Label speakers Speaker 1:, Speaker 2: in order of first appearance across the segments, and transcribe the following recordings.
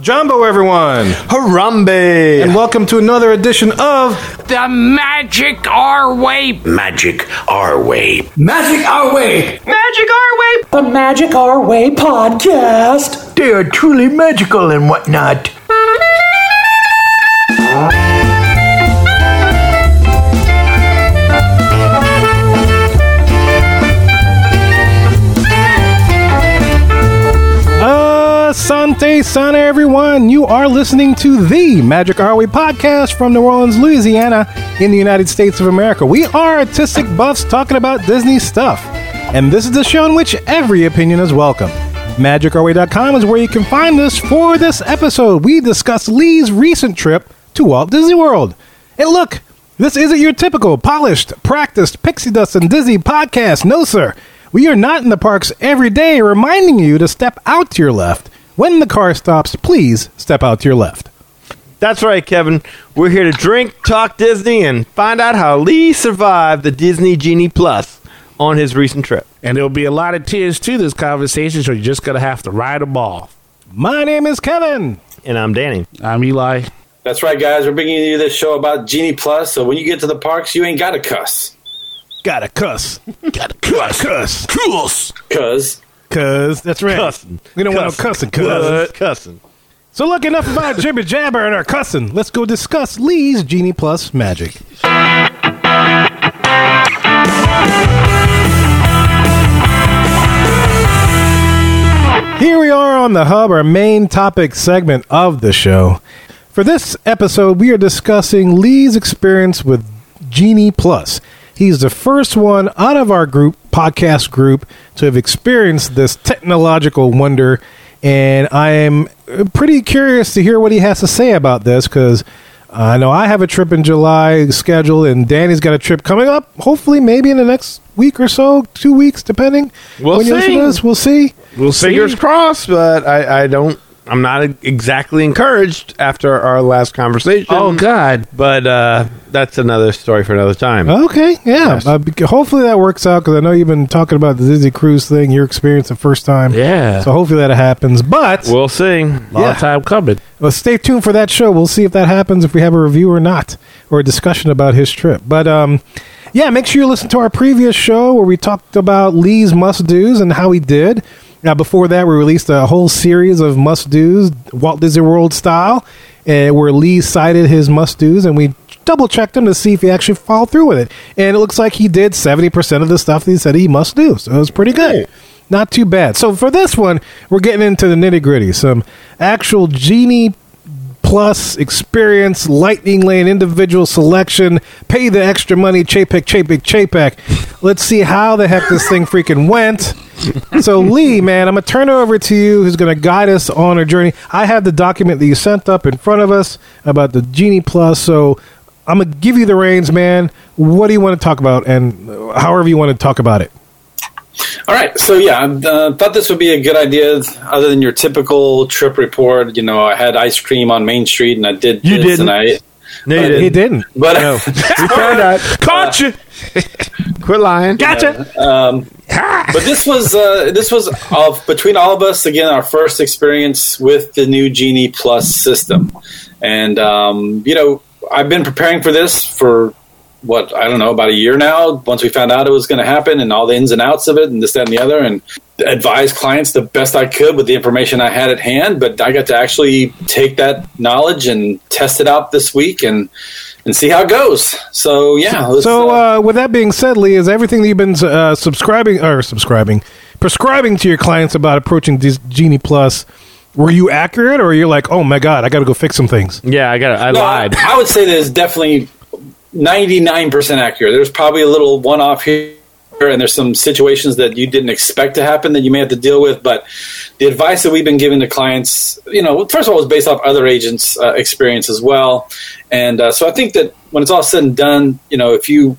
Speaker 1: Jumbo, everyone,
Speaker 2: Harambe!
Speaker 1: and welcome to another edition of
Speaker 3: The magic our way.
Speaker 4: Magic our way.
Speaker 5: Magic Our Way!
Speaker 3: Magic our way.
Speaker 5: The Magic Our Way podcast!
Speaker 6: They are truly magical and whatnot.
Speaker 1: Asante Uh, Sana, everyone. You are listening to the Magic Our Way podcast from New Orleans, Louisiana, in the United States of America. We are artistic buffs talking about Disney stuff. And this is the show in which every opinion is welcome. MagicOurWay.com is where you can find us for this episode. We discuss Lee's recent trip to Walt Disney World. And look, this isn't your typical polished, practiced pixie dust and Disney podcast. No, sir. We are not in the parks every day, reminding you to step out to your left. When the car stops, please step out to your left.
Speaker 2: That's right, Kevin. We're here to drink, talk Disney, and find out how Lee survived the Disney Genie Plus on his recent trip.
Speaker 7: And there'll be a lot of tears to this conversation, so you're just going to have to ride a ball.
Speaker 1: My name is Kevin.
Speaker 2: And I'm Danny.
Speaker 7: I'm Eli.
Speaker 8: That's right, guys. We're bringing you this show about Genie Plus, so when you get to the parks, you ain't got to cuss.
Speaker 1: Gotta cuss. Gotta cuss. Cuss.
Speaker 8: Because
Speaker 1: Cuss. That's right.
Speaker 2: Cussing.
Speaker 1: We don't want no cussing. Cuss.
Speaker 2: Cussing.
Speaker 1: So, look, enough about jibber jabber and our cussing. Let's go discuss Lee's Genie Plus magic. Here we are on the hub, our main topic segment of the show. For this episode, we are discussing Lee's experience with Genie Plus. He's the first one out of our group, podcast group, to have experienced this technological wonder. And I am uh, pretty curious to hear what he has to say about this because I know I have a trip in July scheduled, and Danny's got a trip coming up, hopefully, maybe in the next week or so, two weeks, depending.
Speaker 2: We'll
Speaker 1: when you listen to
Speaker 2: see.
Speaker 1: this. We'll see.
Speaker 2: We'll Fingers crossed, but I, I don't. I'm not exactly encouraged after our last conversation.
Speaker 7: Oh, God.
Speaker 2: But uh, that's another story for another time.
Speaker 1: Okay, yeah. Uh, bec- hopefully that works out because I know you've been talking about the Disney Cruise thing, your experience the first time.
Speaker 7: Yeah.
Speaker 1: So hopefully that happens. But
Speaker 2: We'll see.
Speaker 7: Long
Speaker 1: Yeah.
Speaker 7: time coming.
Speaker 1: well, stay tuned for that show. We'll see if that happens, if we have a review or not, or a discussion about his trip. But um, yeah, make sure you listen to our previous show where we talked about Lee's must dos and how he did. Now, before that, we released a whole series of must dos, Walt Disney World style, uh, where Lee cited his must dos, and we double checked him to see if he actually followed through with it. And it looks like he did 70% of the stuff that he said he must do. So it was pretty good. Not too bad. So for this one, we're getting into the nitty gritty. Some actual genie plus experience, lightning lane, individual selection, pay the extra money, chapek, chapek, chapek. Let's see how the heck this thing freaking went. So Lee, man, I'm gonna turn it over to you. Who's gonna guide us on our journey? I have the document that you sent up in front of us about the genie plus. So I'm gonna give you the reins, man. What do you want to talk about, and uh, however you want to talk about it?
Speaker 8: All right, so yeah, I uh, thought this would be a good idea, other than your typical trip report. You know, I had ice cream on Main Street, and I did
Speaker 2: You
Speaker 8: this
Speaker 2: didn't.
Speaker 8: and I,
Speaker 2: No, you
Speaker 1: He didn't.
Speaker 8: but
Speaker 2: We found out. Caught you. Quit lying.
Speaker 7: Gotcha.
Speaker 8: but this was uh, this was of between all of us again our first experience with the new Genie Plus system, and um, you know I've been preparing for this for what I don't know about a year now. Once we found out it was going to happen and all the ins and outs of it and this that and the other, and advise clients the best I could with the information I had at hand. But I got to actually take that knowledge and test it out this week and and see how it goes. So yeah, let's,
Speaker 1: So, uh, with that being said, Lee, is everything that you've been uh, subscribing or subscribing, prescribing to your clients about approaching this Genie Plus, were you accurate, or you're like, oh my god, I got to go fix some things?
Speaker 2: Yeah, I got. I
Speaker 8: No,
Speaker 2: lied.
Speaker 8: I, I would say that it's definitely 99% accurate. There's probably a little one off here, and there's some situations that you didn't expect to happen that you may have to deal with. But the advice that we've been giving to clients, you know, first of all, is based off other agents' uh, experience as well. And uh, so I think that when it's all said and done, you know, if you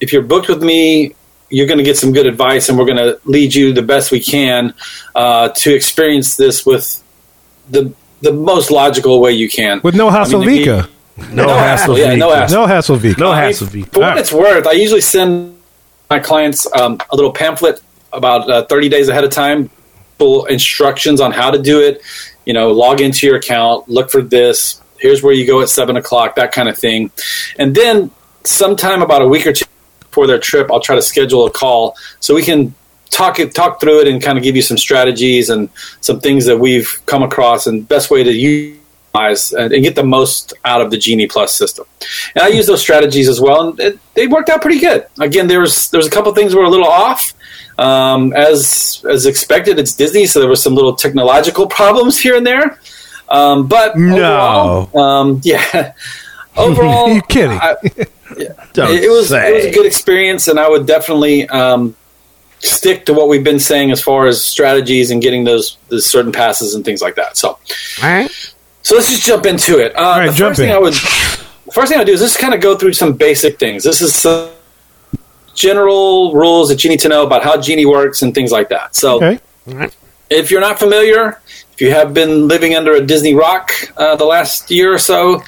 Speaker 8: if you're booked with me, you're going to get some good advice, and we're going to lead you the best we can uh, to experience this with the the most logical way you can.
Speaker 1: With no
Speaker 8: I mean,
Speaker 1: hassle,
Speaker 8: the-
Speaker 1: Vika.
Speaker 8: no, hassle. Yeah, no hassle.
Speaker 1: No hassle, Vika.
Speaker 8: I mean, For what it's worth, I usually send my clients um, a little pamphlet about uh, 30 days ahead of time, full instructions on how to do it, you know, log into your account, look for this. Here's where you go at seven o'clock, that kind of thing. And then sometime about a week or two before their trip, I'll try to schedule a call so we can talk it, talk through it, and kind of give you some strategies and some things that we've come across and best way to utilize and, and get the most out of the Genie Plus system. And I use those strategies as well, and it, they worked out pretty good. Again, there's there's a couple things were a little off. Um, as as expected, it's Disney, so there were some little technological problems here and there. Um, but
Speaker 2: No.
Speaker 8: overall, um, yeah. Overall,
Speaker 1: You're kidding.
Speaker 8: I-
Speaker 2: Don't
Speaker 8: it, it was
Speaker 2: say.
Speaker 8: it was a good experience, and I would definitely um, stick to what we've been saying as far as strategies and getting those, those certain passes and things like that. So, so let's just jump into it. Uh,
Speaker 1: right,
Speaker 8: the
Speaker 1: jump
Speaker 8: first thing
Speaker 1: in.
Speaker 8: I would the first thing I do is just kind of go through some basic things. This is some general rules that you need to know about how Genie works and things like that. So,
Speaker 1: Okay.
Speaker 8: if you're not familiar, if you have been living under a Disney rock uh, the last year or so,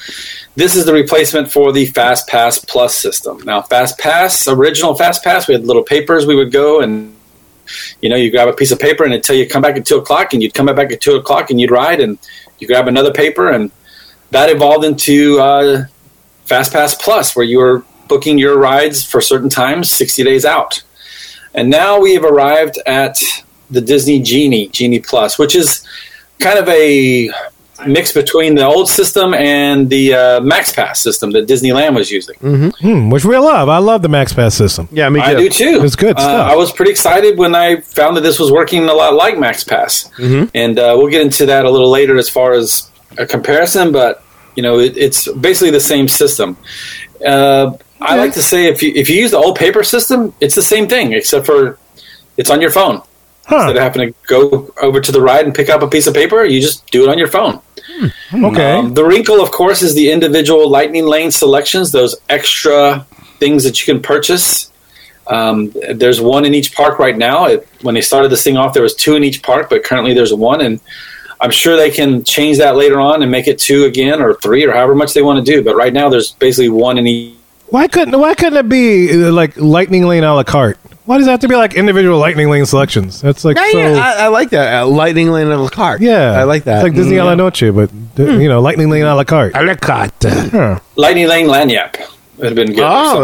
Speaker 8: this is the replacement for the Fast Pass Plus system. Now, Fast Pass, original Fast Pass, we had little papers we would go and you know, you grab a piece of paper and it'd tell you come back at two o'clock, and you'd come back at two o'clock and you'd ride, and you grab another paper, and that evolved into uh, Fast Pass Plus, where you were booking your rides for certain times, sixty days out. And now we have arrived at the Disney Genie, Genie Plus, which is kind of a mix between the old system and the uh, Max Pass system that Disneyland was using.
Speaker 1: Hmm, which we love. I love the Max Pass system.
Speaker 2: Yeah, me too.
Speaker 8: I do too.
Speaker 1: It's good
Speaker 8: Uh,
Speaker 1: stuff.
Speaker 8: I was pretty excited when I found that this was working a lot like Max Pass, and uh, we'll get into that a little later as far as a comparison. But you know, it, it's basically the same system. Uh, I like to say if you if you use the old paper system, it's the same thing except for it's on your phone. Instead of having to go over to the ride and pick up a piece of paper, you just do it on your phone.
Speaker 1: Okay.
Speaker 8: Um, the wrinkle, of course, is the individual lightning lane selections, those extra things that you can purchase. Um, there's one in each park right now. It, when they started this thing off, there was two in each park, but currently there's one, and I'm sure they can change that later on and make it two again or three or however much they want to do. But right now, there's basically one in each.
Speaker 1: why couldn't Why couldn't it be uh, like Lightning Lane a la carte? Why does it have to be like individual Lightning Lane selections? That's like
Speaker 2: Yeah,
Speaker 1: so.
Speaker 2: yeah, I, I like that. Uh, lightning lane of the car.
Speaker 1: yeah,
Speaker 2: I like that.
Speaker 1: It's like Disney a la noche, but uh,
Speaker 2: Hmm.
Speaker 1: you know, Lightning Lane a la carte.
Speaker 7: A la carte.
Speaker 1: Huh.
Speaker 8: Lightning Lane Lanyap would have been good.
Speaker 2: Oh,
Speaker 1: Oh,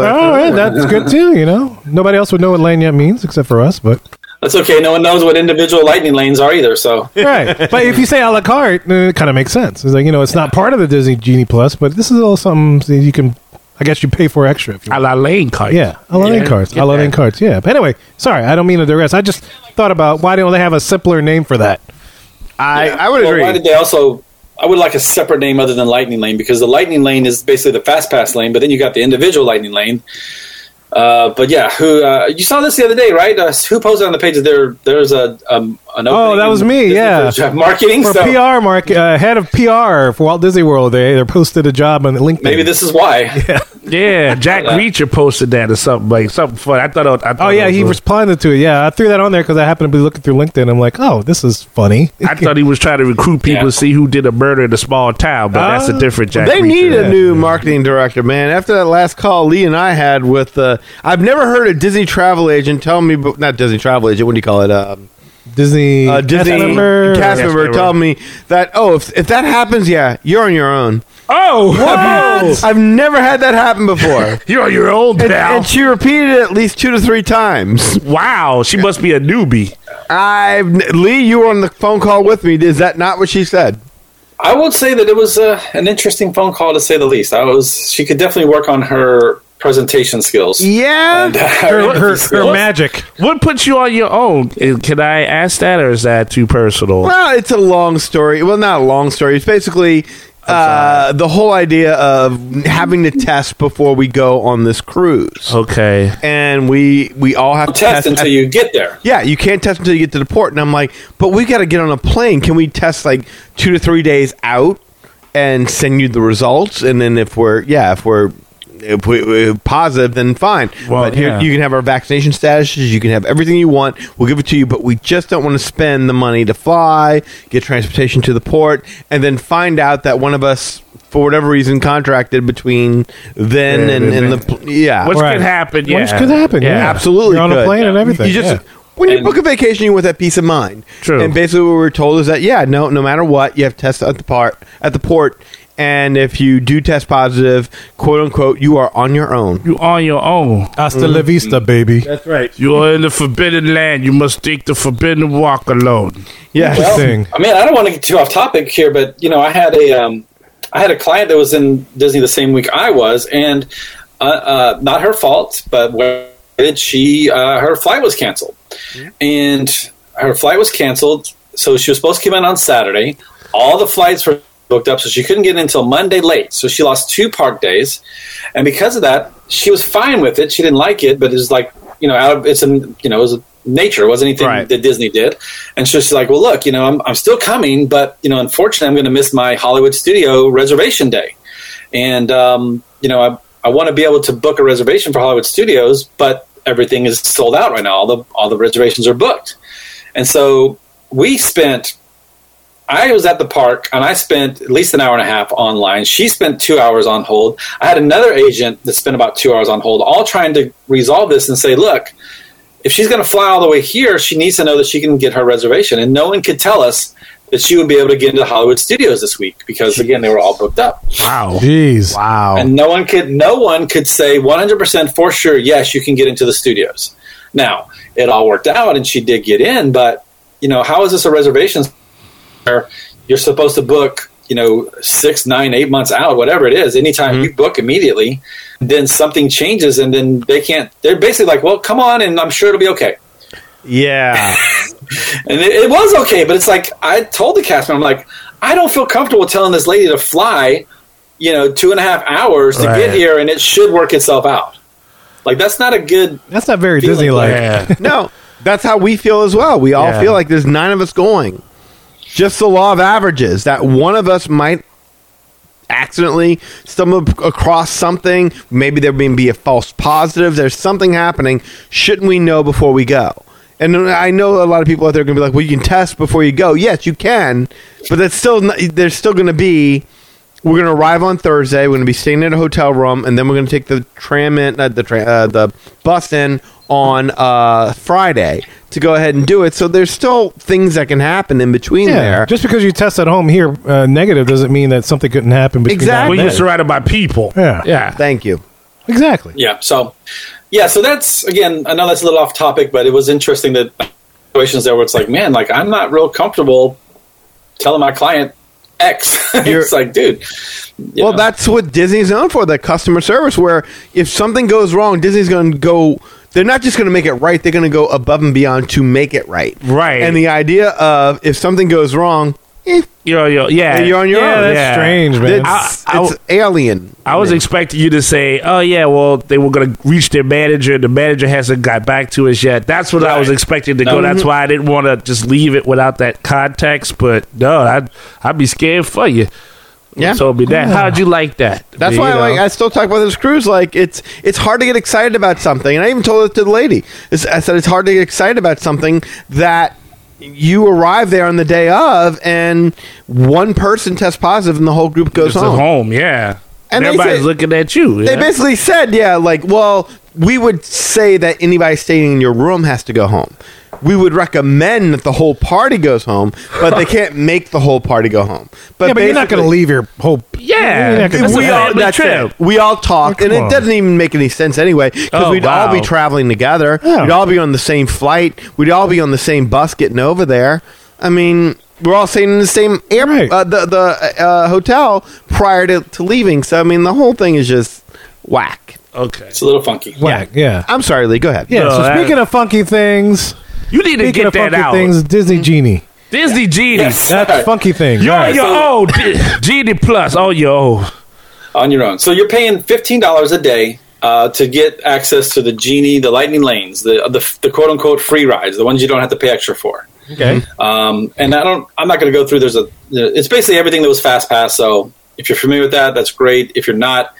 Speaker 1: yeah,
Speaker 2: that's-
Speaker 1: that's good too. You know, nobody else would know what lanyard means except for us, but
Speaker 8: That's okay. No one knows what individual lightning lanes are either. So
Speaker 1: right. But if you say a la carte, then it kind of makes sense. It's like you know, it's not part of the Disney Genie Plus, but this is all something that you can. I guess you pay for extra if you
Speaker 7: A la lane carte.
Speaker 1: Yeah, I love
Speaker 7: Yeah,
Speaker 1: name cards. I
Speaker 7: get
Speaker 1: love
Speaker 7: that.
Speaker 1: name cards. Yeah. But anyway, sorry, I don't mean to digress. I just thought about why don't they have a simpler name for that?
Speaker 2: I, I would
Speaker 8: Well,
Speaker 2: agree.
Speaker 8: Why did they also? I would like a separate name other than Lightning Lane because the Lightning Lane is basically the fast pass lane, but then you got the individual Lightning Lane. Uh, but yeah, who uh, you saw this the other day, right? Uh, who posted on the page that there there's a um, an opening
Speaker 1: Oh, that was
Speaker 8: in
Speaker 1: me,
Speaker 8: Disney
Speaker 1: yeah.
Speaker 8: for marketing.
Speaker 1: For
Speaker 8: so
Speaker 1: PR, Mark, uh, head of PR for Walt Disney World, they they posted a job on LinkedIn.
Speaker 8: maybe this is why.
Speaker 7: Yeah, Jack Reacher posted that or something like something fun. I thought. It, I thought
Speaker 1: Oh yeah,
Speaker 7: it
Speaker 1: he
Speaker 7: was,
Speaker 1: responded to it. Yeah, I threw that on there because I happened to be looking through LinkedIn. I'm like, oh, this is funny.
Speaker 7: I thought he was trying to recruit people
Speaker 8: Yeah.
Speaker 7: to see who did a murder in a small town, but that's
Speaker 1: Ah.
Speaker 7: a different Jack.
Speaker 2: They
Speaker 7: Reacher.
Speaker 2: need a new marketing director, man. After that last call Lee and I had with, uh, I've never heard a Disney travel agent tell me, but not Disney travel agent. What do you call it? Um,
Speaker 1: Disney,
Speaker 2: a Disney
Speaker 1: cast member.
Speaker 2: cast
Speaker 7: Yes,
Speaker 2: member
Speaker 7: they
Speaker 2: tell
Speaker 7: were.
Speaker 2: me that. Oh, if, if that happens, yeah, you're on your own.
Speaker 7: Oh,
Speaker 2: I've never had that happen before.
Speaker 7: You're on your own
Speaker 2: And,
Speaker 7: pal.
Speaker 2: and she repeated it at least two to three times.
Speaker 7: wow, she must be a newbie.
Speaker 2: I've Lee, you were on the phone call with me. Is that not what she said?
Speaker 8: I would say that it was uh, an interesting phone call to say the least. I was she could definitely work on her presentation skills.
Speaker 2: Yeah,
Speaker 8: And
Speaker 1: E- Her, her, her
Speaker 8: skills.
Speaker 1: magic.
Speaker 7: What puts you on your own? Uh, Can I ask that, or is that too personal?
Speaker 2: Well, it's a long story. Well, not a long story. It's basically uh, the whole idea of having to test before we go on this cruise,
Speaker 7: Okay.
Speaker 2: and we we all have to
Speaker 8: Oh. test
Speaker 2: test
Speaker 8: until you get there.
Speaker 2: Yeah, you can't test until you get to the port, and I'm like, but we got to get on a plane. Can we test like two to three days out and send you the results? And then if we're yeah, if we're if we, we're positive, then fine.
Speaker 7: Well,
Speaker 2: but here
Speaker 7: yeah.
Speaker 2: you can have our vaccination statuses. You can have everything you want. We'll give it to you, but we just don't want to spend the money to fly, get transportation to the port, and then find out that one of us. For whatever reason, contracted between then and, and the pl- yeah,
Speaker 7: Which
Speaker 1: Right.
Speaker 7: could happen? Yeah.
Speaker 1: Which could happen, yeah.
Speaker 2: absolutely
Speaker 1: You're on a
Speaker 2: could.
Speaker 1: plane and everything,
Speaker 2: You just
Speaker 1: yeah.
Speaker 2: When you
Speaker 8: And-
Speaker 2: book a vacation, you want that peace of mind.
Speaker 7: True.
Speaker 2: And basically, what we were told is that yeah, no, no matter what, you have to test at the part at the port, and if you do test positive, quote unquote, you are on your own.
Speaker 7: You on your own.
Speaker 1: Hasta la vista, baby.
Speaker 2: That's right.
Speaker 7: You're in the forbidden land. You must take the forbidden walk alone.
Speaker 2: Yes.
Speaker 1: Well- Thing.
Speaker 8: I mean, I don't want to get too off topic here, but you know, I had a um, I had a client that was in Disney the same week I was, and uh, uh, not her fault, but where did she? Uh, her flight was canceled, and her flight was canceled. So she was supposed to come in on Saturday. All the flights were booked up, so she couldn't get in until Monday late. So she lost two park days, and because of that, she was fine with it. She didn't like it, but it was like you know, out of it's an you know, it was nature. It wasn't anything
Speaker 2: Right.
Speaker 8: that Disney did. And so she's like, well, look, you know, I'm I'm still coming, but you know, unfortunately, I'm going to miss my Hollywood studio reservation day, and um, you know, I I want to be able to book a reservation for Hollywood Studios, but everything is sold out right now. All the all the reservations are booked, and so we spent I was at the park and I spent at least an hour and a half online. She spent two hours on hold. I had another agent that spent about two hours on hold, all trying to resolve this and say, look, if she's going to fly all the way here, she needs to know that she can get her reservation. And no one could tell us that she would be able to get into Hollywood Studios this week because, again, they were all booked up.
Speaker 7: Wow.
Speaker 1: Jeez.
Speaker 2: Wow.
Speaker 8: And no one could no one could say 100% for sure yes you can get into the studios. Now, it all worked out and she did get in, but you know, how is this a reservation where you're supposed to book, you know, six, nine, eight months out, whatever it is, anytime you book immediately, then something changes and then they can't they're basically like, Well, come on and I'm sure it'll be okay.
Speaker 2: Yeah.
Speaker 8: And it, it was okay, but it's like I told the cast member, I'm like, I don't feel comfortable telling this lady to fly, you know, two and a half hours to
Speaker 7: Right.
Speaker 8: get here, and it should work itself out. Like that's not a good.
Speaker 1: That's not very
Speaker 8: Feeling
Speaker 1: Disney like.
Speaker 7: Yeah.
Speaker 2: no, that's how we feel as well. We all
Speaker 7: Yeah.
Speaker 2: feel like there's nine of us going. Just the law of averages that one of us might accidentally stumble ac- across something. Maybe there may be a false positive. There's something happening. Shouldn't we know before we go? And I know a lot of people out there are going to be like, "Well, you can test before you go." Yes, you can, but that's still not, there's still going to be we're going to arrive on Thursday. We're going to be staying in a hotel room, and then we're going to take the tram in, not the tram, uh, the bus in on uh, Friday to go ahead and do it. So there's still things that can happen in between
Speaker 1: Yeah.
Speaker 2: there.
Speaker 1: Just because you test at home here uh, negative doesn't mean that something couldn't happen. Between now
Speaker 2: Exactly.
Speaker 1: and
Speaker 7: When
Speaker 1: then.
Speaker 7: you're surrounded by people.
Speaker 1: Yeah.
Speaker 7: Yeah.
Speaker 2: Thank you.
Speaker 1: Exactly.
Speaker 8: Yeah. So, yeah. So that's again. I know that's a little off topic, but it was interesting that situations there where it's like, man, like I'm not real comfortable telling my client X.
Speaker 2: You're-
Speaker 8: it's like, dude. you
Speaker 2: Well,
Speaker 8: know.
Speaker 2: that's what Disney's known for the customer service, where if something goes wrong, Disney's going to go. They're not just going to make it right, they're going to go above and beyond to make it right.
Speaker 7: Right.
Speaker 2: And the idea of if something goes wrong, eh,
Speaker 7: Yo, yo, yeah.
Speaker 2: You're on your
Speaker 7: Yeah,
Speaker 2: own.
Speaker 7: that's
Speaker 1: That's
Speaker 7: strange.
Speaker 1: strange, man.
Speaker 2: it's,
Speaker 7: I- I-
Speaker 2: it's alien.
Speaker 7: I was expecting you to say, "Oh yeah, well they were going to reach their manager. The manager hasn't got back to us yet." That's what I was
Speaker 8: Right.
Speaker 7: expecting to go. That's why I didn't want to just leave it without that context. But no, I'd I'd be scared for you.
Speaker 2: Yeah.
Speaker 7: You told me that. How'd you like that?
Speaker 2: That's
Speaker 7: You
Speaker 2: why,
Speaker 7: know?
Speaker 2: like, I still talk about this cruise. Like, it's it's hard to get excited about something, and I even told it to the lady. It's, I said it's hard to get excited about something that you arrive there on the day of, and one person tests positive, and the whole group goes
Speaker 7: It's at
Speaker 2: home.
Speaker 7: home, yeah.
Speaker 2: And
Speaker 7: And
Speaker 2: they
Speaker 7: everybody's
Speaker 2: say-
Speaker 7: looking at you.
Speaker 2: They
Speaker 7: yeah.
Speaker 2: basically said, yeah, like, well, we would say that anybody staying in your room has to go home. We would recommend that the whole party goes home, but they can't make the whole party go home. But
Speaker 1: yeah, but you're not going to
Speaker 2: basically-
Speaker 1: leave your whole. You're
Speaker 7: yeah.
Speaker 1: not gonna-
Speaker 7: It's a
Speaker 2: we all
Speaker 7: family
Speaker 2: that's
Speaker 7: trip.
Speaker 2: it. We all talk,
Speaker 1: Oh,
Speaker 2: and
Speaker 1: come
Speaker 2: it
Speaker 1: on.
Speaker 2: doesn't even make any sense anyway because
Speaker 7: Oh,
Speaker 2: we'd all be
Speaker 7: wow.
Speaker 2: traveling together.
Speaker 1: Yeah.
Speaker 2: We'd all be on the same flight. We'd all be on the same bus getting over there. I mean, we're all staying in the same air,
Speaker 1: Right.
Speaker 2: uh, the the uh, hotel prior to, to leaving. So I mean, the whole thing is just whack.
Speaker 7: Okay.
Speaker 8: It's a little funky.
Speaker 1: Whack. Yeah.
Speaker 2: I'm sorry, Lee. Go ahead.
Speaker 1: Yeah.
Speaker 7: No,
Speaker 1: so
Speaker 7: that-
Speaker 1: speaking of funky things,
Speaker 7: You need to
Speaker 1: speaking
Speaker 7: get
Speaker 1: of
Speaker 7: that
Speaker 1: funky
Speaker 7: out.
Speaker 1: things, Disney Genie.
Speaker 7: Disney Genie.
Speaker 8: Yes.
Speaker 1: That's funky things.
Speaker 7: You're on
Speaker 8: Alright,
Speaker 7: your
Speaker 8: so-
Speaker 7: own. Di- Genie Plus. Oh, yo.
Speaker 8: on your own. So you're paying fifteen dollars a day uh, to get access to the genie, the lightning lanes, the the, the quote unquote free rides, the ones you don't have to pay extra for.
Speaker 1: Okay.
Speaker 8: Um, and I don't, I'm not going to go through. There's a, it's basically everything that was fast pass. So if you're familiar with that, that's great. If you're not,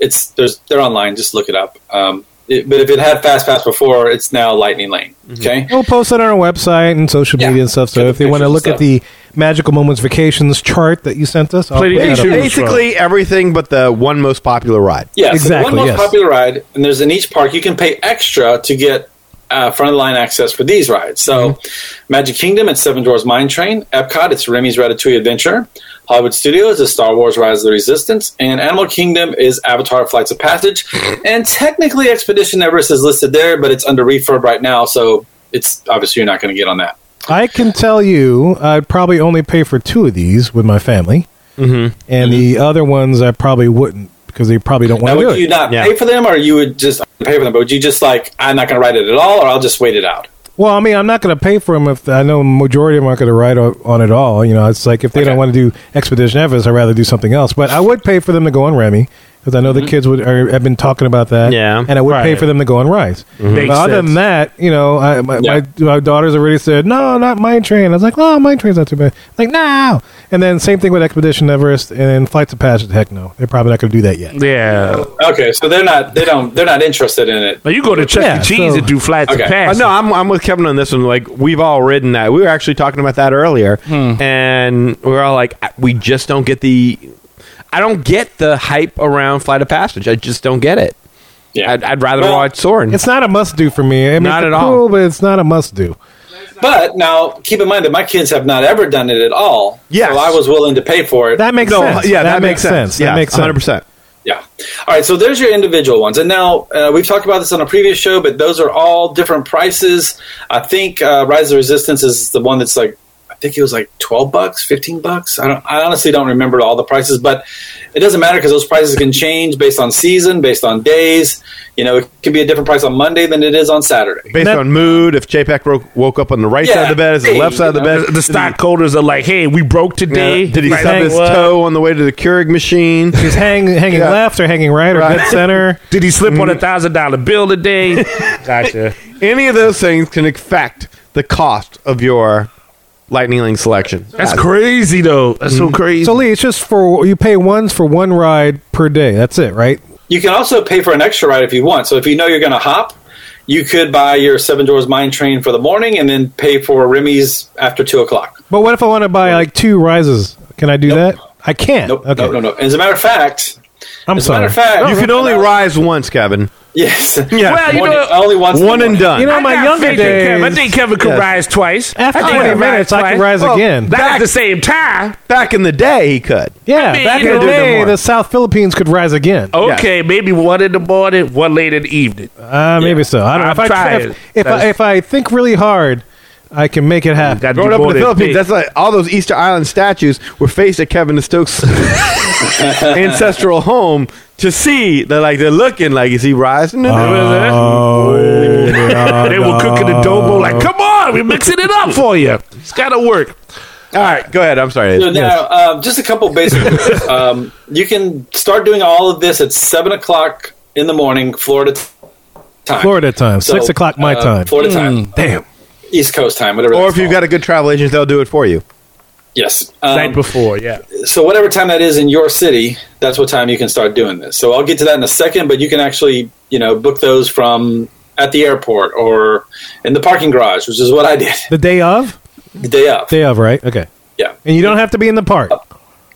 Speaker 8: it's there's they're online. Just look it up. Um, it, but if it had fast pass before, it's now lightning lane. Okay.
Speaker 1: We'll post it on our website and social
Speaker 8: Yeah.
Speaker 1: media and stuff. So
Speaker 8: Get the
Speaker 1: if you want to
Speaker 8: pictures
Speaker 1: look
Speaker 8: and
Speaker 1: at the magical moments vacations chart that you sent us, I'll
Speaker 7: Play the
Speaker 1: put that
Speaker 7: game
Speaker 1: up.
Speaker 7: shoot.
Speaker 2: Basically, everything but the one most popular ride.
Speaker 8: Yeah, so the
Speaker 1: Exactly,
Speaker 8: one most
Speaker 1: yes.
Speaker 8: popular ride, and there's in each park you can pay extra to get uh, front of the line access for these rides. So,
Speaker 1: Mm-hmm.
Speaker 8: Magic Kingdom, it's Seven Dwarfs Mine Train. Epcot, it's Remy's Ratatouille Adventure. Hollywood Studios is Star Wars Rise of the Resistance. And Animal Kingdom is Avatar Flights of Passage.
Speaker 1: Mm-hmm.
Speaker 8: and technically, Expedition Everest is listed there, but it's under refurb right now. So, it's obviously you're not going to get on that.
Speaker 1: I can tell you, I'd probably only pay for two of these with my family, mm-hmm. and the other ones I probably wouldn't because they probably don't
Speaker 8: Now,
Speaker 1: want to do
Speaker 8: would you
Speaker 1: it.
Speaker 8: not
Speaker 2: Yeah.
Speaker 8: pay for them, or you would just pay for them? But would you just like, I'm not going to ride it at all, or I'll just wait it out?
Speaker 1: Well, I mean, I'm not going to pay for them if I know majority of them aren't going to ride o- on it all. You know, it's like if they don't
Speaker 8: Okay.
Speaker 1: want to do Expedition Everest, I'd rather do something else. But I would pay for them to go on Remy because I know the kids would are, have been talking about that.
Speaker 2: Mm-hmm. Yeah. Mm-hmm.
Speaker 1: and I would pay
Speaker 7: Right.
Speaker 1: for them to go on Rise. But
Speaker 7: Makes
Speaker 1: other
Speaker 7: sense.
Speaker 1: than that, you know, I, my,
Speaker 8: Yeah.
Speaker 1: my, my daughter's already said no, not Mine Train. I was like, oh, Mine Train's not too bad. Like no, and then same thing with Expedition Everest and then Flights of Passage. Heck no, they're probably not going to do that yet.
Speaker 2: Mm-hmm.
Speaker 7: Yeah.
Speaker 8: Okay, so they're not they don't they're not interested in it.
Speaker 7: Now you go to Chuck
Speaker 1: Yeah,
Speaker 7: E. Cheese
Speaker 1: so-
Speaker 7: and do flats
Speaker 8: Okay.
Speaker 7: and passes.
Speaker 2: Uh, no, I'm, I'm with Kevin on this one. Like we've all ridden that. We were actually talking about that earlier, and we are all like, I- we just don't get the. I don't get the hype around Flight of Passage. I just don't get it.
Speaker 8: Yeah,
Speaker 2: I'd, I'd rather
Speaker 8: Well,
Speaker 2: watch Soren.
Speaker 1: It's not a must do for me. I mean,
Speaker 2: Not
Speaker 1: it's
Speaker 2: at all.
Speaker 1: cool, but it's not a must do.
Speaker 8: But now keep in mind that my kids have not ever done it at all.
Speaker 2: Yes.
Speaker 8: so I was willing to pay for it.
Speaker 1: That makes sense.
Speaker 2: Yeah, that, makes sense.
Speaker 1: That
Speaker 2: Yeah,
Speaker 1: makes sense.
Speaker 2: 100%.
Speaker 8: yeah. All right, so there's your individual ones, and now uh, we've talked about this on a previous show, but those are all different prices. I think uh, Rise of the Resistance is the one that's like. I think it was like twelve bucks, fifteen bucks. I don't. I honestly don't remember all the prices, but it doesn't matter because those prices can change based on season, based on days. You know, it can be a different price on Monday than it is on Saturday.
Speaker 2: Based
Speaker 1: that-
Speaker 2: on mood, if JPEG ro- woke up on the right
Speaker 8: Yeah.
Speaker 2: side of the bed, is the
Speaker 8: Hey,
Speaker 2: left side of the
Speaker 8: you
Speaker 2: bed?
Speaker 8: know,
Speaker 7: the stockholders are like, "Hey, we broke today."
Speaker 2: Did he
Speaker 7: Like,
Speaker 2: stub his
Speaker 7: what?
Speaker 2: toe on the way to the Keurig machine?
Speaker 1: He's hang, hanging
Speaker 2: Yeah.
Speaker 1: left or hanging right or
Speaker 2: Right.
Speaker 1: dead center.
Speaker 7: Did he slip on a thousand dollar bill today? gotcha.
Speaker 2: Any of those things can affect the cost of your Lightning Link selection.
Speaker 7: That's crazy though. That's Mm-hmm. so crazy.
Speaker 1: So Lee, it's just for you pay ones for one ride per day. That's it, right?
Speaker 8: You can also pay for an extra ride if you want. So if you know you're going to hop, you could buy your Seven Doors Mine Train for the morning and then pay for Remy's after two o'clock.
Speaker 1: But what if I want to buy like two rises? Can I do that? I can't.
Speaker 8: Nope,
Speaker 1: okay.
Speaker 8: no, no, no. As a matter of fact,
Speaker 1: I'm
Speaker 8: as a matter
Speaker 1: sorry.
Speaker 8: of fact,
Speaker 2: You can only rise once, Kevin.
Speaker 8: Yes.
Speaker 2: Yeah.
Speaker 7: Well, you know-
Speaker 8: only once. in the
Speaker 2: One and
Speaker 8: morning.
Speaker 2: done.
Speaker 1: You know,
Speaker 7: Oh, I
Speaker 1: my
Speaker 7: got
Speaker 1: younger
Speaker 7: faith in Kevin. I
Speaker 1: days,
Speaker 7: think Kevin could
Speaker 2: Yes.
Speaker 7: rise twice.
Speaker 1: after
Speaker 7: I
Speaker 1: 20
Speaker 7: think he could rise
Speaker 1: minutes, I can
Speaker 7: twice.
Speaker 1: rise
Speaker 2: Well,
Speaker 1: again.
Speaker 7: Not at the same time.
Speaker 2: Back in the day, he could.
Speaker 1: yeah,
Speaker 7: I mean,
Speaker 1: back
Speaker 7: you
Speaker 1: in the
Speaker 7: know-
Speaker 1: day,
Speaker 2: More.
Speaker 1: the South Philippines could rise again.
Speaker 8: Oh,
Speaker 7: Okay, maybe one in the morning, one late in the evening.
Speaker 1: Uh, maybe so. I don't know.
Speaker 7: I'm
Speaker 1: If I, try
Speaker 7: trying.
Speaker 1: if, if, I, if I think really hard, I can make it happen.
Speaker 7: Gotta do
Speaker 2: Growing up in
Speaker 7: more
Speaker 2: the
Speaker 7: than
Speaker 2: Philippines,
Speaker 7: big.
Speaker 2: that's like all those Easter Island statues were faced at Kevin Stokes' ancestral home to see that, like, they're looking like, is he rising? Oh,
Speaker 7: they were cooking the adobo like, come on, we're mixing it up for you. It's gotta work.
Speaker 2: All right, go ahead. I'm sorry.
Speaker 8: So now, uh, just a couple basic. rules. um, you can start doing all of this at seven o'clock in the morning, Florida t- time.
Speaker 1: Florida time,
Speaker 8: So,
Speaker 1: six o'clock my
Speaker 8: uh,
Speaker 1: time.
Speaker 8: Florida time.
Speaker 1: Damn.
Speaker 8: Um, East Coast time, whatever.
Speaker 2: Or
Speaker 8: that's
Speaker 2: if you've
Speaker 8: called.
Speaker 2: got a good travel agent, they'll do it for you.
Speaker 8: yes,
Speaker 7: Night
Speaker 8: um,
Speaker 7: before, yeah.
Speaker 8: so whatever time that is in your city, that's what time you can start doing this. So I'll get to that in a second, but you can actually, you know, book those from at the airport or in the parking garage, which is what I did
Speaker 1: The day of?
Speaker 8: the day of.
Speaker 1: Day of, right? Okay.
Speaker 8: Yeah,
Speaker 1: And you don't have to be in the park.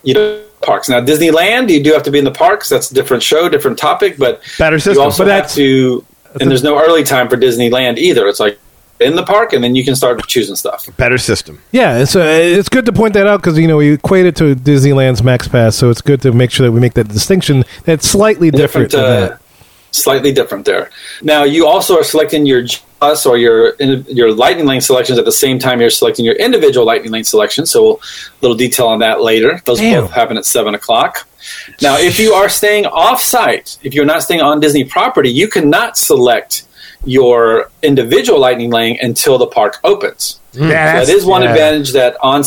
Speaker 8: you know, parks. Now Disneyland, you do have to be in the parks. That's a different show, different topic, but
Speaker 2: Better
Speaker 8: you
Speaker 2: system.
Speaker 8: also
Speaker 1: But
Speaker 8: have
Speaker 1: that's-
Speaker 8: to. And there's no early time for Disneyland either. It's like in the park, and then you can start choosing stuff.
Speaker 2: Better system.
Speaker 1: Yeah, it's, uh, it's good to point that out because, you know, we equate it to Disneyland's Max Pass, so it's good to make sure that we make that distinction that's slightly different, than
Speaker 8: uh,
Speaker 1: that.
Speaker 8: slightly different there. Now you also are selecting your bus or your your lightning lane selections at the same time you're selecting your individual lightning lane selection. So a little detail on that later. Those
Speaker 1: Damn.
Speaker 8: both happen at seven o'clock. Now, if you are staying off site, if you're not staying on Disney property, you cannot select your individual lightning lane until the park opens.
Speaker 1: Hmm.
Speaker 7: That's-
Speaker 8: that is one
Speaker 7: yeah.
Speaker 8: advantage that on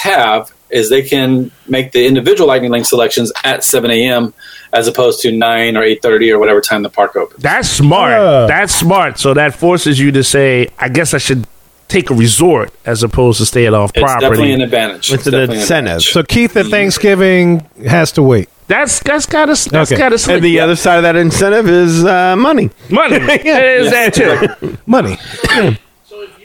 Speaker 8: have is they can make the individual lightning link selections at 7 a.m. as opposed to 9 or 8.30 or whatever time the park opens.
Speaker 7: That's smart.
Speaker 1: Yeah.
Speaker 7: That's smart. So that forces you to say, I guess I should take a resort as opposed to staying off
Speaker 8: It's definitely
Speaker 7: property.
Speaker 8: an advantage.
Speaker 2: It's an
Speaker 8: definitely
Speaker 2: incentive.
Speaker 8: advantage.
Speaker 1: So Keith at Thanksgiving has to wait.
Speaker 7: that's that's gotta that's
Speaker 1: Okay.
Speaker 7: gotta
Speaker 2: And the uh,
Speaker 7: slick.
Speaker 2: other side of that incentive is uh, money.
Speaker 7: money. It is that too.
Speaker 1: Money.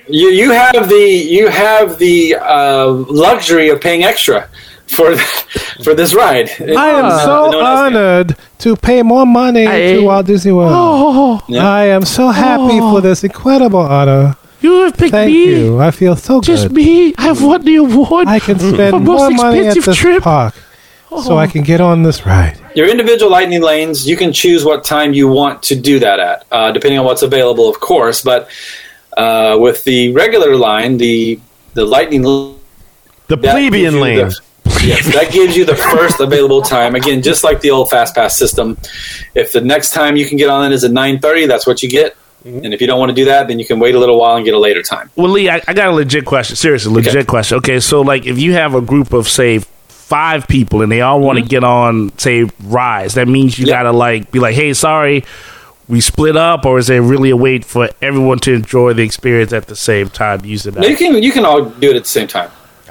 Speaker 8: you, you have the you have the uh, luxury of paying extra for for this ride.
Speaker 1: I am
Speaker 8: Uh,
Speaker 1: so
Speaker 8: no one else can.
Speaker 1: honored to pay more money to Walt Disney World.
Speaker 7: Oh.
Speaker 8: Yeah.
Speaker 1: I am so happy for this incredible honor.
Speaker 7: You have picked
Speaker 1: Thank
Speaker 7: Oh. me.
Speaker 1: you. I feel so
Speaker 7: Just
Speaker 1: good.
Speaker 7: me. I've won the award.
Speaker 1: I can spend
Speaker 7: most
Speaker 1: more money at
Speaker 7: expensive
Speaker 1: this
Speaker 7: trip. Oh.
Speaker 1: park, so I can get on this ride.
Speaker 8: Your individual lightning lanes, you can choose what time you want to do that at, uh, depending on what's available, of course. But uh, with the regular line, the the lightning l-
Speaker 2: The
Speaker 8: that gives
Speaker 2: plebeian
Speaker 8: you
Speaker 2: lane.
Speaker 8: the- yes, that gives you the first available time. Again, just like the old fast pass system, if the next time you can get on it is at nine thirty, that's what you get.
Speaker 1: Mm-hmm.
Speaker 8: And if you don't want to do that, then you can wait a little while and get a later time.
Speaker 7: Well, Lee, I, I got a legit question. Seriously, legit
Speaker 8: Okay.
Speaker 7: question. Okay, so like if you have a group of say five people and they all want to get on say Rise, that means you
Speaker 8: Yeah.
Speaker 7: gotta like be like, hey, sorry, we split up, or is there really a wait for everyone to enjoy the experience at the same time using
Speaker 8: You
Speaker 7: that?
Speaker 8: can you can all do it at the same time.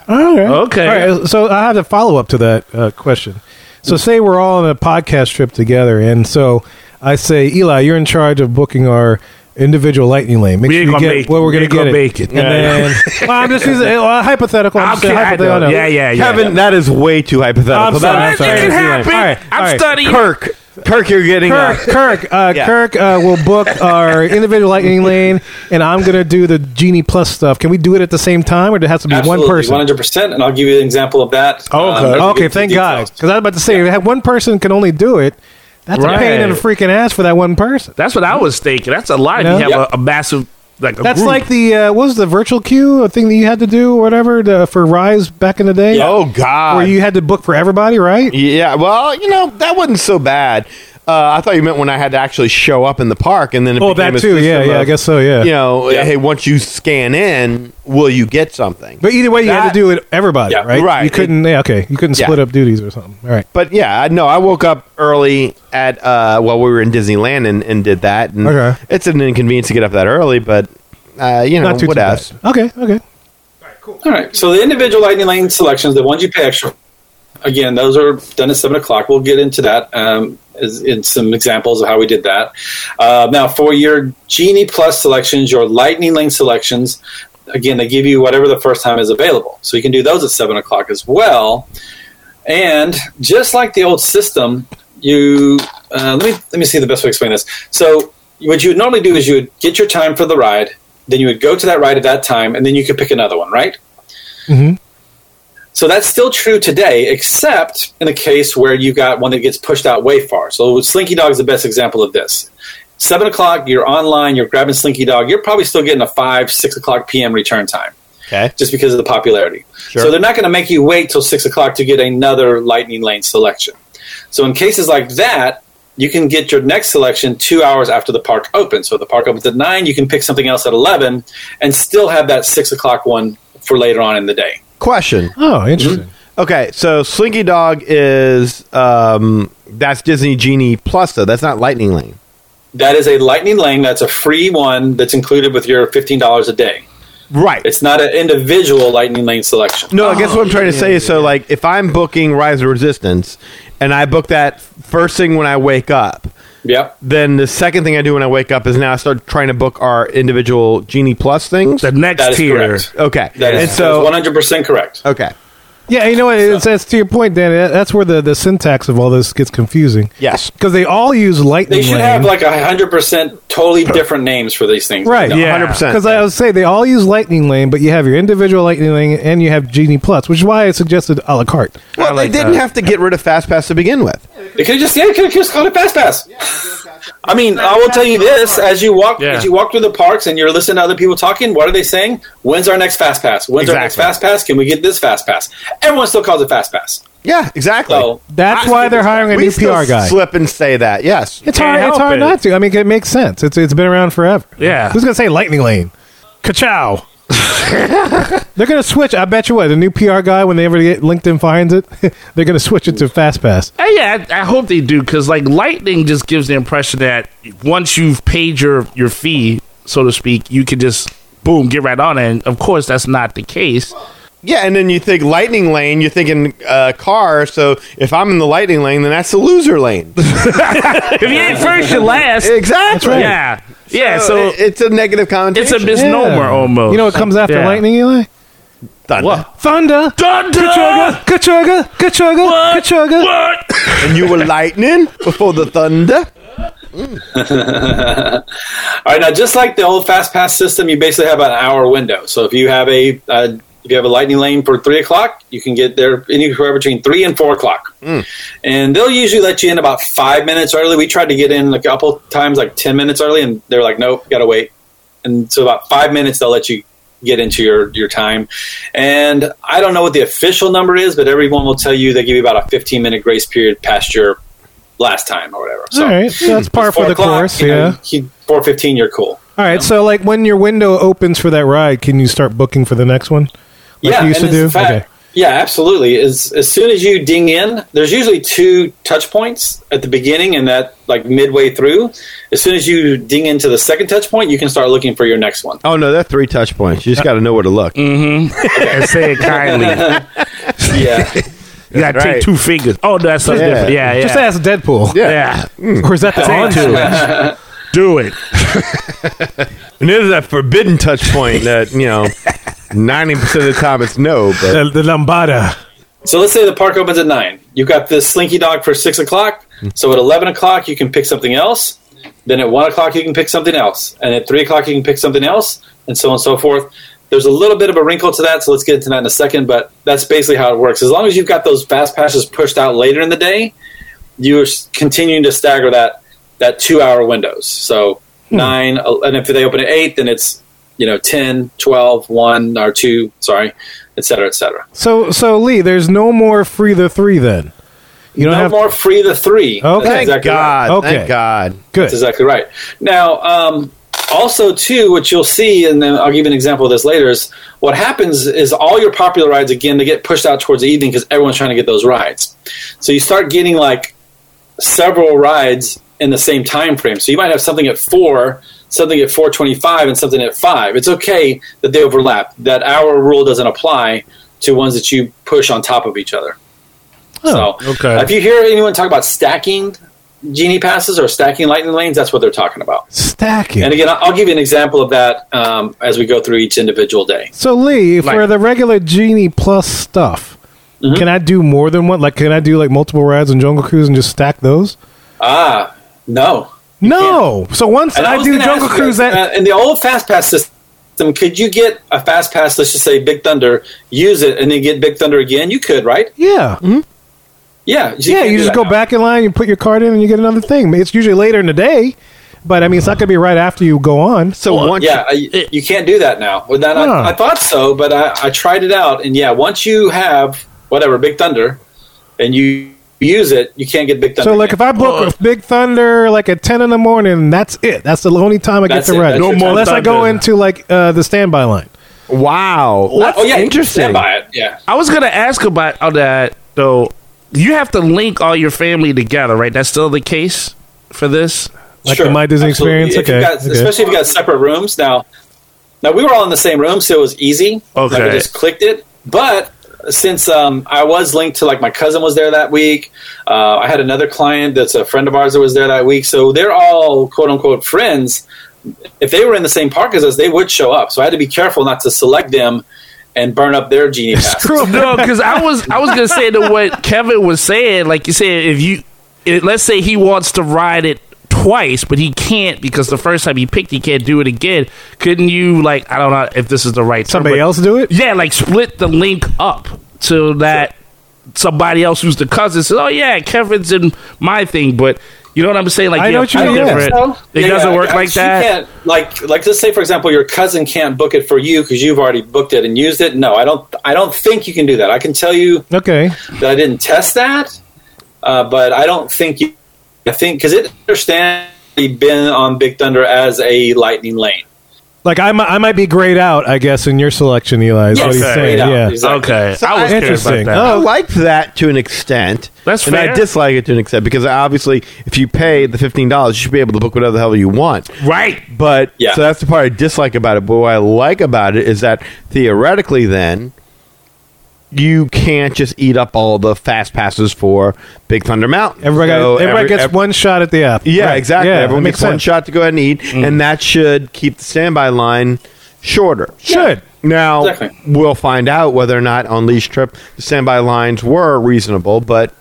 Speaker 1: All right.
Speaker 7: Okay.
Speaker 1: All right. So I have a follow up to that uh, question. So say we're all on a podcast trip together, and so I say, Eli, you're in charge of booking our individual lightning lane. Make
Speaker 7: We
Speaker 1: sure
Speaker 7: ain't
Speaker 1: you
Speaker 7: gonna
Speaker 1: get
Speaker 7: make-
Speaker 1: well. We're
Speaker 7: we
Speaker 1: gonna
Speaker 7: ain't
Speaker 1: get
Speaker 7: gonna
Speaker 1: it.
Speaker 7: make it.
Speaker 1: And
Speaker 7: Yeah.
Speaker 1: then, well, I'm just using well, a hypothetical. I'm just
Speaker 7: Okay,
Speaker 1: saying
Speaker 7: I know.
Speaker 1: hypothetical.
Speaker 7: Yeah, yeah, yeah.
Speaker 2: Kevin, that is way too hypothetical.
Speaker 1: I'm sorry, I'm
Speaker 2: That-
Speaker 7: It
Speaker 1: sorry.
Speaker 7: can happen.
Speaker 1: All right, all
Speaker 7: I'm
Speaker 1: right.
Speaker 7: studying.
Speaker 2: Kirk, Kirk, you're getting
Speaker 1: Kirk,
Speaker 2: up.
Speaker 1: Kirk, uh,
Speaker 2: Yeah.
Speaker 1: Kirk uh, will book our individual lightning lane, and I'm gonna do the genie plus stuff. Can we do it at the same time, or does it has to be one person?
Speaker 8: one hundred percent. And I'll give you an example of that.
Speaker 1: Oh,
Speaker 8: um,
Speaker 1: okay.
Speaker 8: as we
Speaker 1: okay,
Speaker 8: get to
Speaker 1: thank God.
Speaker 8: details.
Speaker 1: Because I was about to say, if one person can only do it, that's a pain in the
Speaker 7: Right.
Speaker 1: freaking ass for that one person.
Speaker 7: That's what I was thinking. That's a lot.
Speaker 1: You know?
Speaker 7: If you have
Speaker 8: Yep.
Speaker 7: a, a massive like a
Speaker 1: That's
Speaker 7: group.
Speaker 1: like the uh, what was the virtual queue a thing that you had to do or whatever to, for Rise back in the day?
Speaker 8: Yeah.
Speaker 2: Oh God.
Speaker 1: where you had to book for everybody, right?
Speaker 2: Yeah, well, you know that wasn't so bad. Uh, I thought you meant when I had to actually show up in the park, and then it
Speaker 1: Oh,
Speaker 2: became
Speaker 1: that
Speaker 2: a
Speaker 1: too. Yeah,
Speaker 2: system
Speaker 1: yeah,
Speaker 2: of,
Speaker 1: I guess so. Yeah.
Speaker 2: You know,
Speaker 8: Yeah.
Speaker 2: hey, once you scan in, will you get something?
Speaker 1: But either way, you had
Speaker 2: That-
Speaker 1: to do it everybody,
Speaker 8: Yeah,
Speaker 1: right?
Speaker 2: right.
Speaker 1: You couldn't. yeah, okay, you couldn't
Speaker 2: Yeah.
Speaker 1: split up duties or something. All right.
Speaker 2: But yeah, I know I woke up early at uh, while we were in Disneyland and, and did that. And
Speaker 1: Okay.
Speaker 2: it's an inconvenience to get up that early, but uh, you know
Speaker 1: Not too
Speaker 2: what
Speaker 1: too bad.
Speaker 2: else?
Speaker 1: Okay. Okay.
Speaker 8: All right. So the individual lightning lane selections, the ones you pay extra, again, those are done at seven o'clock. We'll get into that um, as, in some examples of how we did that. Uh, now, for your Genie Plus selections, your lightning lane selections, again, they give you whatever the first time is available. So you can do those at seven o'clock as well. And just like the old system, you uh, let me let me see the best way to explain this. So what you would normally do is you would get your time for the ride, then you would go to that ride at that time, and then you could pick another one, right?
Speaker 1: Mm-hmm.
Speaker 8: So that's still true today, except in the case where you got one that gets pushed out way far. So Slinky Dog is the best example of this. Seven o'clock, you're online, you're grabbing Slinky Dog, you're probably still getting a five, six o'clock PM return time
Speaker 2: Okay,
Speaker 8: just because of the popularity. So they're not going to make you wait till six o'clock to get another lightning lane selection. So in cases like that, you can get your next selection two hours after the park opens. So if the park opens at nine, you can pick something else at eleven, and still have that six o'clock one for later on in the day.
Speaker 2: question.
Speaker 1: Oh,
Speaker 2: Mm-hmm.
Speaker 1: interesting.
Speaker 2: Okay, so Slinky Dog is um, that's Disney Genie Plus though. That's not Lightning Lane.
Speaker 8: That is a lightning lane. That's a free one that's included with your fifteen dollars a day.
Speaker 2: Right.
Speaker 8: It's Oh, not an individual lightning lane selection.
Speaker 2: No, I guess what I'm trying to say is so like if I'm booking Rise of Resistance and I book that first thing when I wake up,
Speaker 8: Yep.
Speaker 2: then the second thing I do when I wake up is now I start trying to book our individual Genie Plus things.
Speaker 7: the next
Speaker 8: That is
Speaker 7: tier.
Speaker 8: correct.
Speaker 2: Okay.
Speaker 8: That
Speaker 2: and
Speaker 8: is
Speaker 2: so
Speaker 8: one hundred percent correct.
Speaker 2: okay.
Speaker 1: Yeah, you know what? It's, that's to your point, Dan. that- That's where the, the syntax of all this gets confusing.
Speaker 2: Yes.
Speaker 1: Because they all use lightning.
Speaker 8: They should
Speaker 1: lane.
Speaker 8: have like a hundred percent totally different names for these things.
Speaker 1: Right.
Speaker 8: No.
Speaker 7: Yeah.
Speaker 2: 100%.
Speaker 1: Because I would say they all use Lightning Lane, but you have your individual Lightning Lane and you have Genie Plus, which is why I suggested a la carte.
Speaker 2: Well,
Speaker 7: like
Speaker 2: they didn't
Speaker 7: that.
Speaker 2: have to get rid of Fast Pass to begin with.
Speaker 8: They could have just yeah, could have just called it fast pass. I mean, I will tell you this: as you walk,
Speaker 7: Yeah.
Speaker 8: as you walk through the parks, and you're listening to other people talking, what are they saying? When's our next fast pass? When's our next
Speaker 2: Exactly.
Speaker 8: fast pass? Can we get this fast pass? Everyone still calls it fast pass.
Speaker 2: Yeah, exactly.
Speaker 8: So
Speaker 1: That's
Speaker 8: I-
Speaker 1: why they're hiring a
Speaker 2: we
Speaker 1: new
Speaker 2: still
Speaker 1: PR guy.
Speaker 2: slip and say that. Yes.
Speaker 1: It's
Speaker 7: Can't
Speaker 1: hard. It's
Speaker 7: help
Speaker 1: hard
Speaker 7: it.
Speaker 1: not to. I mean, it makes sense. It's it's been around forever.
Speaker 7: Yeah.
Speaker 1: Who's gonna say Lightning Lane? Kachow. they're gonna switch. I bet you what the new PR guy, when they ever get LinkedIn finds it, they're gonna switch it to FastPass.
Speaker 7: Uh, yeah, I, I hope they do because like lightning just gives the impression that once you've paid your your fee, so to speak, you can just boom get right on. it. And of course, that's not the case.
Speaker 2: Yeah, and then you think Lightning Lane, you're thinking uh, car. So if I'm in the Lightning Lane, then that's the loser lane.
Speaker 7: If you ain't first, you last.
Speaker 2: exactly.
Speaker 7: Yeah, yeah.
Speaker 2: So
Speaker 7: So
Speaker 2: it- it's a negative
Speaker 7: it's
Speaker 2: connotation.
Speaker 7: a misnomer
Speaker 1: Yeah.
Speaker 7: almost.
Speaker 1: You know what comes after
Speaker 7: Yeah.
Speaker 1: Lightning, Eli?
Speaker 2: Done.
Speaker 7: What?
Speaker 1: Thunder!
Speaker 7: Thunder!
Speaker 1: Kachuga! Kachuga!
Speaker 7: What?
Speaker 1: Kachuga!
Speaker 7: What?
Speaker 2: And you were lightning before the thunder.
Speaker 8: All right, now just like the old fast pass system, you basically have an hour window. So if you have a uh, if you have a lightning lane for three o'clock, you can get there anywhere between three and four o'clock,
Speaker 1: Hmm.
Speaker 8: and they'll usually let you in about five minutes early. We tried to get in a couple times, like ten minutes early, and they're like, "Nope, gotta wait." And so about five minutes, they'll let you get into your your time. And I don't know what the official number is, but everyone will tell you they give you about a fifteen minute grace period past your last time or whatever. So
Speaker 1: All right, so that's par for
Speaker 8: four
Speaker 1: the
Speaker 8: o'clock,
Speaker 1: course,
Speaker 8: you know,
Speaker 1: yeah.
Speaker 8: you- Four fifteen, you're cool.
Speaker 1: All right, so like when your window opens for that ride, can you start booking for the next one? Like you used to
Speaker 8: and
Speaker 1: do?
Speaker 8: it's a fact- Yeah, absolutely. As as soon as you ding in, there's usually two touch points at the beginning and that like midway through. As soon as you ding into the second touch point, you can start looking for your next one.
Speaker 2: Oh no, they're three touch points. You just got to know where to look.
Speaker 7: Mm. and say it kindly. You
Speaker 8: Yeah,
Speaker 7: gotta
Speaker 2: right.
Speaker 7: take two fingers. Oh, no, that's something
Speaker 2: Yeah.
Speaker 7: different. Yeah, yeah.
Speaker 1: Just ask Deadpool.
Speaker 7: yeah.
Speaker 1: Or is that the
Speaker 7: Say
Speaker 1: on
Speaker 7: it to him. Do it.
Speaker 2: And there's that forbidden touch point that you know, ninety percent of the time it's no. But
Speaker 1: The, the Lambada.
Speaker 8: So let's say the park opens at nine. You've got this slinky dog for six o'clock. So at eleven o'clock, you can pick something else. Then at one o'clock, you can pick something else, and at three o'clock, you can pick something else, and so on and so forth. There's a little bit of a wrinkle to that, so let's get into that in a second. But that's basically how it works. As long as you've got those fast passes pushed out later in the day, you're s- continuing to stagger that that two hour windows. So nine, el- and if they open at eight, then it's you know 10, 12, 1, or two, sorry, et cetera, et cetera.
Speaker 1: So, so Lee, there's no more free the three then. You don't
Speaker 8: no
Speaker 1: have
Speaker 8: more free the three.
Speaker 1: Okay.
Speaker 8: That's
Speaker 2: thank
Speaker 8: exactly Right.
Speaker 2: God,
Speaker 1: Okay.
Speaker 2: thank God.
Speaker 1: good.
Speaker 8: That's exactly right. Now, um, also too, what you'll see, and then I'll give you an example of this later. Is what happens is all your popular rides again they get pushed out towards the evening because everyone's trying to get those rides. So you start getting like several rides in the same time frame. So you might have something at four, something at four twenty-five, and something at five. It's okay that they overlap. That hour rule doesn't apply to ones that you push on top of each other. so
Speaker 7: okay.
Speaker 8: if you hear anyone talk about stacking genie passes or stacking lightning lanes, that's what they're talking about.
Speaker 1: Stacking.
Speaker 8: And again, I'll- I'll give you an example of that um, as we go through each individual day.
Speaker 1: so, Lee, for
Speaker 7: Like-
Speaker 1: the regular Genie Plus stuff,
Speaker 8: Mm-hmm.
Speaker 1: can I do more than one? Like, can I do like multiple rides on Jungle Cruise and just stack those?
Speaker 8: No,
Speaker 1: No. So once
Speaker 8: And
Speaker 1: I,
Speaker 8: was
Speaker 1: do
Speaker 8: gonna
Speaker 1: Jungle
Speaker 8: ask you,
Speaker 1: Cruise, that
Speaker 8: uh, in the old fast pass system, could you get a fast pass? Let's just say Big Thunder, use it, and then get Big Thunder again. You could, right?
Speaker 1: yeah,
Speaker 8: Mm-hmm. Yeah,
Speaker 1: yeah,
Speaker 8: can
Speaker 1: you
Speaker 8: do
Speaker 1: just
Speaker 8: that
Speaker 1: go
Speaker 8: now.
Speaker 1: back in line, you put your card in, and you get another thing. It's usually later in the day, but I mean, it's not going to be right after you go on.
Speaker 2: So once
Speaker 8: Yeah, I,
Speaker 7: It-
Speaker 8: you can't do that now. Well, then
Speaker 1: Huh.
Speaker 8: I, I thought so, but I, I tried it out, and yeah, once you have whatever Big Thunder, and you use it, you can't get Big Thunder.
Speaker 1: So, like, if
Speaker 8: again.
Speaker 1: I book a Big Thunder like at ten in the morning, that's it. That's the only time I
Speaker 8: That's
Speaker 1: get
Speaker 8: it.
Speaker 1: to ride.
Speaker 8: That's No your more
Speaker 1: unless I go
Speaker 7: Thunder.
Speaker 1: into like uh, the standby line.
Speaker 2: wow, that's
Speaker 8: oh yeah,
Speaker 2: interesting.
Speaker 8: You can stand by it. Yeah,
Speaker 7: I was gonna ask about all that though. You have to link all your family together, right? That's still the case for this.
Speaker 1: Like the My Disney
Speaker 8: absolutely.
Speaker 1: Experience?
Speaker 8: If you've
Speaker 1: Okay,
Speaker 8: got-
Speaker 1: okay.
Speaker 8: especially if you got separate rooms. Now, now we were all in the same room, so it was easy. like I
Speaker 7: Okay.
Speaker 8: just clicked it. But since um, I was linked to, like my cousin was there that week. Uh, I had another client that's a friend of ours that was there that week. So they're all quote unquote friends. If they were in the same park as us, they would show up. So I had to be careful not to select them and burn up their genie pass.
Speaker 7: No, because I was I was gonna say to what Kevin was saying. Like you said, if you it, let's say he wants to ride it twice, but he can't because the first time he picked, he can't do it again. Couldn't you like I don't know if this is the right term,
Speaker 1: Somebody
Speaker 7: but-
Speaker 1: else do it?
Speaker 7: Yeah, like split the link up so that somebody else who's the cousin says, "Oh yeah, Kevin's in my thing," but you know what I'm saying? Like
Speaker 1: I
Speaker 7: you
Speaker 1: know what
Speaker 7: have
Speaker 1: you mean,
Speaker 7: two
Speaker 1: yeah.
Speaker 7: different- It
Speaker 8: Yeah,
Speaker 7: doesn't
Speaker 8: yeah,
Speaker 7: work
Speaker 8: I-
Speaker 7: like
Speaker 8: she
Speaker 7: that.
Speaker 8: can't- like, like let's say for example, your cousin can't book it for you because you've already booked it and used it. No, I don't. I don't think you can do that. I can tell you
Speaker 1: Okay.
Speaker 8: that I didn't test that, uh, but I don't think you. I think because it understands been on Big Thunder as a lightning lane.
Speaker 1: Like I, mi- I might be grayed out, I guess, in your selection, Eli. Is what he's
Speaker 8: Yes,
Speaker 1: Oh, saying.
Speaker 8: right
Speaker 1: Yeah.
Speaker 8: out. Exactly.
Speaker 7: Okay, I was curious about
Speaker 1: Interesting.
Speaker 7: that.
Speaker 2: I
Speaker 1: Oh,
Speaker 2: like that to an extent.
Speaker 7: That's
Speaker 2: and I
Speaker 7: fair.
Speaker 2: dislike it to an extent because obviously, if you pay the fifteen dollars, you should be able to book whatever the hell you want.
Speaker 7: Right.
Speaker 2: But
Speaker 8: Yeah.
Speaker 2: so that's the part I dislike about it. But what I like about it is that theoretically, then you can't just eat up all the fast passes for Big Thunder Mountain.
Speaker 1: everybody, got-
Speaker 2: So
Speaker 1: everybody
Speaker 2: every-
Speaker 1: gets
Speaker 2: ev-
Speaker 1: one shot at the app.
Speaker 2: Yeah,
Speaker 1: Right.
Speaker 2: exactly.
Speaker 1: Yeah,
Speaker 2: Everyone
Speaker 1: that
Speaker 2: gets
Speaker 1: makes
Speaker 2: one
Speaker 1: sense. Mm.
Speaker 2: shot to go ahead and eat, and that should keep the standby line shorter.
Speaker 1: Should.
Speaker 2: Now
Speaker 8: Exactly.
Speaker 2: we'll find out whether or not on Leash Trip the standby lines were reasonable, but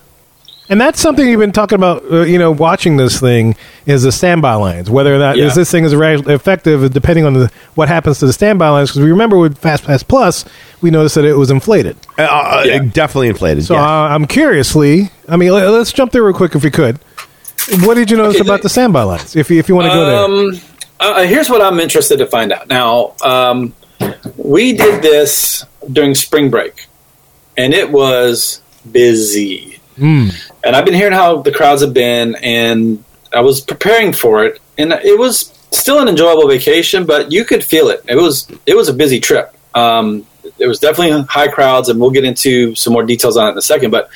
Speaker 1: And that's something you've been talking about, uh, you know, watching this thing is the standby lines. Whether or not
Speaker 8: Yeah.
Speaker 1: is this thing is ra- effective, depending on the, what happens to the standby lines. Because we remember with Fast Pass Plus, we noticed that it was inflated.
Speaker 2: uh, uh,
Speaker 8: Yeah.
Speaker 2: definitely inflated.
Speaker 1: So
Speaker 2: yes.
Speaker 1: I, I'm curiously, I mean, let, us jump there real quick if we could. What did you notice
Speaker 8: Okay,
Speaker 1: about
Speaker 8: they-
Speaker 1: the standby lines? If you, if you want to go there,
Speaker 8: uh, here's what I'm interested to find out. Now, um, we did this during spring break, and it was busy. And I've been hearing how the crowds have been, and I was preparing for it, and it was still an enjoyable vacation, but you could feel it. It was it was a busy trip. Um, there was definitely high crowds, and we'll get into some more details on it in a second. But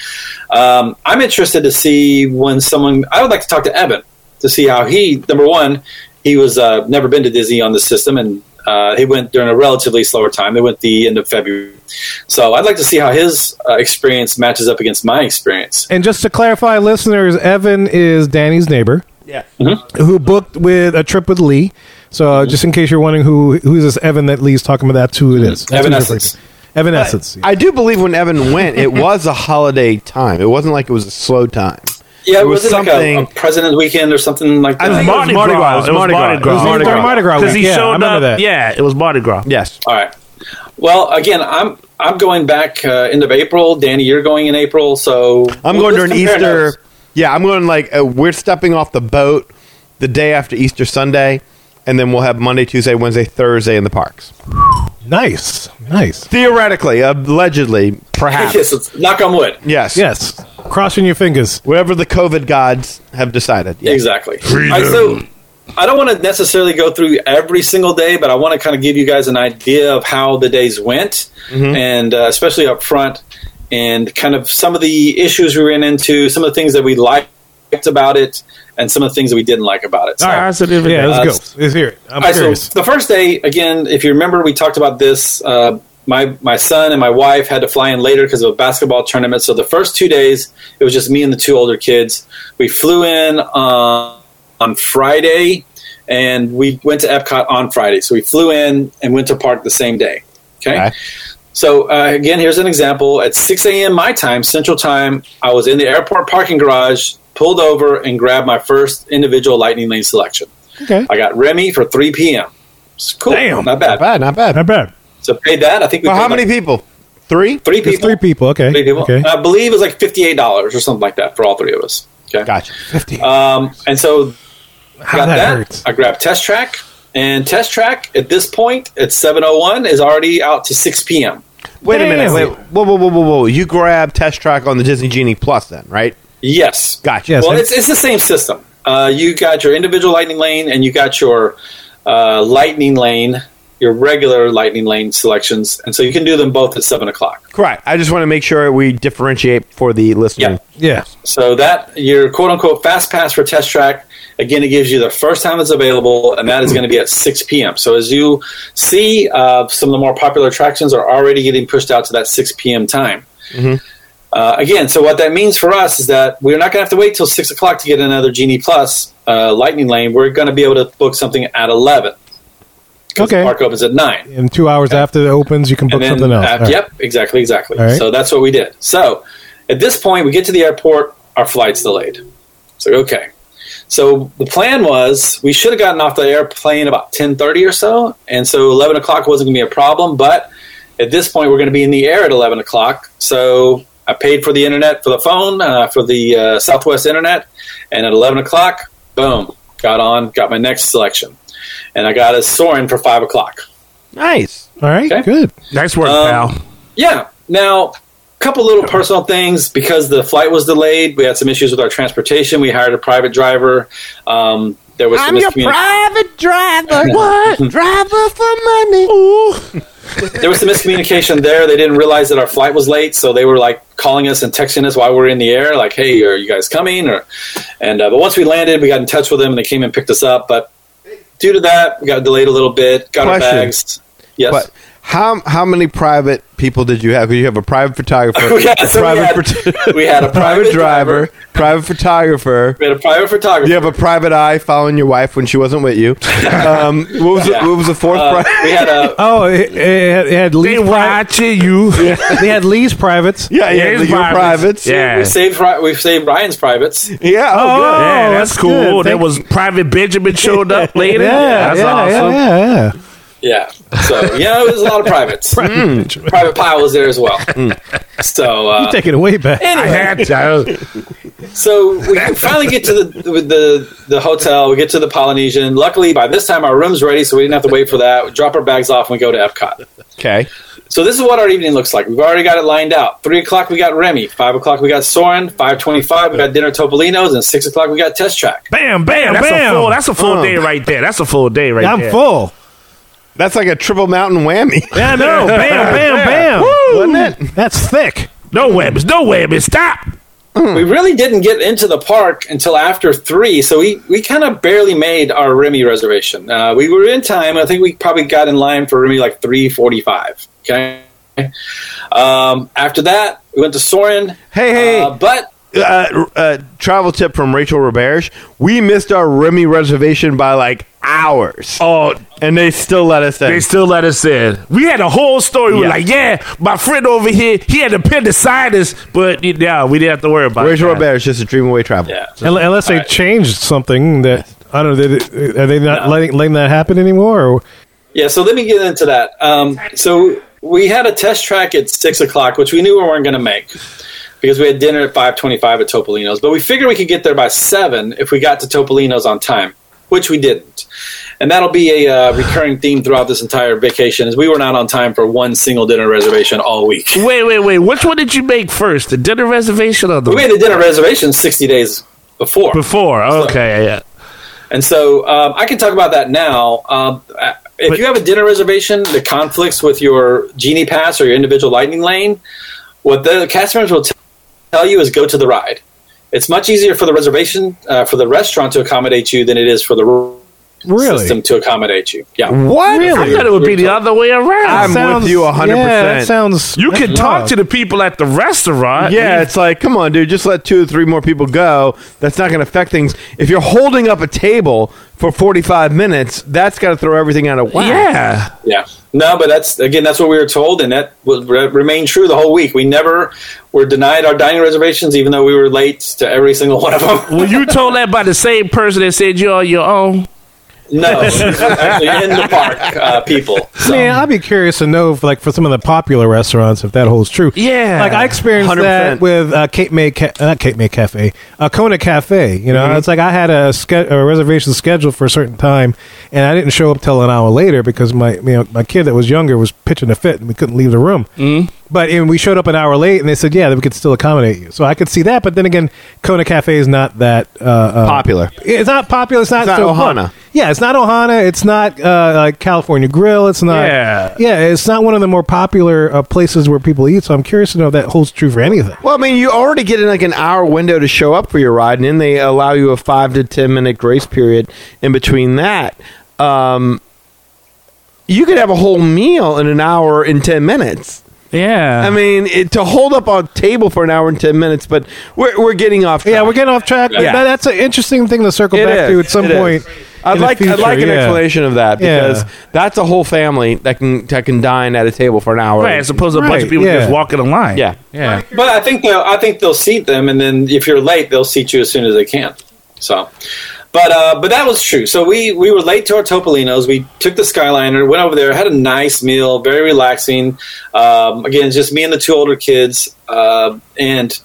Speaker 8: um, I'm interested to see when someone. I would like to talk to Evan to see how he number one he was uh, never been to Disney on the system and uh, he went during a relatively slower time. They went the end of February, so I'd like to see how his uh, experience matches up against my experience.
Speaker 1: and just to clarify, listeners, Evan is Danny's neighbor.
Speaker 2: Yeah.
Speaker 8: Mm-hmm.
Speaker 1: who booked with a trip with Lee. So uh, just in case you're wondering who who is this Evan that Lee's talking about, that's who it is. That's who it's
Speaker 8: Evanescence.
Speaker 1: referring to. Evanescence.
Speaker 2: I do believe when Evan went, it was a holiday time. It wasn't like it was a slow time.
Speaker 8: Yeah,
Speaker 2: There
Speaker 8: was,
Speaker 2: was
Speaker 8: it like a- a,
Speaker 2: something-
Speaker 8: President Weekend or something like that?
Speaker 2: I think it was
Speaker 7: Mardi
Speaker 2: Mardi
Speaker 7: Gras.
Speaker 2: Gras.
Speaker 7: It was Mardi Gras.
Speaker 2: It was Mardi Gras.
Speaker 1: during Mardi Gras
Speaker 7: Because he
Speaker 1: week. yeah, I
Speaker 7: showed
Speaker 1: remember
Speaker 7: up.
Speaker 1: that.
Speaker 7: Yeah, it was Mardi Gras.
Speaker 2: Yes.
Speaker 8: All right. Well, again, I'm I'm going back uh, end of April. Danny, you're going in April, so
Speaker 2: I'm going
Speaker 8: Well, let's
Speaker 2: during
Speaker 8: compare
Speaker 2: Easter.
Speaker 8: notes.
Speaker 2: Yeah, I'm going like uh, we're stepping off the boat the day after Easter Sunday, and then we'll have Monday, Tuesday, Wednesday, Thursday in the parks.
Speaker 1: Nice, nice.
Speaker 2: Theoretically, allegedly, perhaps.
Speaker 8: yes,
Speaker 2: yes.
Speaker 8: it's, knock on wood.
Speaker 1: Yes, crossing your fingers.
Speaker 2: Whatever the COVID gods have decided. Yes.
Speaker 8: Exactly. All right, so I don't want to necessarily go through every single day, but I want to kind of give you guys an idea of how the days went,
Speaker 7: Mm-hmm.
Speaker 8: and uh, especially up front, and kind of some of the issues we ran into, some of the things that we liked about it, and some of the things that we didn't like about it. So,
Speaker 7: All right, so different
Speaker 1: Yeah,
Speaker 7: day.
Speaker 1: let's
Speaker 8: Uh,
Speaker 1: go. Let's hear it. I'm
Speaker 8: all right,
Speaker 1: curious.
Speaker 8: so the first day, again, if you remember, we talked about this. Uh, my my son and my wife had to fly in later because of a basketball tournament. So the first two days, it was just me and the two older kids. We flew in uh, on Friday, and we went to Epcot on Friday. So we flew in and went to park the same day. Okay.
Speaker 2: Okay.
Speaker 8: So uh, again, here's an example. At 6 a.m. my time, Central Time, I was in the airport parking garage, pulled over, and grabbed my first individual Lightning Lane selection.
Speaker 1: Okay.
Speaker 8: I got Remy for 3 p.m. It's cool.
Speaker 1: Damn.
Speaker 8: Not
Speaker 2: Not
Speaker 8: bad.
Speaker 2: bad, not bad.
Speaker 1: Not bad.
Speaker 8: So paid that. I think we
Speaker 2: Well,
Speaker 8: paid
Speaker 2: how many
Speaker 8: like
Speaker 2: people? Three?
Speaker 8: Three people.
Speaker 1: It's three people. Okay.
Speaker 8: Three people. Uh,
Speaker 1: Okay.
Speaker 8: I believe it was like $58 or something like that for all three of us. Okay.
Speaker 2: Gotcha.
Speaker 1: Fifty.
Speaker 8: Um, and so
Speaker 1: How
Speaker 8: got
Speaker 1: that,
Speaker 8: that.
Speaker 1: hurts.
Speaker 8: I grabbed Test Track. And Test Track at this point at 7.01 is already out to 6 p.m.
Speaker 2: Wait a minute.
Speaker 1: Damn.
Speaker 2: Wait. Whoa, whoa, whoa, whoa, whoa. You grab Test Track on the Disney Genie Plus then, right?
Speaker 8: Yes.
Speaker 2: Gotcha.
Speaker 1: Yes.
Speaker 8: Well,
Speaker 1: and-
Speaker 8: it's, it's the same system. Uh, you got your individual lightning lane, and you got your uh, lightning lane, your regular lightning lane selections, and so you can do them both at seven o'clock.
Speaker 2: Correct. I just want to make sure we differentiate for the listener.
Speaker 8: Yeah.
Speaker 1: Yeah.
Speaker 8: So that your quote unquote fast pass for test track again, it gives you the first time it's available, and that is going to be at six p.m. So as you see, uh, some of the more popular attractions are already getting pushed out to that six p.m. time. Uh, again, so what that means for us is that we're not going to have to wait till six o'clock to get another Genie Plus uh, Lightning Lane. We're going to be able to book something at eleven. 'cause
Speaker 1: Okay.
Speaker 8: The park opens at nine
Speaker 1: And two hours after it opens, you can book something else.
Speaker 8: uh,
Speaker 1: All right.
Speaker 8: Yep, exactly, exactly.
Speaker 1: All right.
Speaker 8: So that's what we did. So at this point, we get to the airport, our flight's delayed. So okay. So the plan was we should have gotten off the airplane about ten thirty or so, and so eleven o'clock wasn't going to be a problem. But at this point, we're going to be in the air at eleven o'clock. So I paid for the internet for the phone uh, for the uh, Southwest internet, and at eleven o'clock, boom, got on, got my next selection, and I got a Soren for five o'clock.
Speaker 2: Nice.
Speaker 1: All right.
Speaker 8: Okay.
Speaker 1: Good.
Speaker 7: Nice work,
Speaker 8: Um,
Speaker 7: pal.
Speaker 8: Yeah. Now, a couple little personal things because the flight was delayed. We had some issues with our transportation. We hired a private driver. Um, there was some miscommunication.
Speaker 7: private driver. what? Driver for money. Ooh.
Speaker 8: there was some miscommunication there. They didn't realize that our flight was late, so they were like calling us and texting us while we were in the air, like, "Hey, are you guys coming?" Or and uh, but once we landed, we got in touch with them and they came and picked us up. But due to that, we got delayed a little bit. Got
Speaker 2: Question.
Speaker 8: our bags. Yes.
Speaker 2: But How how many private people did you have? 'Cause You have a private photographer,
Speaker 8: Yeah, so
Speaker 2: a
Speaker 8: we
Speaker 2: private
Speaker 8: had-
Speaker 2: phot-
Speaker 8: we had a private
Speaker 2: driver,
Speaker 8: driver.
Speaker 2: private photographer.
Speaker 8: We had a private photographer.
Speaker 2: You have a private eye following your wife when she wasn't with you. Um, what was the, what was the fourth?
Speaker 8: Uh,
Speaker 2: pri-
Speaker 8: we had a
Speaker 1: Oh, it, it had- it had
Speaker 7: They
Speaker 1: Lee's pri-
Speaker 7: watching you.
Speaker 1: they had Lee's privates.
Speaker 2: yeah, yeah,
Speaker 7: His
Speaker 2: your privates.
Speaker 7: Yeah.
Speaker 8: we saved Ri- we saved Ryan's privates.
Speaker 2: yeah. Oh, good.
Speaker 7: yeah,
Speaker 1: that's
Speaker 7: that's, cool.
Speaker 1: good.
Speaker 7: There
Speaker 1: Thank-
Speaker 7: was Private Benjamin showed up later.
Speaker 1: Yeah,
Speaker 7: that's
Speaker 1: yeah,
Speaker 7: awesome.
Speaker 1: yeah, yeah,
Speaker 8: Yeah. So yeah, it was a lot of privates. Private Pile was there as well. So uh,
Speaker 1: yeah. Take it away back.
Speaker 7: I had to. I was-
Speaker 8: So we finally get to the, the the hotel. We get to the Polynesian. Luckily, by this time our room's ready, so we didn't have to wait for that. We drop our bags off and we go to Epcot.
Speaker 2: Okay.
Speaker 8: So this is what our evening looks like. We've already got it lined out. Three o'clock we got Remy. Five o'clock we got Soren. Five twenty-five we got dinner at Topolino's, and six o'clock we got Test Track.
Speaker 7: Bam, bam,
Speaker 1: That's a
Speaker 7: bam.
Speaker 1: full-
Speaker 7: that's a full
Speaker 8: Uh-huh.
Speaker 2: Uh.
Speaker 7: day right there. That's a full day right
Speaker 1: I'm
Speaker 7: there.
Speaker 1: full.
Speaker 2: That's like a triple mountain whammy.
Speaker 1: Yeah, no. Bam, bam, bam.
Speaker 2: Wasn't
Speaker 1: it? That's thick.
Speaker 7: No webs, no webs. Stop.
Speaker 8: We really didn't get into the park until after three, so we, we kind of barely made our Remy reservation. Uh, we were in time. I think we probably got in line for Remy like three forty-five. Okay. Um, after that, we went to Soren.
Speaker 2: Hey, hey.
Speaker 8: Uh, but
Speaker 2: uh, uh, travel tip from Rachel Roberge. We missed our Remy reservation by like hours,
Speaker 7: Oh,
Speaker 2: and they still let us in.
Speaker 7: they still let us in. We had a whole story. We were
Speaker 2: Yeah.
Speaker 7: like, yeah, my friend over here, he had appendicitis, but yeah, we didn't have to worry about it.
Speaker 2: Rachel Roberge just a dream away travel.
Speaker 8: yeah,
Speaker 1: Unle- Unless they changed something that I don't know. They, are they not letting letting that happen anymore? Or,
Speaker 8: yeah. So let me get into that. Um, so we had a test track at six o'clock, which we knew we weren't going to make because we had dinner at five twenty-five at Topolino's. But we figured we could get there by seven if we got to Topolino's on time, which we didn't. And that'll be a uh, recurring theme throughout this entire vacation is we were not on time for one single dinner reservation all week.
Speaker 7: Wait, wait, wait. Which one did you make first? The dinner reservation or the
Speaker 8: We made the dinner reservation sixty days before.
Speaker 7: before? Okay, yeah.
Speaker 8: And so um, I can talk about that now. Um, uh, if you have a dinner reservation, the conflicts with your Genie Pass or your individual Lightning Lane, what the cast members will t- tell you is go to the ride. It's much easier for the reservation, uh, for the restaurant to accommodate you than it is for the r-
Speaker 1: really?
Speaker 8: system to accommodate you. Yeah.
Speaker 2: Mm.
Speaker 1: What?
Speaker 7: I thought
Speaker 1: Really?
Speaker 7: it would be the other way around.
Speaker 2: I'm with you 100%.
Speaker 1: Yeah, that sounds.
Speaker 7: you can
Speaker 1: that's
Speaker 7: talk
Speaker 1: wild.
Speaker 7: to the people at the restaurant.
Speaker 2: Yeah, it's like, come on, dude, just let two or three more people go. That's not going to affect things. If you're holding up a table for 45 minutes, that's got to throw everything out of whack.
Speaker 7: Yeah.
Speaker 8: Yeah. No, but that's again that's what we were told, and that will re- remain true the whole week. We never were denied our dining reservations, even though we were late to every single one of them.
Speaker 7: Well, you told that by the same person that said you're on your own.
Speaker 8: no, actually in the park, uh, people. So.
Speaker 1: Man, I'd be curious to know, if, like, for some of the popular restaurants, if that holds true.
Speaker 7: Yeah.
Speaker 1: like I experienced that
Speaker 2: 100%.
Speaker 1: with uh, Cape May, Ca- uh, not Cape May Cafe, uh, Kona Cafe. You know, it's like I had a, ske- a reservation scheduled for a certain time, and I didn't show up till an hour later because my you know my kid that was younger was pitching a fit, and we couldn't leave the room. Mm. But and we showed up an hour late, and they said, "Yeah, we could still accommodate you." So I could see that, but then again, Kona Cafe is not that uh, uh,
Speaker 2: Popular.
Speaker 1: It's not popular. It's not,
Speaker 2: not
Speaker 1: so
Speaker 2: Ohana.
Speaker 1: booked. Yeah, it's not Ohana. It's not uh, like California Grill. It's not.
Speaker 7: Yeah.
Speaker 1: yeah. It's not one of the more popular uh, places where people eat. So I'm curious to know if that holds true for anything.
Speaker 2: Well, I mean, you already get in like an hour window to show up for your ride, and then they allow you a five to ten minute grace period in between that. Um, you could have a whole meal in an hour and ten minutes.
Speaker 7: Yeah.
Speaker 2: I mean, it, to hold up a table for an hour and ten minutes, but we're we're getting off. Track.
Speaker 1: Yeah, we're getting off track.
Speaker 2: Yeah.
Speaker 1: That- that's an interesting thing to circle
Speaker 2: It
Speaker 1: back
Speaker 2: is.
Speaker 1: to at some
Speaker 2: It is.
Speaker 1: point.
Speaker 2: I'd
Speaker 1: in the
Speaker 2: like I'd
Speaker 1: future,
Speaker 2: like an
Speaker 1: yeah.
Speaker 2: explanation of that
Speaker 1: Yeah.
Speaker 2: because that's a whole family that can that can dine at a table for an hour.
Speaker 7: right, as opposed to a bunch
Speaker 1: Right,
Speaker 7: of people
Speaker 1: yeah.
Speaker 7: just walking the line.
Speaker 2: Yeah.
Speaker 7: Yeah.
Speaker 8: But I think they'll, I think they'll seat them, and then if you're late, they'll seat you as soon as they can. So, but uh, but that was true. So we we were late to our Topolinos. We took the Skyliner, went over there, had a nice meal, very relaxing. Um, again, it's just me and the two older kids, uh, and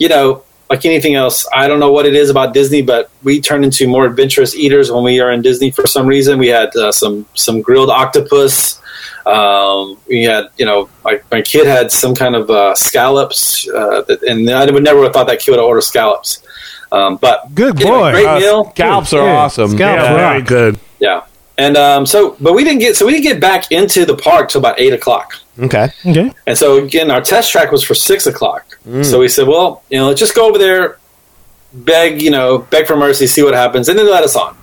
Speaker 8: you know, like anything else, I don't know what it is about Disney, but we turn into more adventurous eaters when we are in Disney for some reason. We had uh, some some grilled octopus. Um, we had, you know, my, my kid had some kind of uh, scallops, uh, that, and I would never have thought that kid would order scallops. Um, but
Speaker 1: Good
Speaker 8: anyway,
Speaker 1: boy.
Speaker 8: great
Speaker 1: Uh,
Speaker 8: meal,
Speaker 2: Scalps are
Speaker 1: Yeah.
Speaker 2: awesome.
Speaker 1: Scalps
Speaker 7: Yeah,
Speaker 1: rock.
Speaker 7: very good.
Speaker 8: yeah. And um, so, but we didn't get so we didn't get back into the park till about eight o'clock.
Speaker 2: Okay.
Speaker 1: Okay.
Speaker 8: And so again, our test track was for six o'clock. So we said, well, you know, let's just go over there, beg, you know, beg for mercy, see what happens, and then let us on.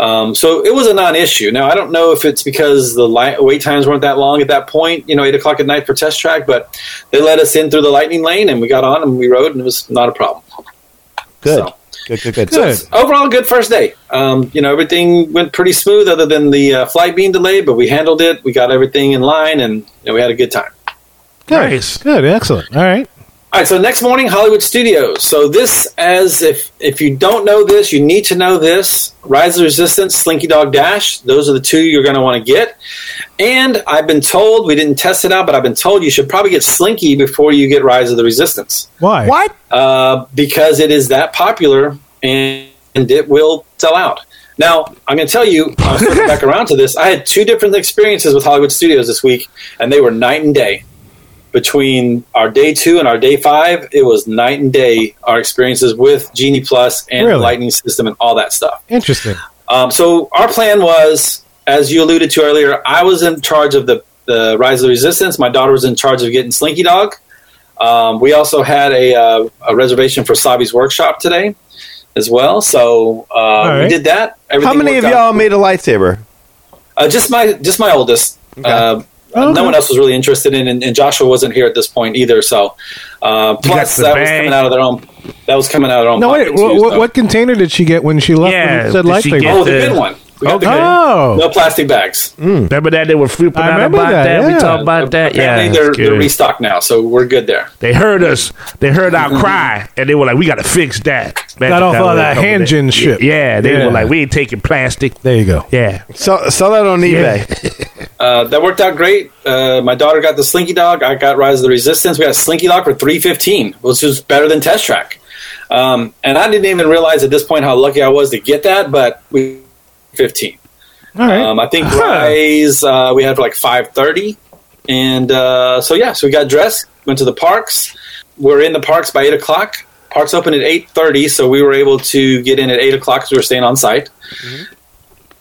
Speaker 8: Um, so it was a non-issue. Now I don't know if it's because the light, wait times weren't that long at that point, you know, eight o'clock at night for test track, but they let us in through the lightning lane and we got on and we rode and it was not a problem.
Speaker 2: Good.
Speaker 8: So-
Speaker 2: good, good, good.
Speaker 8: So it's overall, good first day. Um, you know, everything went pretty smooth, other than the uh, flight being delayed. But we handled it. We got everything in line, and you know, we had a good time.
Speaker 1: Good.
Speaker 7: Nice.
Speaker 1: Good. Excellent. All right.
Speaker 8: All right. So next morning, Hollywood Studios. So this, as if if you don't know this, you need to know this. Rise of the Resistance, Slinky Dog Dash. Those are the two you're going to want to get. And I've been told we didn't test it out, but I've been told you should probably get Slinky before you get Rise of the Resistance.
Speaker 1: Why?
Speaker 7: What?
Speaker 8: uh, because it is that popular and, and it will sell out. Now, I'm going to tell you, I'm going back around to this. I had two different experiences with Hollywood Studios this week, and they were night and day. Between our day two and our day five, it was night and day, our experiences with Genie Plus and
Speaker 1: Really?
Speaker 8: Lightning System and all that stuff.
Speaker 1: Interesting.
Speaker 8: Um, so our plan was, as you alluded to earlier, I was in charge of the, the Rise of the Resistance. My daughter was in charge of getting Slinky Dog. Um, we also had a, uh, a reservation for Sabi's workshop today as well. So uh,
Speaker 1: right.
Speaker 8: we did that. Everything
Speaker 2: How many of
Speaker 8: worked out.
Speaker 2: y'all made a lightsaber?
Speaker 8: Uh, just my just my oldest. Uh,
Speaker 1: Okay.
Speaker 8: No one else was really interested in, and, and Joshua wasn't here at this point either. So uh, plus
Speaker 7: the
Speaker 8: that was
Speaker 7: bag.
Speaker 8: coming out of their own. That was coming out of their own.
Speaker 1: No, wait.
Speaker 8: pocket,
Speaker 1: What,
Speaker 8: too,
Speaker 1: what,
Speaker 8: so-
Speaker 1: what container did she get when she left?
Speaker 7: Yeah,
Speaker 1: when it said
Speaker 7: did she
Speaker 1: lightsaber?
Speaker 7: get-
Speaker 8: Oh, the
Speaker 7: the-
Speaker 8: good one. We got the good-
Speaker 1: Oh.
Speaker 8: No plastic bags.
Speaker 7: Remember that they were flipping
Speaker 1: I
Speaker 7: out
Speaker 1: remember
Speaker 7: about
Speaker 1: that,
Speaker 7: that.
Speaker 1: yeah.
Speaker 7: We talked about that.
Speaker 8: Apparently
Speaker 7: Yeah,
Speaker 8: they're,
Speaker 7: that's
Speaker 8: they're
Speaker 7: good.
Speaker 8: restocked now, so we're good there.
Speaker 7: they heard us. They heard our
Speaker 8: Mm-hmm.
Speaker 7: cry, and they were like, "We got to fix that." Man,
Speaker 1: Got off all
Speaker 7: was a
Speaker 1: that
Speaker 7: couple
Speaker 1: hand
Speaker 7: days.
Speaker 1: gin shit.
Speaker 7: Yeah, they
Speaker 1: Yeah.
Speaker 7: were like, "We ain't taking plastic."
Speaker 1: There you go.
Speaker 7: Yeah,
Speaker 2: Sell, sell that on eBay.
Speaker 8: Uh, that worked out great. Uh, my daughter got the Slinky Dog. I got Rise of the Resistance. We got Slinky Dog for three fifteen, which is better than Test Track. Um, and I didn't even realize at this point how lucky I was to get that, but we fifteen.
Speaker 1: All right.
Speaker 8: Um, I think Rise uh, we had for like five thirty, and uh, so yeah, so we got dressed, went to the parks. We're in the parks by eight o'clock. Parks open at eight thirty, so we were able to get in at eight o'clock because we were staying on site.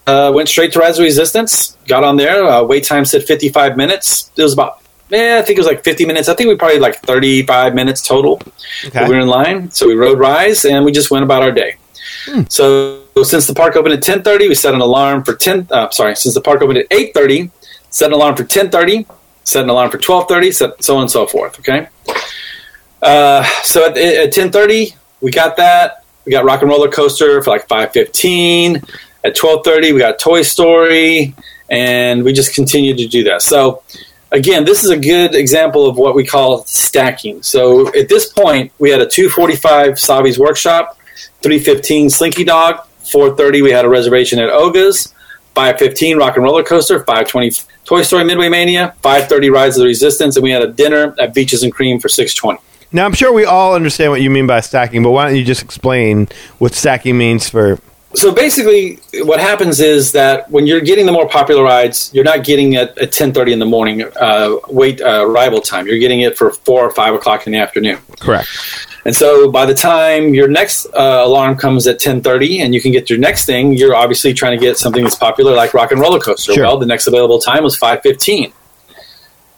Speaker 8: Uh, went straight to Rise of Resistance. Got on there. Uh, wait time said fifty five minutes. It was about. Eh, I think it was like 50 minutes. I think we probably like 35 minutes total. We were in line, so we rode Rise, and we just went about our day. So since the park opened at ten thirty, we set an alarm for ten. Uh, sorry, since the park opened at eight thirty, set an alarm for ten thirty, set an alarm for twelve thirty, set so on and so forth. Okay. Uh, so at, at ten thirty, we got that. We got Rock and Roller Coaster for like five fifteen. At twelve thirty, we got Toy Story, and we just continued to do that. So again, this is a good example of what we call stacking. So at this point, we had a two forty five Sabi's workshop. 315 Slinky Dog, 430 we had a reservation at Oga's, 515 Rock and Roller Coaster, 520 Toy Story Midway Mania, 530 Rise of the Resistance, and we had a dinner at Beaches and Cream for 620.
Speaker 2: Now, I'm sure we all understand what you mean by stacking, but why don't you just explain what stacking means for.
Speaker 8: So basically, what happens is that when you're getting the more popular rides, you're not getting it at 10:30 in the morning uh, wait uh, arrival time. You're getting it for four or five o'clock in the afternoon.
Speaker 2: Correct.
Speaker 8: And so by the time your next uh, alarm comes at 10:30 and you can get your next thing, you're obviously trying to get something that's popular like Rock and Roller Coaster.
Speaker 2: Sure.
Speaker 8: Well, the next available time was 5:15.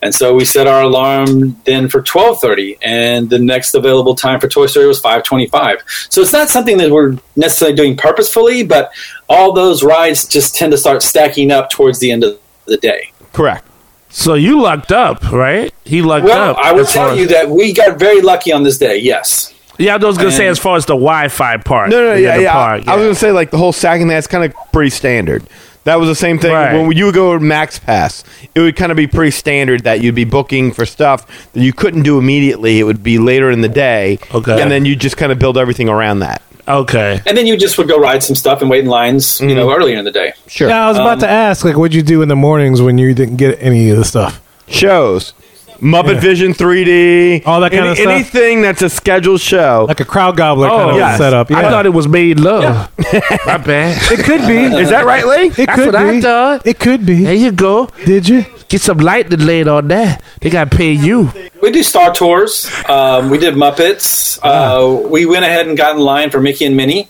Speaker 8: And so we set our alarm then for 12:30 and the next available time for Toy Story was 5:25. So it's not something that we're necessarily doing purposefully, but all those rides just tend to start stacking up towards the end of the day.
Speaker 2: Correct.
Speaker 7: so you lucked up, right? He lucked
Speaker 8: Well,
Speaker 7: up.
Speaker 8: I will
Speaker 7: as far
Speaker 8: tell
Speaker 7: as-
Speaker 8: you that we got very lucky on this day. Yes.
Speaker 7: Yeah, I was gonna say
Speaker 8: And-
Speaker 7: as far as the Wi-Fi part.
Speaker 2: No, no,
Speaker 7: in
Speaker 2: yeah,
Speaker 7: the
Speaker 2: yeah.
Speaker 7: park,
Speaker 2: I was going to say, like, the whole stacking, that's kind of pretty standard. That was the same thing
Speaker 7: Right.
Speaker 2: when you would go to Max Pass. It would kind of be pretty standard that you'd be booking for stuff that you couldn't do immediately. It would be later in the day.
Speaker 7: Okay.
Speaker 2: And then you just kind of build everything around that.
Speaker 7: okay.
Speaker 8: and then you just would go ride some stuff and wait in lines, you know, earlier in the day.
Speaker 2: Sure.
Speaker 1: yeah, I was about to ask, like, what'd you do in the mornings when you didn't get any of the stuff?
Speaker 2: shows. Muppet Vision 3D,
Speaker 1: All that kinda
Speaker 2: any-
Speaker 1: stuff?
Speaker 2: Anything that's a scheduled show.
Speaker 1: Like a crowd gobbler kind of
Speaker 2: yes.
Speaker 1: setup. Yeah.
Speaker 7: Oh, I thought it was made love. My bad.
Speaker 1: it could be.
Speaker 2: Is that right, Lee?
Speaker 1: It
Speaker 7: That's
Speaker 1: could
Speaker 7: what
Speaker 1: be.
Speaker 7: I thought.
Speaker 1: It could be.
Speaker 7: There you go.
Speaker 1: Did you?
Speaker 7: Get some light delayed on that. They gotta pay you.
Speaker 8: We do Star Tours. Um, we did Muppets.
Speaker 7: Ah.
Speaker 8: Uh, we went ahead and got in line for Mickey and Minnie.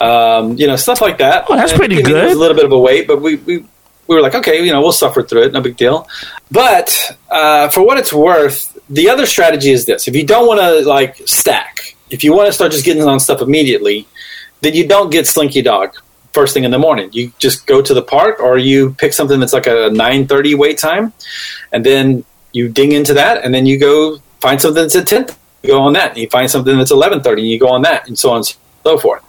Speaker 8: Um, you know, stuff like that.
Speaker 7: Mm-hmm. Oh, that's
Speaker 8: And,
Speaker 7: pretty
Speaker 8: I mean, it was
Speaker 7: good.
Speaker 8: a little bit of a wait, but we, we we were like, okay, you know, we'll suffer through it. No big deal. But uh, for what it's worth, the other strategy is this: if you don't want to like stack, if you want to start just getting on stuff immediately, then you don't get Slinky Dog first thing in the morning. You just go to the park, or you pick something that's like a nine thirty wait time, and then you ding into that, and then you go find something that's at ten. You go on that, and you find something that's eleven thirty, and you go on that, and so on and so forth.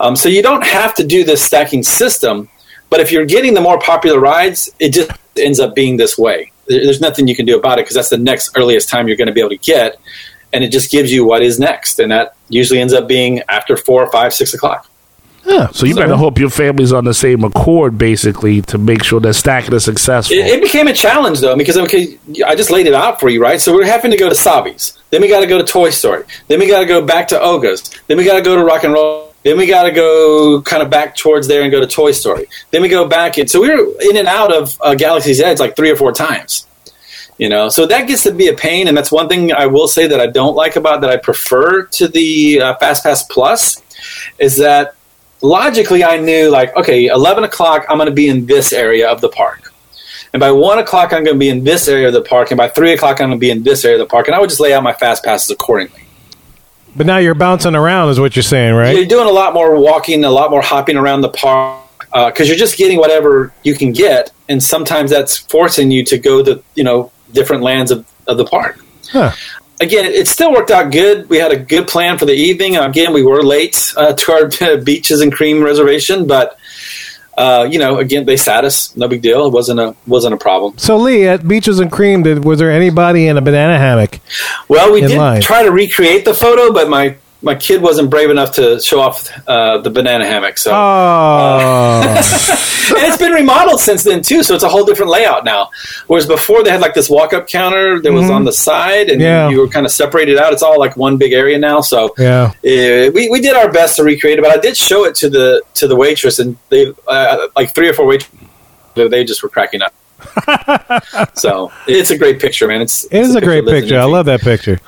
Speaker 8: Um, so you don't have to do this stacking system, but if you're getting the more popular rides, it just ends up being this way. There- There's nothing you can do about it because that's the next earliest time you're going to be able to get, and it just gives you what is next, and that usually ends up being after four, five, six o'clock.
Speaker 7: So you better hope your family's on the same accord, basically, to make sure that stacking is successful.
Speaker 8: It, it became a challenge though because okay, I just laid it out for you, right? So we're having to go to Sabi's, then we got to go to Toy Story, then we got to go back to Oga's, then we got to go to Rock and Roll, then we got to go kind of back towards there and go to Toy Story, then we go back and so we were in and out of uh, Galaxy's Edge like three or four times. You know, so that gets to be a pain, and that's one thing I will say that I don't like about that I prefer to the uh, Fast Pass Plus is that logically I knew like okay, eleven o'clock I'm going to be in this area of the park and by one o'clock I'm going to be in this area of the park, and by three o'clock I'm going to be in this area of the park, and I would just lay out my fast passes accordingly.
Speaker 1: But now you're bouncing around, is what you're saying, right?
Speaker 8: You're doing a lot more walking, a lot more hopping around the park because you're just getting whatever you can get, and sometimes that's forcing you to go to you know different lands of, of the park.
Speaker 1: Huh.
Speaker 8: Again, it- it still worked out good. We had a good plan for the evening. Again, we were late uh, to our beaches and cream reservation, but uh, you know, again, they sat us. No big deal. It wasn't a wasn't a problem.
Speaker 1: So Lee, at Beaches and Cream, did was there anybody in a banana hammock?
Speaker 8: Well, we
Speaker 1: in
Speaker 8: did
Speaker 1: line.
Speaker 8: try to recreate the photo, but my my kid wasn't brave enough to show off uh, the banana hammock. So
Speaker 1: Oh,
Speaker 8: and it's been remodeled since then too. So it's a whole different layout now. Whereas before they had like this walk up counter that was on the side, and
Speaker 1: Mm-hmm. Yeah.
Speaker 8: you were kind of separated out. It's all like one big area now. So
Speaker 1: yeah.
Speaker 8: uh, we, we did our best to recreate it, but I did show it to the to the waitress, and they uh, like three or four waitresses, they just were cracking up. so it's a great picture, man. It's
Speaker 1: It is a great
Speaker 8: that lives in
Speaker 1: picture.
Speaker 8: your
Speaker 1: I
Speaker 8: feed.
Speaker 1: love that picture.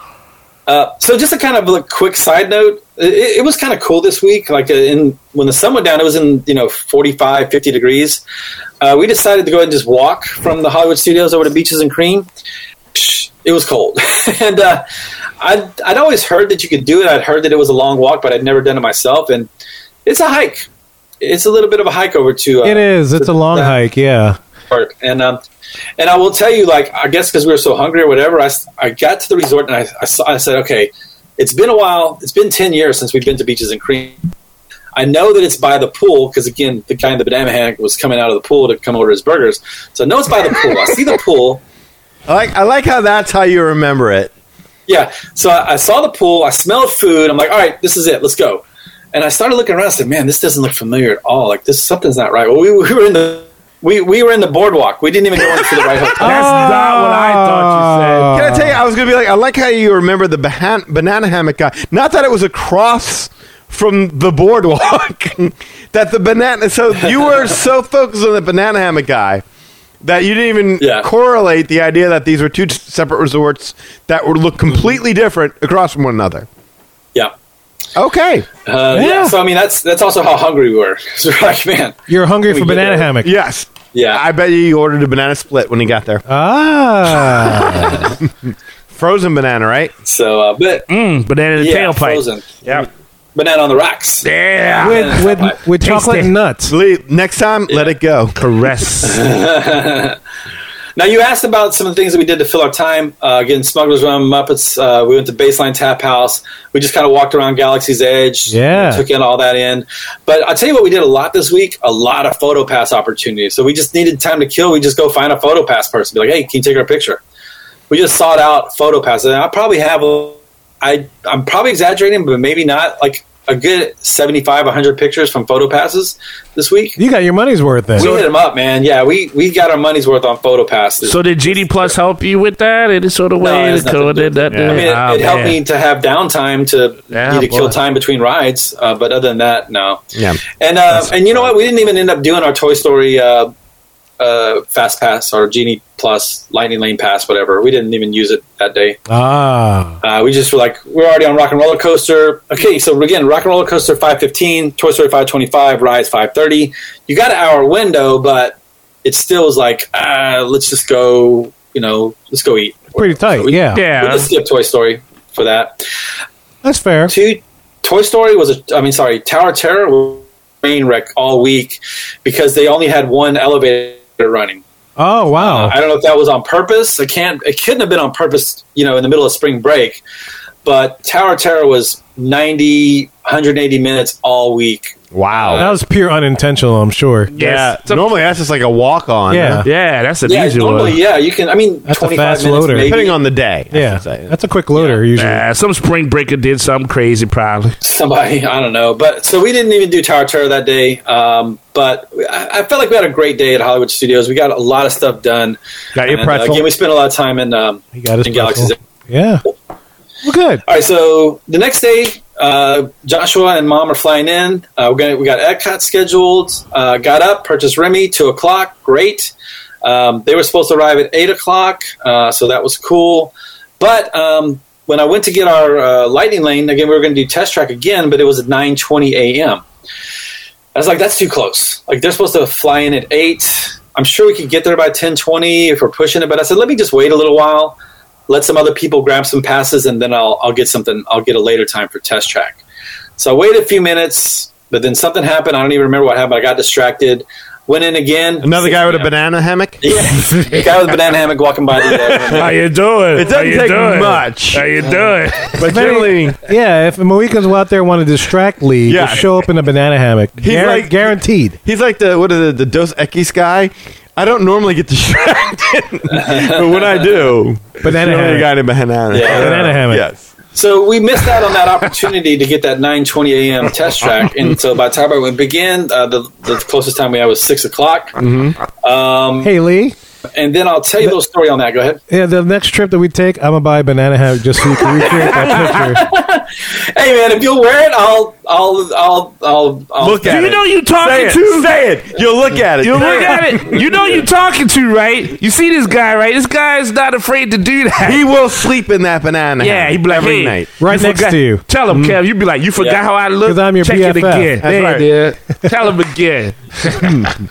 Speaker 8: So just a kind of a quick side note, it, it was kind of cool this week. Like uh, in when the sun went down, it was in you know 45, 50 degrees. Uh, we decided to go ahead and just walk from the Hollywood studios over to Beaches and Cream. Psh, It was cold, and uh, I'd, I'd always heard that you could do it. I'd heard that it was a long walk, but I'd never done it myself. And it's a hike. It's a little bit of a hike over to. Uh,
Speaker 1: It is. It's a long
Speaker 8: that-
Speaker 1: hike. Yeah.
Speaker 8: part. And um, and I will tell you, like I guess because we were so hungry or whatever, I, s- I got to the resort and I I, saw, I said, okay, it's been a while. It's been ten years since we've been to beaches and cream. I know that it's by the pool because again, the guy in the banana hammock was coming out of the pool to come order his burgers. So I know it's by the pool. I see the pool.
Speaker 2: I like I like how that's how you remember it.
Speaker 8: Yeah. So I, I saw the pool. I smelled food. I'm like, all right, this is it. Let's go. And I started looking around. I said, man, this doesn't look familiar at all. Like this, something's not right. Well, we, we were in the we, we were in the boardwalk. We didn't even go into the right hotel.
Speaker 7: That's not what I thought you said.
Speaker 2: Can I tell you? I was gonna be like, I like how you remember the bahan- banana hammock guy. Not that it was across from the boardwalk. that the banana. So you were so focused on the banana hammock guy that you didn't even
Speaker 8: Yeah.
Speaker 2: correlate the idea that these were two t- separate resorts that would look
Speaker 8: Mm-hmm.
Speaker 2: completely different across from one another.
Speaker 8: Yeah.
Speaker 2: Okay.
Speaker 8: Uh, yeah.
Speaker 1: Yeah.
Speaker 8: So I mean, that's that's also how hungry we were. So we're like, man,
Speaker 1: You're hungry
Speaker 8: We
Speaker 1: for
Speaker 8: did
Speaker 1: banana
Speaker 8: it.
Speaker 1: hammock.
Speaker 2: Yes.
Speaker 8: yeah.
Speaker 2: I bet you you ordered a banana split when he got there.
Speaker 1: Ah.
Speaker 2: Frozen banana, right?
Speaker 8: so, uh, but
Speaker 7: Mm, banana in the
Speaker 8: yeah,
Speaker 7: tailpipe.
Speaker 8: frozen
Speaker 2: Yeah.
Speaker 8: banana on the rocks.
Speaker 7: Yeah.
Speaker 1: with
Speaker 8: Yeah.
Speaker 1: with, with
Speaker 7: Taste
Speaker 1: chocolate
Speaker 7: it.
Speaker 1: nuts.
Speaker 2: Lee, next time, let it go.
Speaker 7: Caress.
Speaker 8: Now you asked about some of the things that we did to fill our time. Uh, again, Smugglers Run, Muppets. Uh, we went to Baseline Tap House. We just kind of walked around Galaxy's Edge.
Speaker 1: Yeah.
Speaker 8: took in all that in. But I'll tell you what, we did a lot this week. A lot of photo pass opportunities. So we just needed time to kill. We just go find a photo pass person. Be like, hey, can you take our picture? We just sought out photo passes. And I probably have. A, I I'm probably exaggerating, but maybe not. Like a good 75, 100 pictures from photo passes this week.
Speaker 1: You got your money's worth then.
Speaker 8: We hit them up, man. Yeah, we, we got our money's worth on photo passes.
Speaker 7: so did GD Plus help you with that? Any sort of
Speaker 8: No, it
Speaker 7: way?
Speaker 8: has
Speaker 7: to
Speaker 8: nothing to do
Speaker 7: code
Speaker 8: with
Speaker 7: that?
Speaker 8: I mean, it,
Speaker 7: Ah,
Speaker 8: it helped
Speaker 7: man.
Speaker 8: me to have downtime to
Speaker 7: Yeah,
Speaker 8: need to kill
Speaker 7: boy.
Speaker 8: time between rides. Uh, but other than that, no.
Speaker 2: Yeah.
Speaker 8: And uh, and you know what? We didn't even end up doing our Toy Story uh, uh, Fast Pass or Genie Plus Lightning Lane Pass, whatever. We didn't even use it that day.
Speaker 1: Ah.
Speaker 8: Uh, we just were like, we're already on Rock and Roller Coaster. Okay, so again, Rock and Roller Coaster 515, Toy Story 525, Rise 530. You got an hour window, but it still is like, uh, let's just go, you know, let's go eat.
Speaker 1: Pretty tight.
Speaker 8: So we-
Speaker 1: yeah.
Speaker 8: We
Speaker 7: Yeah.
Speaker 8: just skipped Toy Story for that.
Speaker 1: That's fair.
Speaker 8: Two, Toy Story was a, I mean, sorry, Tower of Terror train wreck all week because they only had one elevator running.
Speaker 1: Oh wow!
Speaker 8: I don't know if that was on purpose. I can't. It couldn't have been on purpose. You know, in the middle of spring break. But Tower Terror was 90, 180 minutes all week.
Speaker 2: Wow.
Speaker 1: that was pure unintentional, I'm sure.
Speaker 2: Yeah.
Speaker 7: It's a-
Speaker 2: normally that's just like a walk on.
Speaker 1: Yeah.
Speaker 7: yeah, that's an
Speaker 8: Yeah,
Speaker 7: easy
Speaker 8: normally,
Speaker 7: one.
Speaker 8: yeah, you can. I mean,
Speaker 1: That's a
Speaker 8: twenty five
Speaker 1: fast
Speaker 8: minutes
Speaker 1: loader.
Speaker 8: maybe.
Speaker 2: Depending on the day. I
Speaker 1: Yeah,
Speaker 2: should say.
Speaker 1: that's a quick loader usually.
Speaker 7: Nah, some spring breaker did something crazy, probably.
Speaker 8: somebody i don't know but so we didn't even do tower terror that day um, but I, I felt like we had a great day at hollywood studios we got a lot of stuff done
Speaker 1: Got your
Speaker 8: And, uh,
Speaker 1: pretzel.
Speaker 8: again we spent a lot of time in, um,
Speaker 1: He got his
Speaker 8: in
Speaker 1: pretzel.
Speaker 8: galaxy's
Speaker 1: Yeah. Well, good.
Speaker 8: all right so the next day uh, joshua and mom are flying in uh, we're gonna, we got epcot scheduled uh, got up purchased remy 2 o'clock great um, they were supposed to arrive at 8 o'clock uh, so that was cool but um, when I went to get our uh, lightning lane again, we were going to do test track again, but it was at nine twenty a.m. I was like, that's too close. Like they're supposed to fly in at eight. I'm sure we could get there by ten twenty if we're pushing it. But I said, let me just wait a little while, let some other people grab some passes, and then I'll I'll get something. I'll get a later time for test track. So I waited a few minutes, but then something happened. I don't even remember what happened. I got distracted. Went in again.
Speaker 2: Another guy with a
Speaker 8: 6 p.m.
Speaker 2: banana hammock.
Speaker 8: Yeah, guy with a banana hammock walking by. The, uh,
Speaker 7: How you doing?
Speaker 2: It doesn't
Speaker 7: How you
Speaker 2: take
Speaker 7: doing?
Speaker 2: much.
Speaker 7: How you doing?
Speaker 2: But generally,
Speaker 1: Yeah, if Marika's out there want to distract Lee,
Speaker 2: Yeah.
Speaker 1: just show up in a banana hammock.
Speaker 2: He's
Speaker 1: Guar-
Speaker 2: like-
Speaker 1: guaranteed.
Speaker 2: he's like the what are the, the Dos Equis guy. I don't normally get distracted, but when I do,
Speaker 1: Banana
Speaker 2: another
Speaker 1: hammock.
Speaker 2: guy in a banana.
Speaker 8: Yeah.
Speaker 1: Banana hammock.
Speaker 2: Yes.
Speaker 8: So we missed out on that opportunity to get that 9:20 a.m. test track, and so by the time I went begin, uh, the, the closest time we had was six o'clock.
Speaker 1: Mm-hmm. Hey Lee,
Speaker 8: And then I'll tell you a little story on that. Go ahead.
Speaker 1: yeah, the next trip that we take, I'm gonna buy a banana hammock just so you can recreate that picture.
Speaker 8: Hey man, if you'll wear it, I'll I'll I'll I'll, I'll
Speaker 2: Look at
Speaker 7: You
Speaker 2: it.
Speaker 7: know you
Speaker 2: Say
Speaker 7: talking
Speaker 2: it.
Speaker 7: to.
Speaker 2: Say it. You'll look at it.
Speaker 7: You look at it. You know you talking to, right? You see this guy, right? This guy is not afraid to do that.
Speaker 2: He will sleep in that banana.
Speaker 7: yeah,
Speaker 2: hammock
Speaker 7: he be like,
Speaker 2: every
Speaker 7: hey,
Speaker 2: night.
Speaker 1: Right next
Speaker 7: forgot-
Speaker 1: to you. Mm-hmm.
Speaker 7: Tell him, Kev. You be like, you forgot
Speaker 8: Yeah.
Speaker 7: how I look.
Speaker 1: 'Cause I'm your
Speaker 7: Check it
Speaker 1: BFF.
Speaker 7: again.
Speaker 1: That's
Speaker 7: There
Speaker 2: right.
Speaker 7: it is. Tell him again.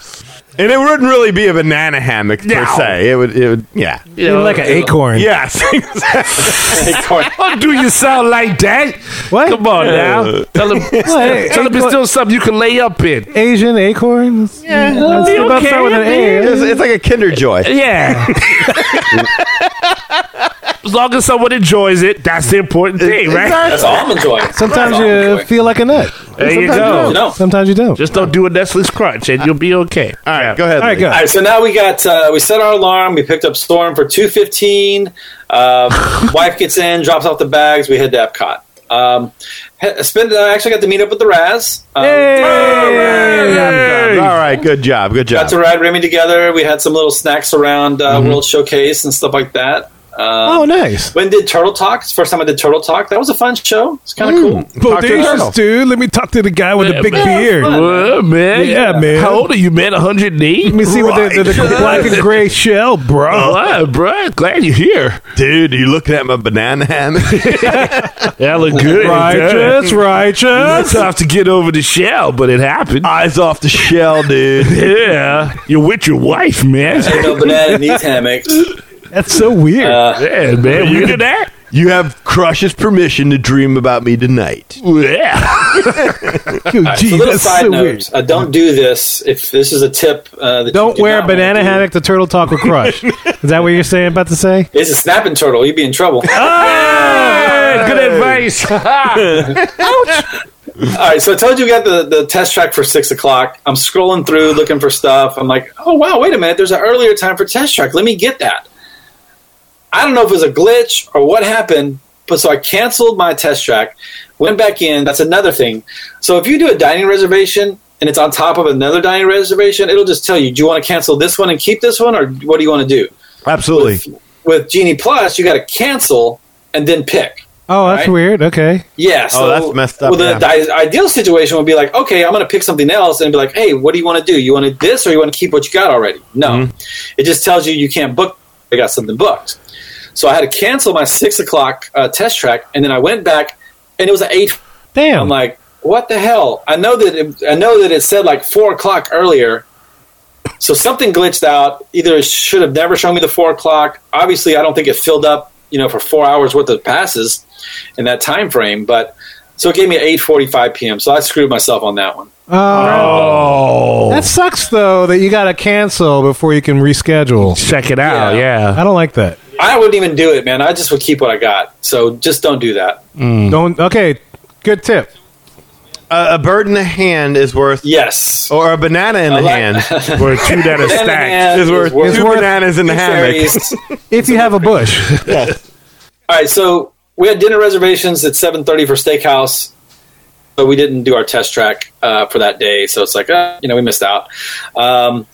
Speaker 2: And it wouldn't really be a banana hammock per
Speaker 7: No.
Speaker 2: se. It would. It would. Yeah.
Speaker 7: You
Speaker 1: You're
Speaker 7: know,
Speaker 1: like an acorn.
Speaker 2: Yes. exactly.
Speaker 7: Don't do you sound like that?
Speaker 1: What?
Speaker 7: Come on now. Tell him.
Speaker 1: What?
Speaker 7: tell him it's still something you can lay up in.
Speaker 1: Asian acorns. Yeah, that's
Speaker 7: You
Speaker 1: about
Speaker 7: okay,
Speaker 1: starting with an
Speaker 7: man?
Speaker 1: A.
Speaker 2: it's, it's like a Kinder Joy.
Speaker 7: Yeah. as long as someone enjoys it, that's the important thing, right?
Speaker 8: That's almond joy.
Speaker 1: Sometimes
Speaker 8: That's almond
Speaker 1: you
Speaker 8: joy.
Speaker 1: feel like a nut.
Speaker 7: There you
Speaker 8: You
Speaker 7: go.
Speaker 8: know.
Speaker 1: Sometimes you don't.
Speaker 7: Just don't do a Nestle's crunch, and you'll be okay.
Speaker 2: All right. Go ahead.
Speaker 1: All right,
Speaker 2: Lee.
Speaker 1: go.
Speaker 8: All right, so now we got uh, we set our alarm. We picked up Storm for two fifteen. Um, wife gets in, drops off the bags. We head to Epcot. Um, he- spend, I actually got to meet up with the Raz. Um,
Speaker 2: All right. Good job. Good job.
Speaker 8: got to ride Remy together. We had some little snacks around uh,
Speaker 1: Mm-hmm.
Speaker 8: World Showcase and stuff like that.
Speaker 1: Oh, nice.
Speaker 8: When did Turtle Talk? It's the first time I did Turtle Talk. That was a fun show. It's kind
Speaker 1: Mm.
Speaker 8: of cool.
Speaker 2: Talk to the turtle.
Speaker 1: dude. Let me talk to the guy with the big beard.
Speaker 7: Well, man.
Speaker 1: Yeah, man.
Speaker 7: How old are you, man? 108?
Speaker 1: Let me see what the, the, the black and gray shell, bro.
Speaker 7: Wow, bro. Glad you're here.
Speaker 2: Dude, you looking at my banana hammock?
Speaker 7: That look good.
Speaker 1: Righteous,
Speaker 7: It's
Speaker 1: righteous.
Speaker 7: tough to get over the shell, but it happened.
Speaker 2: Eyes off the shell, dude.
Speaker 7: yeah. You're with your wife, man.
Speaker 8: Ain't no banana in these hammocks.
Speaker 1: That's so weird.
Speaker 8: Uh,
Speaker 7: yeah, man. You do that?
Speaker 2: You have Crush's permission to dream about me tonight.
Speaker 7: Yeah.
Speaker 1: Dude,
Speaker 8: So
Speaker 1: gee,
Speaker 8: little
Speaker 1: that's
Speaker 8: side
Speaker 1: so weird.
Speaker 8: note: uh, Don't do this. If this is a tip, uh, that you
Speaker 1: Don't
Speaker 8: do
Speaker 1: wear a
Speaker 8: not wanna
Speaker 1: banana
Speaker 8: do.
Speaker 1: hammock to turtle talk with crush. Is that what you're saying? About to say?
Speaker 8: It's a snapping turtle. You'd be in trouble. All
Speaker 7: Yeah, Good advice.
Speaker 8: right. So I told you we got the, the test track for six o'clock. I'm scrolling through looking for stuff. I'm like, oh wow, wait a minute. There's an earlier time for test track. Let me get that. I don't know if it was a glitch or what happened, but so I canceled my test track, went back in. That's another thing. So if you do a dining reservation and it's on top of another dining reservation, it'll just tell you, do you want to cancel this one and keep this one, or what do you want to do?
Speaker 2: Absolutely.
Speaker 8: With Genie Plus, you got to cancel and then pick.
Speaker 1: Oh, that's
Speaker 8: Right.
Speaker 1: weird. Okay.
Speaker 8: Yeah, so
Speaker 2: Oh, that's messed up,
Speaker 8: Well, the
Speaker 2: yeah.
Speaker 8: di- ideal situation would be like, okay, I'm going to pick something else, and be like, hey, what do you want to do? You want to this, or you want to keep what you got already? No,
Speaker 2: Mm-hmm.
Speaker 8: it just tells you you can't book. I got something booked, so I had to cancel my six o'clock uh, test track, and then I went back, and it was at eight.
Speaker 1: Damn.
Speaker 8: I'm like, what the hell? I know that it, I know that it said like four o'clock earlier, so something glitched out. Either it should have never shown me the four o'clock. Obviously, I don't think it filled up, you know, for four hours worth of passes in that time frame. But So it gave me 8:45 p.m. So I screwed myself on that one.
Speaker 1: Uh,
Speaker 8: oh.
Speaker 7: Oh,
Speaker 1: That sucks though that you got to cancel before you can reschedule.
Speaker 7: Check it out. Yeah.
Speaker 1: I don't like that.
Speaker 8: I wouldn't even do it, man. I just would keep what I got. So just don't do that.
Speaker 1: Don't. Okay, good tip.
Speaker 2: a, a bird in the hand is worth
Speaker 8: Yes.
Speaker 2: or a banana in the
Speaker 8: like-
Speaker 2: hand
Speaker 7: We're two that are
Speaker 8: Banana hand
Speaker 7: stacked.
Speaker 2: is worth,
Speaker 8: worth
Speaker 2: two
Speaker 1: worth-
Speaker 2: bananas in the hammock.
Speaker 8: Berries.
Speaker 1: If you have a bush,
Speaker 8: All right, so we had dinner reservations at seven thirty for steakhouse, but we didn't do our test track uh, for that day. So it's like, uh, you know, we missed out. Um,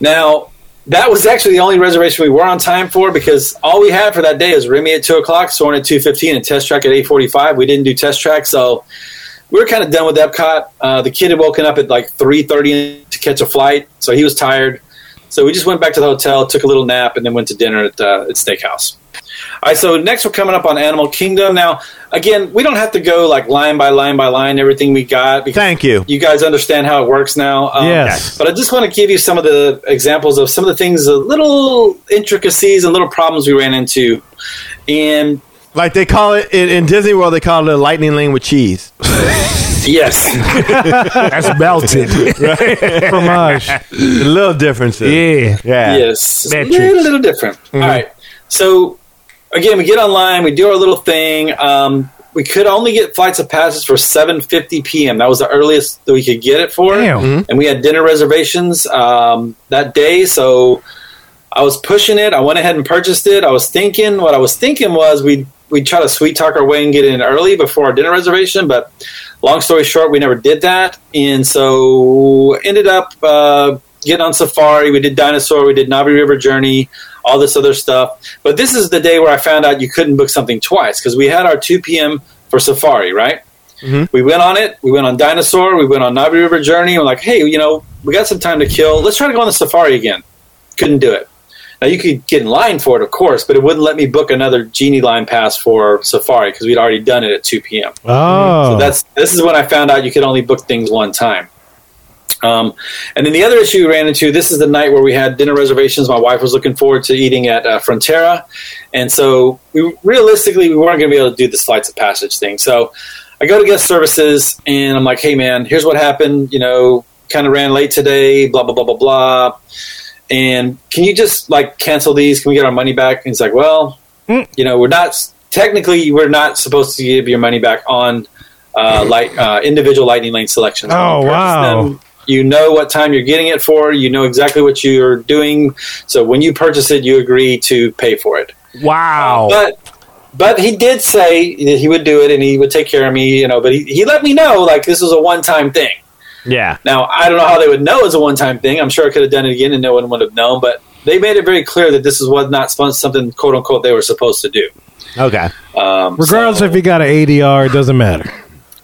Speaker 8: now that was actually the only reservation we were on time for because all we had for that day is Remy at two o'clock, Soren at two fifteen, and test track at eight forty five. We didn't do test track, so we were kind of done with Epcot. Uh, the kid had woken up at like three thirty to catch a flight, so he was tired. So we just went back to the hotel, took a little nap, and then went to dinner at, uh, at steakhouse. All right, so next we're coming up on Animal Kingdom. Now, again, we don't have to go like line by line by line everything we got. Because
Speaker 2: Thank you.
Speaker 8: You guys understand how it works now. Um,
Speaker 1: Yes.
Speaker 8: But I just want to give you some of the examples of some of the things, the little intricacies and little problems we ran into. And
Speaker 2: Like they call it in, in Disney World, they call it a lightning lane with cheese.
Speaker 8: yes,
Speaker 7: That's melted.
Speaker 1: fromage.
Speaker 2: A little differences.
Speaker 7: yeah.
Speaker 2: Yeah.
Speaker 8: yes, it's a
Speaker 7: Metrics.
Speaker 8: little, little different. All right. So again, we get online, we do our little thing. Um, we could only get flights of passes for 7:50 p.m. That was the earliest that we could get it for.
Speaker 1: Damn.
Speaker 8: and we had dinner reservations um, that day. So I was pushing it. I went ahead and purchased it. I was thinking what I was thinking was we we'd try to sweet talk our way and get in early before our dinner reservation. But long story short, we never did that, and so ended up uh, getting on safari. We did dinosaur. We did Navi River Journey. All this other stuff. But this is the day where I found out you couldn't book something twice because we had our 2 p.m. for safari, right? we went on it. We went on Dinosaur. We went on Navi River Journey. We're like, hey, you know, we got some time to kill. Let's try to go on the safari again. Couldn't do it. Now you could get in line for it, of course, but it wouldn't let me book another genie line pass for safari because we'd already done it at 2 p.m.
Speaker 1: Oh,
Speaker 8: So that's this is when I found out you could only book things one time. Um, and then the other issue we ran into this is the night where we had dinner reservations. My wife was looking forward to eating at uh, Frontera, and so we realistically we weren't going to be able to do this flights of passage thing. So I go to guest services and I'm like, hey man, here's what happened. You know, kind of ran late today. Blah blah blah blah blah. And can you just like cancel these? Can we get our money back? And he's like, well,
Speaker 1: Hmm.
Speaker 8: you know, we're not technically we're not supposed to give your money back on uh, like uh, individual lightning lane selections.
Speaker 1: Oh,
Speaker 8: When you purchase
Speaker 1: wow.
Speaker 8: you know what time you're getting it for. You know exactly what you're doing. So when you purchase it, you agree to pay for it.
Speaker 7: Wow.
Speaker 8: But but he did say that he would do it and he would take care of me, you know. But he, he let me know like this was a one time thing.
Speaker 2: Yeah.
Speaker 8: Now I don't know how they would know it's a one time thing. I'm sure I could have done it again and no one would have known. But they made it very clear that this is what not supposed- something quote unquote they were supposed to do.
Speaker 2: Okay.
Speaker 8: Um,
Speaker 1: regardless
Speaker 8: so-
Speaker 1: if you got an ADR, it doesn't matter.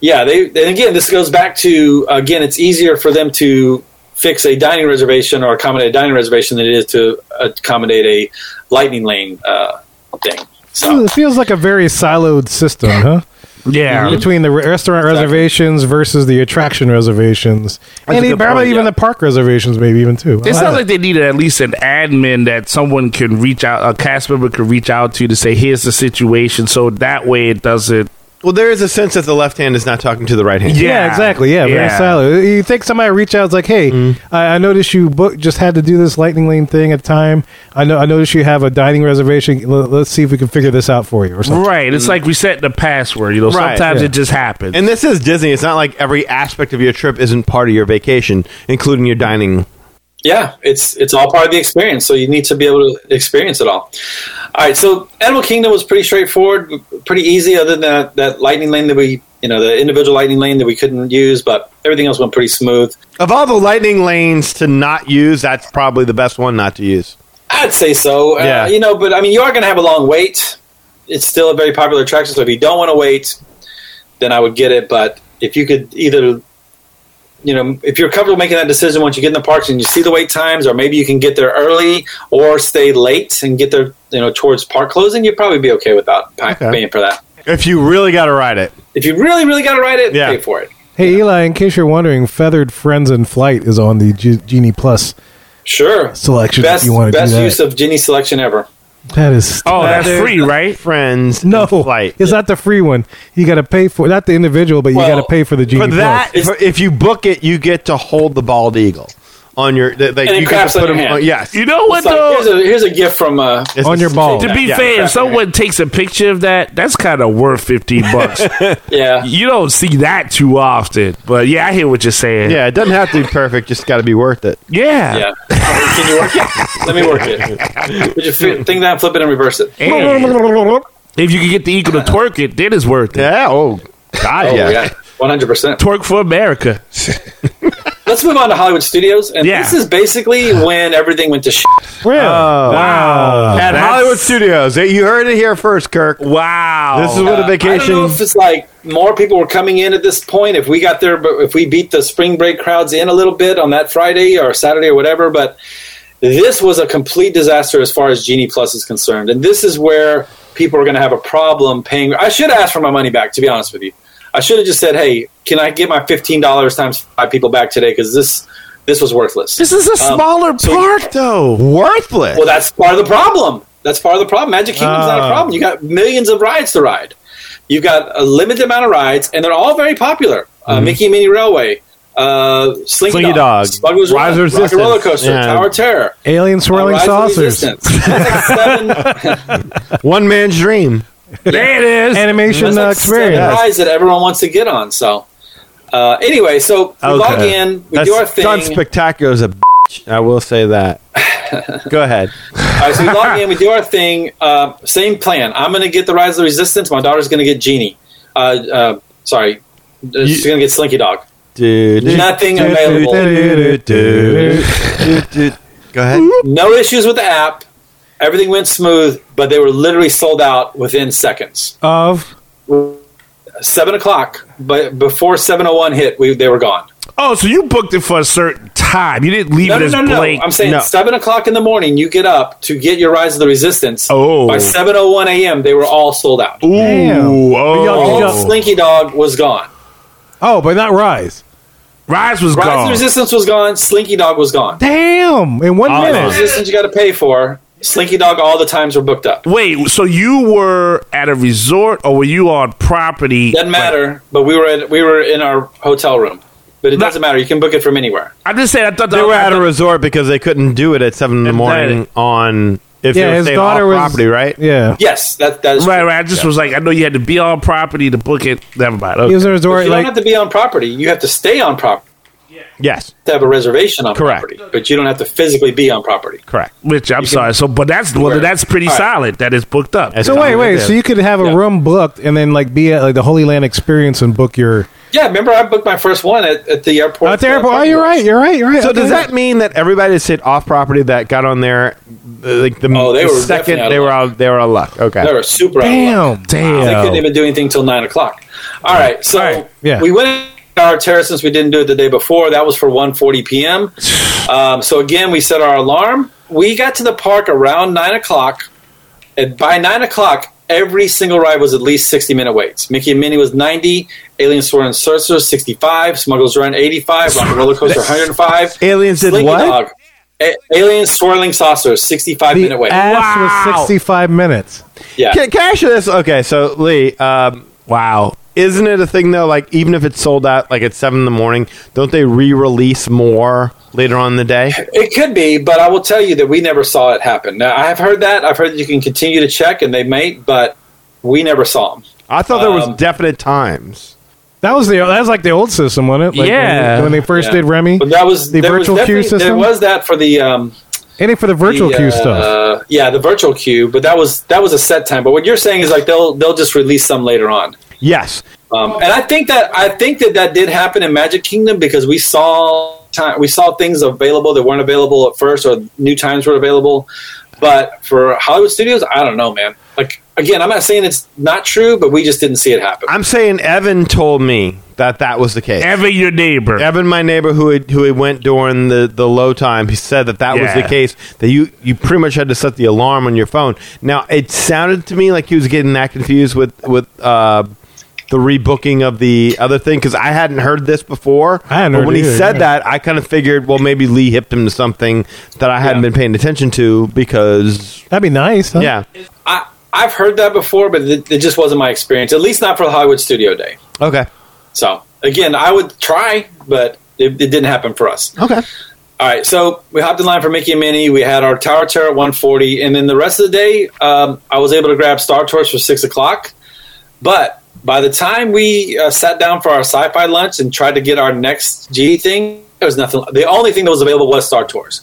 Speaker 8: yeah, they and again, this goes back to again, it's easier for them to fix a dining reservation or accommodate a dining reservation than it is to accommodate a lightning lane uh, thing.
Speaker 1: So
Speaker 8: So
Speaker 1: it feels like a very siloed system, huh?
Speaker 7: yeah.
Speaker 1: Between the re- restaurant reservations versus the attraction reservations, and
Speaker 2: a
Speaker 1: e-
Speaker 2: good
Speaker 1: probably
Speaker 2: point,
Speaker 1: even
Speaker 2: yeah.
Speaker 1: the park reservations, maybe even too. I
Speaker 7: It sounds
Speaker 1: like
Speaker 7: like they needed at least an admin that someone can reach out, a cast member could reach out to to say, here's the situation. So that way it doesn't.
Speaker 2: Well, there is a sense that the left hand is not talking to the right hand.
Speaker 1: Yeah, exactly. Yeah, very solid. You think somebody reach out? It's like, hey, I, I noticed you book just had to do this lightning lane thing at time. I know. I noticed you have a dining reservation. L- let's see if we can figure this out for you or something.
Speaker 7: Right. It's like resetting the password. You know,
Speaker 2: Right,
Speaker 7: sometimes
Speaker 1: yeah.
Speaker 7: it just happens.
Speaker 2: And this is Disney. It's not like every aspect of your trip isn't part of your vacation, including your dining.
Speaker 8: yeah, it's it's all part of the experience. So you need to be able to experience it all. All right, so Animal Kingdom was pretty straightforward, pretty easy. Other than that, that lightning lane that we, you know, the individual lightning lane that we couldn't use, but everything else went pretty smooth.
Speaker 2: Of all the lightning lanes to not use, that's probably the best one not to use.
Speaker 8: I'd say so.
Speaker 2: Yeah.
Speaker 8: Uh, you know, but I mean, you are going to have a long wait. It's still a very popular attraction, so if you don't want to wait, then I would get it. But if you could either, you know, if you're comfortable making that decision once you get in the parks and you see the wait times, or maybe you can get there early or stay late and get there, you know, towards park closing, you'd probably be okay without pa-
Speaker 2: Okay.
Speaker 8: paying for that.
Speaker 2: If you really got to ride it,
Speaker 8: If you really, really got to ride it,
Speaker 2: Yeah.
Speaker 8: pay for it.
Speaker 1: Hey, Eli. In case you're wondering, Feathered Friends in Flight is on the G- Genie Plus
Speaker 8: Sure.
Speaker 1: selection. if
Speaker 8: Best,
Speaker 1: you want to do
Speaker 8: best
Speaker 1: that.
Speaker 8: use of Genie selection ever.
Speaker 1: That is
Speaker 7: Oh, that's
Speaker 2: Feathers,
Speaker 7: free, right?
Speaker 2: Friends,
Speaker 1: no.
Speaker 2: and flight.
Speaker 1: It's not the free one. You got to pay for not the individual, but you
Speaker 8: Well,
Speaker 1: got to pay for the Genie
Speaker 2: for that,
Speaker 8: It's-
Speaker 2: for, if you book it, you get to hold the bald eagle on your. That, that
Speaker 8: And it
Speaker 2: you get
Speaker 8: craps
Speaker 2: to
Speaker 8: on
Speaker 2: put
Speaker 8: your
Speaker 2: him.
Speaker 8: hand.
Speaker 2: on- yes,
Speaker 7: You know what
Speaker 8: It's like, here's,
Speaker 7: though?
Speaker 8: a, here's a gift from uh,
Speaker 2: It's
Speaker 1: on
Speaker 2: a-
Speaker 1: your ball.
Speaker 7: to be
Speaker 2: yeah,
Speaker 7: fair, if
Speaker 8: exactly.
Speaker 7: someone takes a picture of that, that's kind of worth fifteen bucks.
Speaker 8: yeah.
Speaker 7: you don't see that too often, but yeah, I hear what you're saying.
Speaker 2: Yeah, it doesn't have to be perfect. Just got to be worth it.
Speaker 7: yeah.
Speaker 8: Yeah. Can you work it? Let me work it. Would you fi- think that, flip it, and reverse it?
Speaker 7: And if you can get the eagle to twerk it, then it's worth it.
Speaker 2: Yeah. Oh God.
Speaker 8: Oh,
Speaker 2: yeah.
Speaker 8: yeah. 100%.
Speaker 7: Twerk for America.
Speaker 8: Let's move on to Hollywood Studios. And
Speaker 7: Yeah.
Speaker 8: this is basically when everything went to shit.
Speaker 1: Really?
Speaker 7: Wow.
Speaker 2: At
Speaker 7: That's-
Speaker 2: Hollywood Studios, you heard it here first, Kirk.
Speaker 7: Wow.
Speaker 2: This is what a
Speaker 8: Uh, I don't know
Speaker 2: vacation.
Speaker 8: if it's like more people were coming in at this point. If we got there, but if we beat the spring break crowds in a little bit on that Friday or Saturday or whatever, but this was a complete disaster as far as Genie Plus is concerned. And this is where people are going to have a problem paying. I should ask for my money back, to be honest with you. I should have just said, "Hey, can I get my fifteen dollars times five people back today?" Because this this was worthless.
Speaker 7: this is a smaller park, though.
Speaker 2: Worthless.
Speaker 8: Well, that's part of the problem. That's part of the problem. Magic Kingdom's not
Speaker 2: Ah.
Speaker 8: a problem. You got millions of rides to ride. You've got a limited amount of rides, and they're all very popular. Uh, Mickey and Minnie Railway, uh, Slinky,
Speaker 2: Slinky
Speaker 8: Dog,
Speaker 2: Mhm. Dog,
Speaker 8: Smuggler's
Speaker 2: Rise
Speaker 8: Run,
Speaker 2: of
Speaker 8: Rocket Roller
Speaker 2: Resistance,
Speaker 8: Coaster,
Speaker 2: yeah.
Speaker 8: Tower of Terror,
Speaker 1: Alien swirling
Speaker 8: Rise of
Speaker 1: saucers.
Speaker 8: Resistance. That's like seven,
Speaker 2: One man's dream.
Speaker 7: There it is.
Speaker 1: Animation
Speaker 8: that's
Speaker 1: uh,
Speaker 8: like
Speaker 1: experience.
Speaker 8: seven rides that everyone wants to get on. So, uh, anyway, so we log
Speaker 2: Okay.
Speaker 8: in, we
Speaker 2: That's
Speaker 8: do our thing.
Speaker 2: John Spectacular is a bitch. I will say that. Go ahead.
Speaker 8: All right, so we log in, we do our thing. Uh, same plan. I'm going to get the Rise of the Resistance. My daughter's going to get Genie. Uh, uh, sorry, she's going to get Slinky Dog.
Speaker 2: Dude,
Speaker 8: Nothing available.
Speaker 2: Go ahead.
Speaker 8: No issues with the app. Everything went smooth, but they were literally sold out within seconds.
Speaker 1: Of
Speaker 8: Seven o'clock, but before seven o one hit, we they were gone.
Speaker 7: Oh, so you booked it for a certain time. You didn't leave
Speaker 8: No,
Speaker 7: it
Speaker 8: no,
Speaker 7: as
Speaker 8: no, no.
Speaker 7: blank.
Speaker 8: I'm saying
Speaker 2: No.
Speaker 8: seven o'clock in the morning, you get up to get your Rise of the Resistance.
Speaker 7: Oh.
Speaker 8: by seven o one a.m., they were all sold out.
Speaker 7: Ooh,
Speaker 1: Damn.
Speaker 7: oh.
Speaker 8: All
Speaker 1: yeah.
Speaker 8: Slinky Dog was gone.
Speaker 1: oh, but not Rise.
Speaker 7: Rise was
Speaker 8: Rise of
Speaker 7: gone.
Speaker 8: the Resistance was gone. Slinky Dog was gone.
Speaker 1: Damn! In one
Speaker 8: Rise of the
Speaker 1: minute.
Speaker 8: Resistance you got to pay for. Slinky Dog, all the times were booked up.
Speaker 7: Wait, so you were at a resort or were you on property?
Speaker 8: Doesn't matter. But we were at, we were in our hotel room. But it
Speaker 7: That-
Speaker 8: doesn't matter. You can book it from anywhere.
Speaker 7: I'm just saying, I thought
Speaker 2: They were
Speaker 7: I
Speaker 2: at a
Speaker 7: thought-
Speaker 2: resort because they couldn't do it at seven in the
Speaker 7: At
Speaker 2: morning
Speaker 7: night.
Speaker 2: on if
Speaker 1: Yeah,
Speaker 2: they were
Speaker 1: his
Speaker 2: staying off
Speaker 1: daughter was
Speaker 2: property, right?
Speaker 1: Yeah.
Speaker 8: Yes, that that is
Speaker 7: Right,
Speaker 8: true.
Speaker 7: right. I just was like, I know you had to be on property to book it. Never mind.
Speaker 1: He
Speaker 7: Okay.
Speaker 1: was in a
Speaker 8: But
Speaker 1: resort
Speaker 8: you
Speaker 1: like
Speaker 8: don't have to be on property. You have to stay on property
Speaker 2: Yes,
Speaker 8: to have a reservation on
Speaker 2: Correct.
Speaker 8: property, but you don't have to physically be on property.
Speaker 2: correct.
Speaker 7: Which I'm sorry. So, but that's well,
Speaker 8: Right.
Speaker 7: that's pretty
Speaker 8: All right.
Speaker 7: solid. That is booked up.
Speaker 2: That's
Speaker 1: So
Speaker 2: all
Speaker 1: wait,
Speaker 2: it
Speaker 1: wait.
Speaker 2: is.
Speaker 1: So you could have a
Speaker 8: Yeah.
Speaker 1: room booked and then like be at like the Holy Land Experience and book your
Speaker 8: Yeah, remember I booked my first one at, at the airport.
Speaker 1: at the airport. Oh, you're right. You're right. You're right.
Speaker 2: So
Speaker 1: Okay.
Speaker 2: does that mean that everybody that stayed off property that got on there, uh, like the,
Speaker 8: Oh, they
Speaker 2: the
Speaker 8: were
Speaker 2: second
Speaker 8: definitely out
Speaker 2: they
Speaker 8: of
Speaker 2: were
Speaker 8: luck.
Speaker 2: out, they were out of luck. Okay,
Speaker 8: They were super. out of luck.
Speaker 1: Damn.
Speaker 8: They
Speaker 1: Damn.
Speaker 8: couldn't even do anything till nine o'clock. All right, so
Speaker 7: right,
Speaker 1: yeah.
Speaker 8: we went in our terrace since we didn't do it the day before. That was for 1.40 p.m. Um, so again, we set our alarm. We got to the park around nine o'clock, and by nine o'clock, every single ride was at least sixty minute waits. Mickey and Minnie was ninety, Alien Sword and Sorcerer sixty five, Smuggler's Run eighty five, Rocket Roller Coaster one hundred and five,
Speaker 2: Aliens did what?
Speaker 8: A- Alien Swirling Saucer sixty five minute
Speaker 1: The
Speaker 8: wait.
Speaker 1: ass was
Speaker 7: Wow.
Speaker 1: 65 minutes.
Speaker 8: yeah,
Speaker 2: Can, can I ask you this? Okay, so Lee, um,
Speaker 7: wow.
Speaker 2: isn't it a thing though? Like even if it's sold out, like at seven in the morning, don't they re-release more later on in the day?
Speaker 8: It could be, but I will tell you that we never saw it happen. Now, I have heard that. I've heard that you can continue to check, and they may, but we never saw them.
Speaker 2: I thought there was
Speaker 8: Um,
Speaker 2: definite times.
Speaker 1: That was the that was like the old system, wasn't it? Like
Speaker 7: Yeah.
Speaker 1: When, when they first
Speaker 8: Yeah.
Speaker 1: did Remy,
Speaker 8: But that was
Speaker 1: the
Speaker 8: there was
Speaker 1: virtual queue
Speaker 8: definitely-
Speaker 1: system.
Speaker 8: There was that for the um,
Speaker 1: Any for the virtual
Speaker 8: the,
Speaker 1: queue stuff.
Speaker 8: Uh, yeah, the virtual queue, but that was that was a set time. But what you're saying is like they'll they'll just release some later on.
Speaker 2: Yes,
Speaker 8: Um, and I think that I think that that did happen in Magic Kingdom because we saw time, we saw things available that weren't available at first, or new times were available. But for Hollywood Studios, I don't know, man. Like again, I'm not saying it's not true, but we just didn't see it happen.
Speaker 2: I'm saying Evan told me that that was the case.
Speaker 7: Ever your neighbor.
Speaker 2: Evan, my neighbor who had, who had went during the, the low time, he said that that
Speaker 7: Yeah.
Speaker 2: was the case. That you you pretty much had to set the alarm on your phone. Now it sounded to me like he was getting that confused with with uh, the rebooking of the other thing because I hadn't heard this before.
Speaker 1: I hadn't
Speaker 2: But
Speaker 1: heard
Speaker 2: when
Speaker 1: either,
Speaker 2: he said
Speaker 1: yeah.
Speaker 2: that, I kind of figured, well, maybe Lee hipped him to something that I hadn't been paying attention to because
Speaker 1: That'd be nice. Huh?
Speaker 2: yeah,
Speaker 8: I, I've heard that before, but it, it just wasn't my experience. At least not for the Hollywood Studio Day.
Speaker 2: okay,
Speaker 8: So again, I would try, but it, it didn't happen for us.
Speaker 2: okay,
Speaker 8: All right, so we hopped in line for Mickey and Minnie. We had our Tower Tour at 140, and then the rest of the day, um, I was able to grab Star Tours for six o'clock. But by the time we uh, sat down for our sci-fi lunch and tried to get our next Genie thing, there was nothing. The only thing that was available was Star Tours.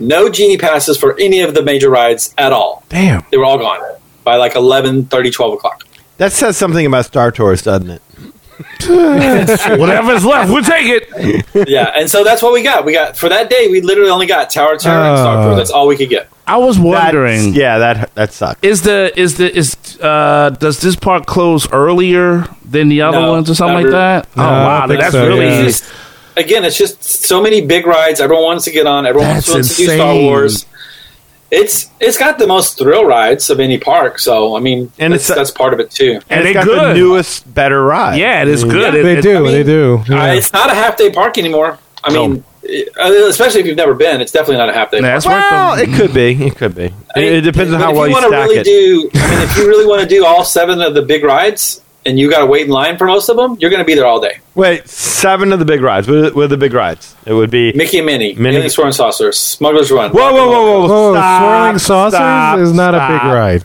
Speaker 8: No Genie passes for any of the major rides at all.
Speaker 1: Damn.
Speaker 8: They were all gone by like 11, 12 o'clock.
Speaker 2: that says something about Star Tours, doesn't it?
Speaker 7: Whatever's left, we'll take it.
Speaker 8: yeah, and so that's what we got. We got for that day. We literally only got Tower Tour and Star Tours. That's all we could get.
Speaker 7: I was wondering.
Speaker 2: That's- yeah, that that sucked.
Speaker 7: Is the is the is uh does this park close earlier than the other
Speaker 8: No,
Speaker 7: ones or something like
Speaker 8: not
Speaker 7: that? oh
Speaker 1: No, I
Speaker 7: wow,
Speaker 1: don't think
Speaker 7: that's
Speaker 1: so,
Speaker 7: really
Speaker 1: yeah.
Speaker 8: It's just- again, it's just so many big rides. Everyone wants to get on. Everyone
Speaker 7: That's
Speaker 8: wants to do Star
Speaker 7: insane.
Speaker 8: Wars. It's it's got the most thrill rides of any park. So I mean,
Speaker 2: And
Speaker 8: that's,
Speaker 2: it's-
Speaker 8: that's part of it too.
Speaker 7: and
Speaker 2: it's
Speaker 7: they
Speaker 2: got the
Speaker 7: good.
Speaker 2: newest, better ride.
Speaker 7: yeah, it is good. It-
Speaker 1: They
Speaker 7: it-
Speaker 1: do.
Speaker 8: mean,
Speaker 1: they do.
Speaker 8: Uh,
Speaker 1: Yeah.
Speaker 8: it's not a half day park anymore. I mean, it- uh, especially if you've never been, it's definitely not a half day. park.
Speaker 7: That's
Speaker 2: Well,
Speaker 7: worth it.
Speaker 2: it could be. It could be.
Speaker 8: I mean,
Speaker 2: it, it depends on
Speaker 8: but
Speaker 2: how
Speaker 8: if
Speaker 2: well you
Speaker 8: wanna
Speaker 2: stack
Speaker 8: really
Speaker 2: it.
Speaker 8: Do I mean, if you really want to do all seven of the big rides and you got to wait in line for most of them, you're going to be there all day.
Speaker 2: Wait, seven of the big rides. With, with the big rides, it would be.
Speaker 8: Mickey and Minnie,
Speaker 2: Minnie-
Speaker 8: Minnie, Alien Swarm Saucer, Smuggler's Run.
Speaker 2: whoa, whoa, whoa, whoa!
Speaker 1: Oh,
Speaker 2: stop,
Speaker 1: swirling saucers
Speaker 2: stop,
Speaker 1: is not a
Speaker 2: stop.
Speaker 1: big ride.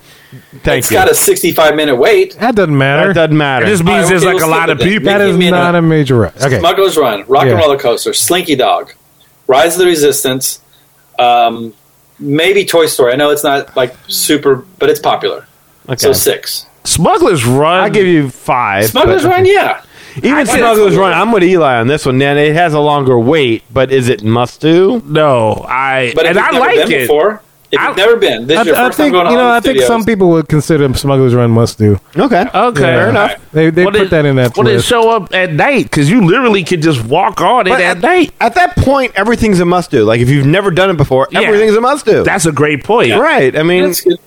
Speaker 2: Thank
Speaker 8: It's
Speaker 2: you.
Speaker 8: got a 65 minute wait.
Speaker 1: That doesn't matter.
Speaker 2: that doesn't matter.
Speaker 7: It just means
Speaker 8: Alright,
Speaker 7: there's
Speaker 8: okay,
Speaker 7: like a
Speaker 8: we'll
Speaker 7: lot
Speaker 8: skip
Speaker 7: of
Speaker 8: it then.
Speaker 7: people.
Speaker 1: that is
Speaker 8: Minnie.
Speaker 1: not a major ride. Okay.
Speaker 8: Smuggler's Run, Rock
Speaker 1: Yeah.
Speaker 8: and Roller Coaster, Slinky Dog, Rise of the Resistance, um, maybe Toy Story. I know it's not like super, but it's popular. So six.
Speaker 7: Smugglers Run.
Speaker 2: I give you five.
Speaker 8: Smuggler's
Speaker 2: but-
Speaker 8: Run, yeah.
Speaker 2: Even
Speaker 8: think
Speaker 2: Smuggler's
Speaker 8: it's a
Speaker 2: Run,
Speaker 8: little-
Speaker 2: I'm with Eli on this one. Now it has a longer wait, but is it must do?
Speaker 7: no. I
Speaker 8: But if
Speaker 7: and
Speaker 8: you've
Speaker 7: I
Speaker 8: never
Speaker 7: like
Speaker 8: been
Speaker 7: it.
Speaker 8: before, if
Speaker 7: I-
Speaker 8: you've never been, this
Speaker 1: I,
Speaker 8: is your
Speaker 1: I
Speaker 8: first
Speaker 1: think you
Speaker 8: time going to
Speaker 1: know. I
Speaker 8: Hollywood
Speaker 1: think some
Speaker 8: Studios.
Speaker 1: people would consider Smuggler's Run must do.
Speaker 2: Okay,
Speaker 7: Okay.
Speaker 2: fair
Speaker 1: Yeah.
Speaker 2: enough.
Speaker 1: They they
Speaker 7: Well,
Speaker 1: put
Speaker 7: it-
Speaker 1: that in that
Speaker 7: Well, they
Speaker 1: list.
Speaker 7: show up at night because you literally could just walk on it
Speaker 2: But
Speaker 7: at
Speaker 2: at-
Speaker 7: night.
Speaker 2: At that point, everything's a must do. Like if you've never done it before,
Speaker 7: Yeah.
Speaker 2: everything's a must do.
Speaker 7: That's a great point.
Speaker 2: right. I mean,
Speaker 8: That's good.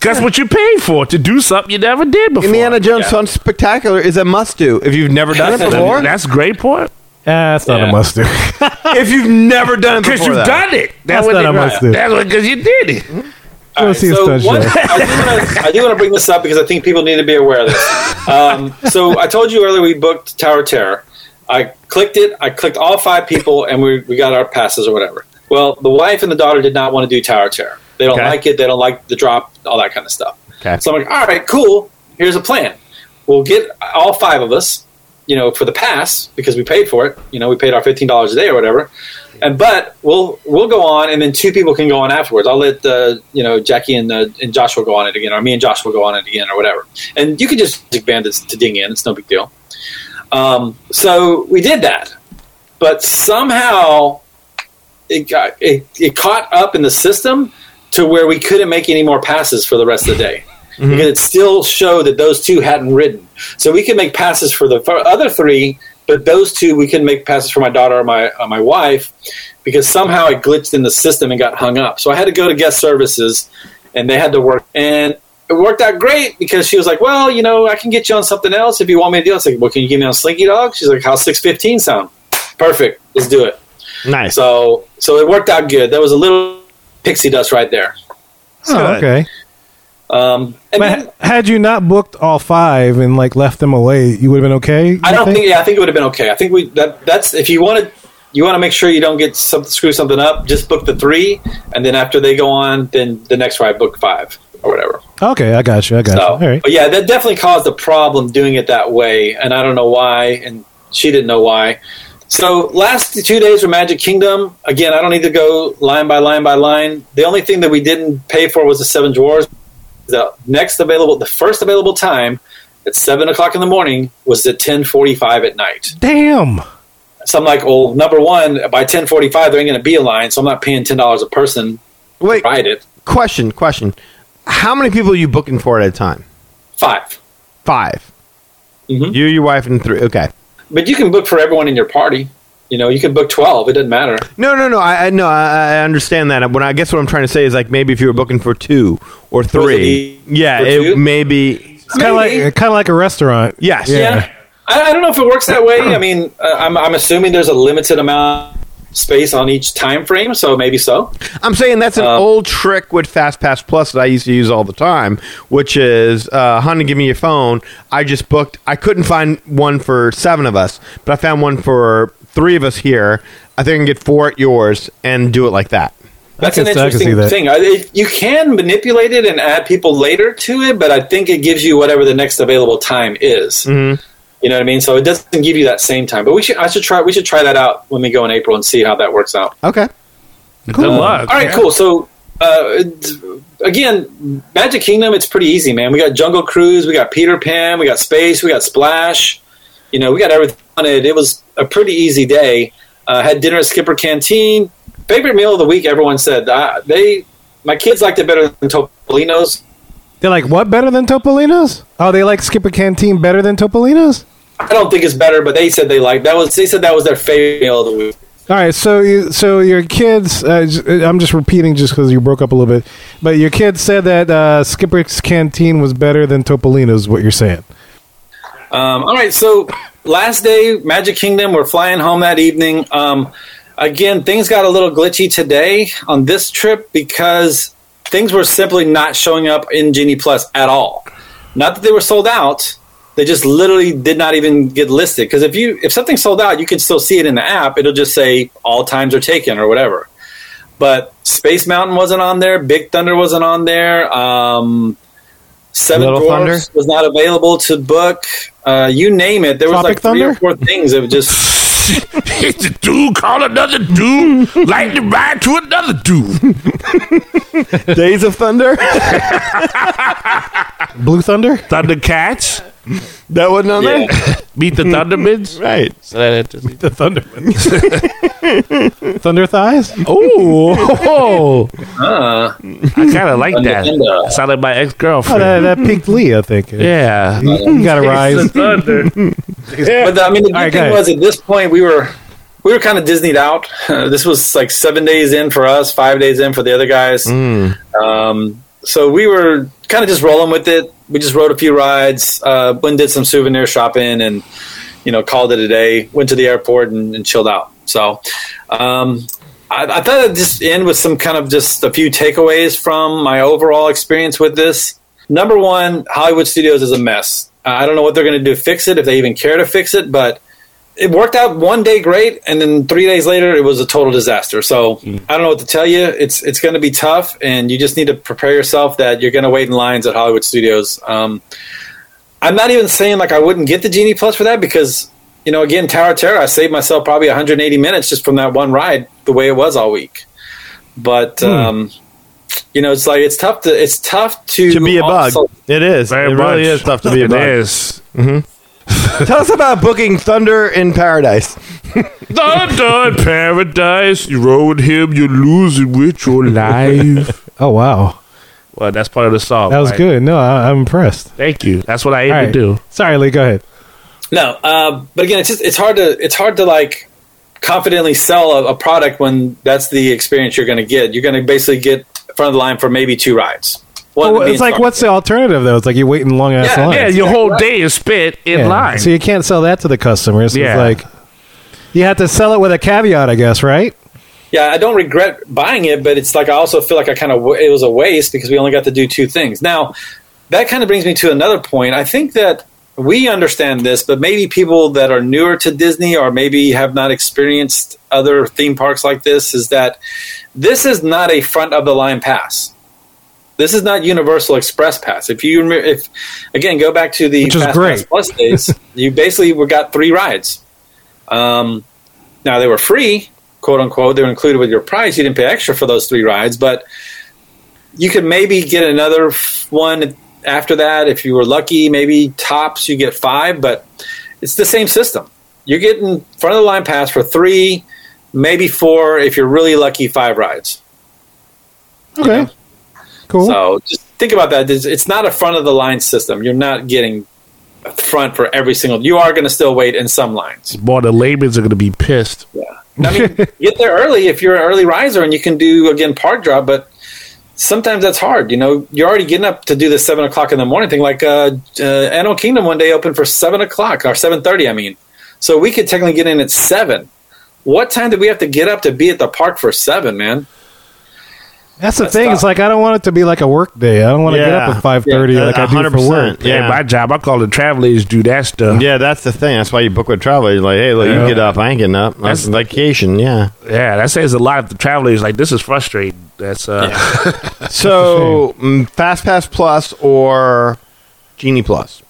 Speaker 7: That's what you paid for to do something you never did before.
Speaker 2: Indiana Jones
Speaker 8: Yeah.
Speaker 2: Fun Spectacular is a must do. If you've never done it
Speaker 8: That's-
Speaker 2: before,
Speaker 7: That's a great point.
Speaker 1: Ah, that's not a
Speaker 8: Yeah.
Speaker 1: must do.
Speaker 2: if you've never done it
Speaker 7: Because
Speaker 2: before,
Speaker 7: you've
Speaker 2: that.
Speaker 7: done it.
Speaker 1: That's
Speaker 7: That's, what
Speaker 1: not
Speaker 7: they-
Speaker 1: a must do.
Speaker 7: That's because you did it.
Speaker 8: All
Speaker 1: Go see a stunt
Speaker 8: one-
Speaker 1: show.
Speaker 8: I do wanna- I do want to bring this up because I think people need to be aware of this. Um, so I told you earlier we booked Tower of Terror. I clicked it. I clicked all five people, and we, we got our passes or whatever. Well, the wife and the daughter did not want to do Tower of Terror. They don't
Speaker 2: Okay.
Speaker 8: like it. They don't like the drop, all that kind of stuff.
Speaker 2: Okay.
Speaker 8: So I'm like, all right, cool. Here's a plan. We'll get all five of us, you know, for the pass because we paid for it. You know, we paid our fifteen dollars a day or whatever. And but we'll we'll go on, and then two people can go on afterwards. I'll let uh, you know Jackie and uh, and Joshua go on it again, or me and Josh will go on it again, or whatever. And you can just pick bandits to ding in; it's no big deal. Um, so we did that, but somehow it got it, it caught up in the system to where we couldn't make any more passes for the rest of the day because it still showed that those two hadn't ridden. So we could make passes for the for other three, but those two we couldn't make passes for my daughter or my or my wife because somehow it glitched in the system and got hung up. So I had to go to guest services, and they had to work and. It worked out great because she was like, "Well, you know, I can get you on something else if you want me to do." it." I was like, "Well, can you give me on Slinky Dog?" She's like, "How's six fifteen sound?" Perfect. Let's do it.
Speaker 2: Nice.
Speaker 8: So, so it worked out good. There was a little pixie dust right there.
Speaker 1: Oh,
Speaker 2: Good.
Speaker 1: okay.
Speaker 8: Um,
Speaker 1: But
Speaker 8: and then-
Speaker 1: ha- had you not booked all five and like left them away, you would have been okay. you
Speaker 8: I don't think. Yeah, I think it would have been okay. I think we that that's if you want to you want to make sure you don't get some, screw something up. Just book the three, and then after they go on, then the next ride book five or whatever.
Speaker 1: Okay, I got you. I got
Speaker 8: So,
Speaker 1: you. All right.
Speaker 8: but yeah, that definitely caused a problem doing it that way, and I don't know why, and she didn't know why. So last two days were Magic Kingdom. Again, I don't need to go line by line by line. The only thing that we didn't pay for was the Seven Dwarfs. The next available, the first available time at seven o'clock in the morning was at ten forty-five at night.
Speaker 1: Damn.
Speaker 8: So I'm like, well, number one, by ten forty-five there ain't going to be a line, so I'm not paying ten dollars a person
Speaker 2: Wait,
Speaker 8: to ride it.
Speaker 2: question, question. How many people are you booking for at a time?
Speaker 8: Five,
Speaker 2: 5
Speaker 8: Mhm.
Speaker 2: You, your wife, and three. Okay.
Speaker 8: but you can book for everyone in your party. You know, you can book twelve; it doesn't matter.
Speaker 2: No, no, no. I, I no. I, I understand that. When I guess what I'm trying to say is like maybe if you were booking for two or
Speaker 8: Was it
Speaker 2: three,
Speaker 8: e-
Speaker 2: yeah,
Speaker 8: for two?
Speaker 2: it maybe
Speaker 1: Kind of like
Speaker 8: Maybe.
Speaker 1: kind of like a restaurant.
Speaker 2: Yes.
Speaker 8: Yeah. I, I don't know if it works that way. I mean, uh, I'm, I'm assuming there's a limited amount of space on each time frame, so maybe so.
Speaker 2: I'm saying that's an old trick with FastPass Plus that I used to use all the time, which is, uh, honey, give me your phone. I just booked. I couldn't find one for seven of us, but I found one for three of us here. I think I can get four at yours and do it like that.
Speaker 8: That's
Speaker 1: can-
Speaker 8: an
Speaker 1: I can see
Speaker 8: interesting
Speaker 1: that.
Speaker 8: thing. I, it, you can manipulate it and add people later to it, but I think it gives you whatever the next available time is.
Speaker 1: Mm-hmm.
Speaker 8: You know what I mean? So it doesn't give you that same time. But we should, I should try, we should try that out when we go in April and see how that works out.
Speaker 2: Okay.
Speaker 7: Good luck.
Speaker 8: All right, cool. So, uh, it's- again, Magic Kingdom, it's pretty easy, man. We got Jungle Cruise, we got Peter Pan, we got Space, we got Splash. You know, we got everything on it. It was a pretty easy day. Uh, had dinner at Skipper Canteen. Favorite meal of the week, everyone said. Uh, they, my kids liked it better than Topolino's.
Speaker 1: They're like, what better than Topolino's? Oh, they like Skipper Canteen better than Topolino's?
Speaker 8: I don't think it's better, but they said they liked that was. They said that was their favorite meal of the week.
Speaker 1: All right, so you, so your kids, uh, j- I'm just repeating just because you broke up a little bit, but your kids said that uh, Skipper's Canteen was better than Topolino's. What you're saying?
Speaker 8: Um, all right, so last day, Magic Kingdom, we're flying home that evening. Um, again, things got a little glitchy today on this trip because things were simply not showing up in Genie Plus at all. Not that they were sold out; they just literally did not even get listed. Because if you if something's sold out, you can still see it in the app. It'll just say all times are taken or whatever. But Space Mountain wasn't on there. Big Thunder wasn't on there. Um, Seven
Speaker 2: Little
Speaker 8: Dwarfs was not available to book. Uh, you name it. There was
Speaker 1: Tropic
Speaker 8: like three or
Speaker 1: Thunder?
Speaker 8: four things that were just.
Speaker 7: It's a dude called another dude, lightning ride to another dude.
Speaker 2: Days of Thunder.
Speaker 1: Blue Thunder?
Speaker 7: Thundercats,
Speaker 2: that wasn't on there.
Speaker 7: meet the Thundermans.
Speaker 2: Right.
Speaker 1: The Thunderman. Thunder thighs?
Speaker 7: Oh, I kind of like that.
Speaker 8: Thunder.
Speaker 7: Sound like my ex
Speaker 1: Oh,
Speaker 7: girlfriend.
Speaker 1: that, that piqued Lee, I think.
Speaker 7: Yeah.
Speaker 1: You, you got to rise.
Speaker 7: Thunder.
Speaker 8: But the, I mean, the good
Speaker 1: All right, go
Speaker 8: thing
Speaker 1: ahead.
Speaker 8: was at this point we were we were kind of Disneyed out. this was like seven days in for us, five days in for the other guys.
Speaker 1: Mm.
Speaker 8: Um, so we were kind of just rolling with it. We just rode a few rides, uh, went and did some souvenir shopping, and you know called it a day. Went to the airport and, and chilled out. So um, I, I thought I'd just end with some kind of just a few takeaways from my overall experience with this. Number one, Hollywood Studios is a mess. I don't know what they're going to do to fix it, if they even care to fix it, but it worked out one day great, and then three days later it was a total disaster. So
Speaker 2: Hmm.
Speaker 8: I don't know what to tell you. It's it's going to be tough, and you just need to prepare yourself that you're going to wait in lines at Hollywood Studios. Um, I'm not even saying like I wouldn't get the Genie Plus for that because you know again Tower of Terror I saved myself probably 180 minutes just from that one ride the way it was all week.
Speaker 2: Hmm.
Speaker 8: But um, you know it's like it's tough to it's tough to
Speaker 2: To be a bug.
Speaker 8: also-
Speaker 2: it is.
Speaker 7: Very
Speaker 2: it
Speaker 7: much.
Speaker 2: really is tough to be a
Speaker 7: It
Speaker 2: bug.
Speaker 7: is.
Speaker 2: Tell us about booking Thunder in Paradise.
Speaker 7: Thunder in paradise. You roll with him, you lose it with your life.
Speaker 1: Oh, wow.
Speaker 7: well, that's part of the song.
Speaker 1: That was
Speaker 7: right?
Speaker 1: good. No, I, I'm impressed.
Speaker 7: Thank you. That's what I
Speaker 1: All
Speaker 7: aim
Speaker 1: right.
Speaker 7: to do.
Speaker 1: Sorry, Lee, go ahead.
Speaker 8: No, uh, but again, it's just it's hard to it's hard to like confidently sell a, a product when that's the experience you're going to get. You're going to basically get front of the line for maybe two rides. One
Speaker 1: Oh,
Speaker 8: being
Speaker 1: it's like,
Speaker 8: Star-
Speaker 1: what's the alternative, though? It's like you're waiting long ass
Speaker 8: Yeah,
Speaker 1: lines.
Speaker 7: Yeah, your whole day is spent in
Speaker 1: Yeah.
Speaker 7: line.
Speaker 1: So you can't sell that to the customers.
Speaker 7: Yeah.
Speaker 1: It's like you have to sell it with a caveat, I guess, right?
Speaker 8: yeah, I don't regret buying it, but it's like I also feel like I kind of it was a waste because we only got to do two things. Now, that kind of brings me to another point. I think that we understand this, but maybe people that are newer to Disney or maybe have not experienced other theme parks like this is that this is not a front of the line pass. This is not Universal Express Pass. If you remember, if again go back to the
Speaker 1: Which is
Speaker 8: Fast
Speaker 1: great.
Speaker 8: Pass Plus days, you basically were got three rides. Um, now they were free, quote unquote. They were included with your price. You didn't pay extra for those three rides, but you could maybe get another f- one after that if you were lucky. Maybe tops you get five, but it's the same system. You're getting front of the line pass for three, maybe four if you're really lucky. Five rides.
Speaker 1: Okay. Cool.
Speaker 8: So just think about that. It's- It's not a front of the line system. You're not getting a front for every single. You are going to still wait in some lines.
Speaker 7: Boy, the laborers are going to be pissed.
Speaker 8: I mean, get there early if you're an early riser and you can do again park drop. But sometimes that's hard. You know, you're already getting up to do the seven o'clock in the morning thing. Like uh, uh, Animal Kingdom one day opened for seven o'clock or seven thirty. I mean, so we could technically get in at seven. What time did we have to get up to be at the park for seven, man?
Speaker 1: That's the
Speaker 8: That's
Speaker 1: thing.
Speaker 8: tough.
Speaker 1: It's like I don't want it to be like a work day. I don't want to get
Speaker 2: Yeah.
Speaker 1: up at five thirty
Speaker 2: Yeah,
Speaker 1: like I do for work.
Speaker 2: 100%. Yeah.
Speaker 7: Yeah, my job. I call the travel agents do that stuff.
Speaker 2: Yeah, that's the thing. That's why you book with travel. You're like, hey, look, you get up. I ain't getting up. That's vacation. Yeah.
Speaker 7: Yeah, that says a lot. If the travel agents like this is frustrating. That's uh,
Speaker 2: So mm, Fast Pass Plus or Genie Plus?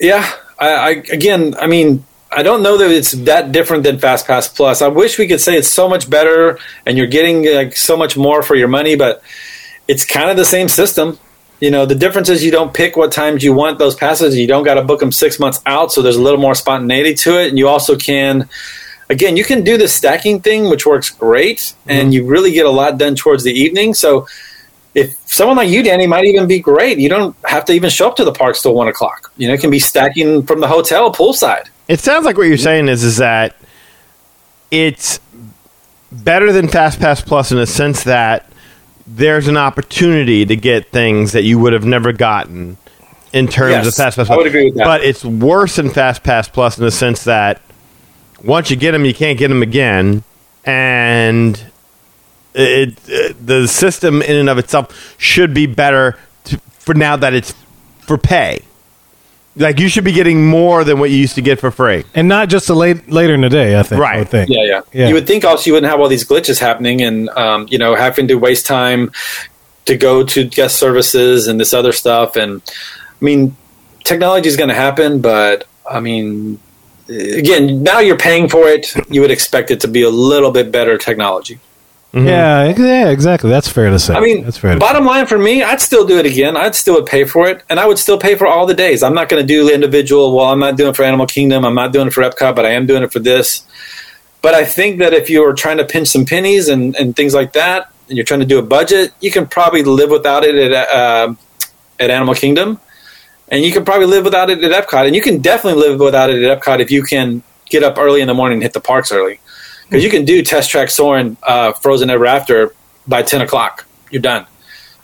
Speaker 8: Yeah, I, I again, I mean, I don't know that it's that different than Fast Pass Plus. I wish we could say it's so much better and you're getting like so much more for your money, but it's kind of the same system. You know, the difference is you don't pick what times you want those passes. You don't got to book them six months out, so there's a little more spontaneity to it, and you also can. Again, you can do the stacking thing, which works great, and you really get a lot done towards the evening. So, if someone like you, Danny, might even be great. You don't have to even show up to the parks till one o'clock. You know, it can be stacking from the hotel poolside.
Speaker 2: It sounds like what you're saying is is that it's better than Fast Pass Plus in the sense that there's an opportunity to get things that you would have never gotten in terms
Speaker 8: Yes,
Speaker 2: of Fast Pass.
Speaker 8: I
Speaker 2: Plus.
Speaker 8: would agree with that.
Speaker 2: But it's worse than Fast Pass Plus in the sense that once you get them, you can't get them again, and it, it the system in and of itself should be better to, for now that it's for pay. Like you should be getting more than what you used to get for free.
Speaker 1: and not just a late later in the day. I think. I
Speaker 2: Right.
Speaker 1: would think.
Speaker 8: Yeah, yeah,
Speaker 1: Yeah.
Speaker 8: You would think also you wouldn't have all these glitches happening and um, you know having to waste time to go to guest services and this other stuff. And I mean, technology is going to happen, but I mean, again, now you're paying for it. You would expect it to be a little bit better technology.
Speaker 1: Yeah, ex- yeah, exactly. That's fair to say.
Speaker 8: I mean,
Speaker 1: that's fair. To
Speaker 8: bottom line for me, I'd still do it again. I'd still pay for it, and I would still pay for all the days. I'm not going to do individual. Well, I'm not doing it for Animal Kingdom. I'm not doing it for Epcot, but I am doing it for this. But I think that if you are trying to pinch some pennies and, and things like that, and you're trying to do a budget, you can probably live without it at uh, at Animal Kingdom, and you can probably live without it at Epcot, and you can definitely live without it at Epcot if you can get up early in the morning and hit the parks early, because you can do Test Track Soarin' uh, Frozen Ever After by ten o'clock. You're done.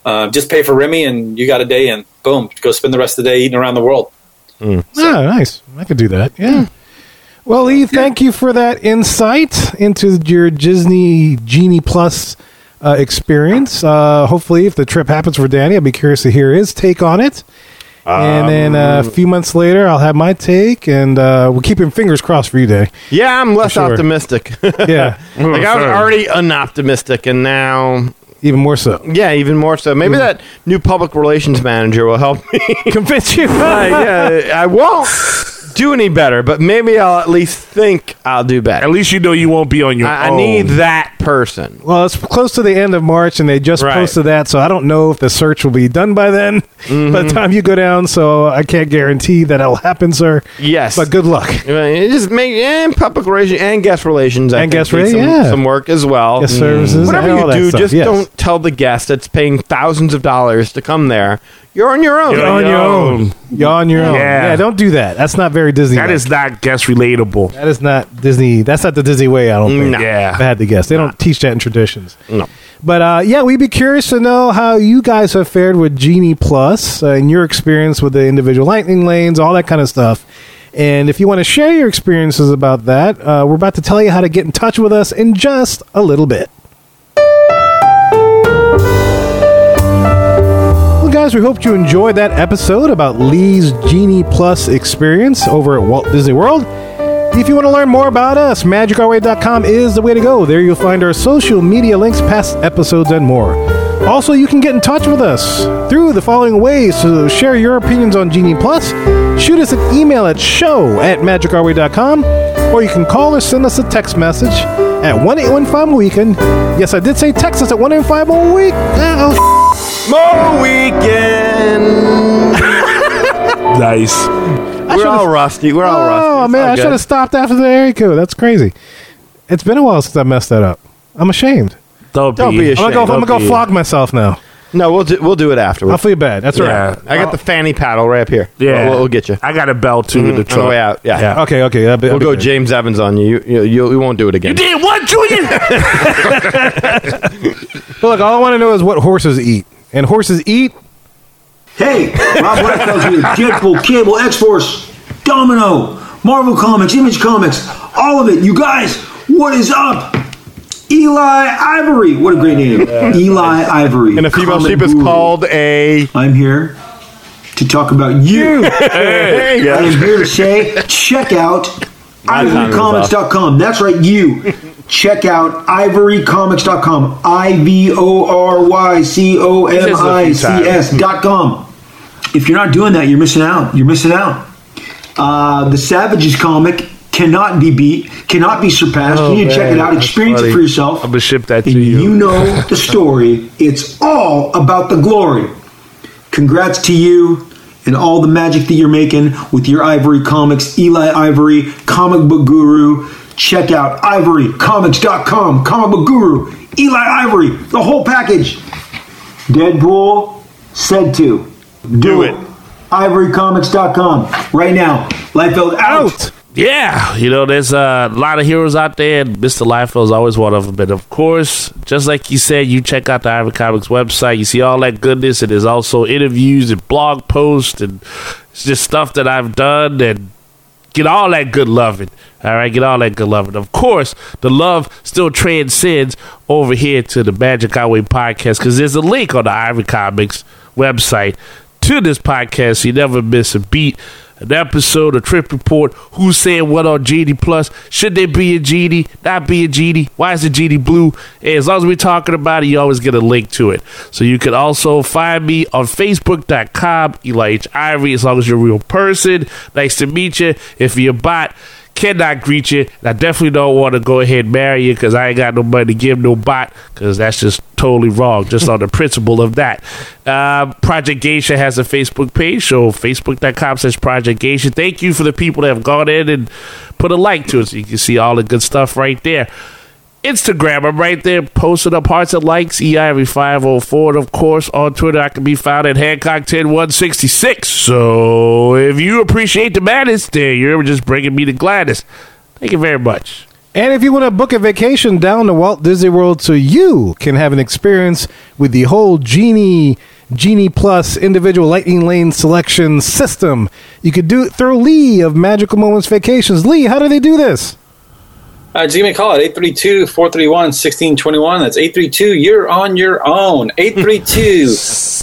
Speaker 8: Uh, just pay for Remy, and you got a day, and boom, go spend the rest of the day eating around the world.
Speaker 1: Ah, nice. I could do that. Yeah. Well, Lee, thank you for that insight into your Disney Genie Plus uh, experience. Uh, hopefully, if the trip happens for Danny, I'll be curious to hear his take on it. and then uh, a few months later, I'll have my take, and uh, we're keeping fingers crossed for you, Danny.
Speaker 2: Yeah, I'm less
Speaker 1: sure.
Speaker 2: optimistic. like
Speaker 1: Yeah,
Speaker 2: I was already unoptimistic, and now,
Speaker 1: even more so.
Speaker 2: yeah, even more so.
Speaker 1: Hmm.
Speaker 2: Maybe that new public relations manager will help me.
Speaker 1: Convince you.
Speaker 2: Like, yeah, I won't do any better, but maybe I'll at least think I'll do
Speaker 7: at
Speaker 2: better.
Speaker 7: least you know you won't be on your
Speaker 2: I, I
Speaker 1: Oh.
Speaker 7: own.
Speaker 2: need that person.
Speaker 1: Well, it's close to the end of March, and they just
Speaker 2: Right.
Speaker 1: posted that, so I don't know if the search will be done by then.
Speaker 7: Mm-hmm.
Speaker 1: By the time you go down, so I can't guarantee that it'll happen, sir.
Speaker 2: Yes,
Speaker 1: But good luck.
Speaker 2: It just make and public relations and guest relations. I
Speaker 1: And
Speaker 2: think,
Speaker 1: guest
Speaker 2: need
Speaker 1: rela-
Speaker 2: some,
Speaker 1: yeah.
Speaker 2: some work as well. Mm.
Speaker 1: Guest services
Speaker 2: Whatever
Speaker 1: and all
Speaker 2: you
Speaker 1: that
Speaker 2: do,
Speaker 1: stuff,
Speaker 2: just
Speaker 1: yes.
Speaker 2: don't tell the guest that's paying thousands of dollars to come there. You're on your own.
Speaker 7: You're on your own.
Speaker 1: You're on your own.
Speaker 7: Yeah.
Speaker 1: Yeah, don't do that. That's not very Disney.
Speaker 7: That is not guest relatable.
Speaker 1: that is not Disney. That's not the Disney way. I don't think.
Speaker 2: No.
Speaker 1: If I
Speaker 7: Yeah.
Speaker 1: had to guess. They don't teach that in traditions.
Speaker 2: No.
Speaker 1: But uh, yeah, we'd be curious to know how you guys have fared with Genie Plus uh, and your experience with the individual lightning lanes, all that kind of stuff. And if you want to share your experiences about that, uh, we're about to tell you how to get in touch with us in just a little bit. Well, guys, we hope you enjoyed that episode about Lee's Genie Plus experience over at Walt Disney World. If you want to learn more about us, magicourway.com is the way to go. There you'll find our social media links, past episodes, and more. Also, you can get in touch with us through the following ways to share your opinions on Genie Plus. Shoot us an email at show at magicourway.com, or you can call or send us a text message at 1 815 Weekend. Yes, I did say text us at 1 815 Week. Oh,
Speaker 2: More weekend.
Speaker 7: Nice.
Speaker 2: We're all rusty. We're all rusty.
Speaker 1: Oh
Speaker 2: It's
Speaker 1: man,
Speaker 2: all
Speaker 1: I
Speaker 2: good.
Speaker 1: should have stopped after the area code. That's crazy. It's been a while since I messed that up. I'm ashamed.
Speaker 7: Don't,
Speaker 2: Don't be
Speaker 7: be.
Speaker 2: ashamed.
Speaker 1: I'm gonna go. I'm gonna
Speaker 7: Okay.
Speaker 1: go flog myself now.
Speaker 2: No, we'll do, we'll do it
Speaker 1: I'll
Speaker 2: afterwards.
Speaker 1: feel bad. That's all right.
Speaker 7: Yeah.
Speaker 2: I got the fanny paddle right up here.
Speaker 7: Yeah.
Speaker 2: we'll, we'll, we'll get you Mm-hmm.
Speaker 7: I got a belt too in the
Speaker 2: on the
Speaker 7: truck.
Speaker 2: way out. Yeah,
Speaker 7: Yeah.
Speaker 1: Okay. Okay. That'd be-
Speaker 2: we'll
Speaker 1: that'd
Speaker 2: go
Speaker 1: be good.
Speaker 2: James Evans on you. You, you, you won't do it again.
Speaker 7: You did what, Julian?
Speaker 1: But look, all I want to know is what horses eat. And horses eat.
Speaker 9: Hey, Rob Liefeld here, Deadpool, Cable, X Force, Domino, Marvel Comics, Image Comics, all of it. You guys, what is up? Eli Ivory, what a great name, Eli Ivory.
Speaker 10: And a female
Speaker 9: comic
Speaker 10: sheep is
Speaker 9: guru.
Speaker 10: called a.
Speaker 9: I'm here to talk about you.
Speaker 10: There you go.
Speaker 9: I am here to say, check out ivorycomics.com. That's right, you. Check out ivorycomics.com. I V O R Y C O M I C S.com. If you're not doing that, you're missing out. You're missing out. Uh, the Savages comic cannot be beat, cannot be surpassed. you need to check it out. Experience it for yourself.
Speaker 7: I'm gonna ship that to
Speaker 9: And
Speaker 7: you.
Speaker 9: you know the story. It's all about the glory. Congrats to you and all the magic that you're making with your Ivory Comics, Eli Ivory, comic book guru. Check out ivorycomics.com, comic book guru, Eli Ivory, the whole package. Deadpool said to. Do
Speaker 10: it.
Speaker 9: Ivorycomics.com right now. Liefeld out.
Speaker 7: Yeah, you know, there's a lot of heroes out there, and Mr. Liefeld's always one of them. And of course, just like you said, you check out the Ivory Comics website, you see all that goodness, and there's also interviews and blog posts and it's just stuff that I've done, and get all that good loving. All right, get all that good loving. Of course, the love still transcends over here to the Magic Highway podcast because there's a link on the Ivory Comics website to this podcast, so you never miss a beat. An episode, a trip report, who's saying what on GD Plus? Should there be a GD? Not be a GD? Why is the GD blue? And as long as we're talking about it, you always get a link to it. So you can also find me on Facebook.com, Eli H. Ivory, as long as you're a real person. Nice to meet you. If you're a bot, cannot greet you. And I definitely don't want to go ahead and marry you because I ain't got no money to give no bot because that's just totally wrong, just on the principle of that. Uh, Project Geisha has a Facebook page, so facebook.com slash Project Geisha. Thank you for the people that have gone in and put a like to it so you can see all the good stuff right there. Instagram, I'm right there posting up hearts and likes, E EIV504. And oh of course, on Twitter, I can be found at Hancock10166. So if you appreciate the madness, then you're just bringing me to gladness. Thank you very much.
Speaker 1: And if you want to book a vacation down to Walt Disney World so you can have an experience with the whole Genie Genie Plus individual lightning lane selection system, you could do it through Lee of Magical Moments Vacations. Lee, how do they do this?
Speaker 8: Uh, just give me a call at 832 431 1621. That's 832 You're on Your Own. 832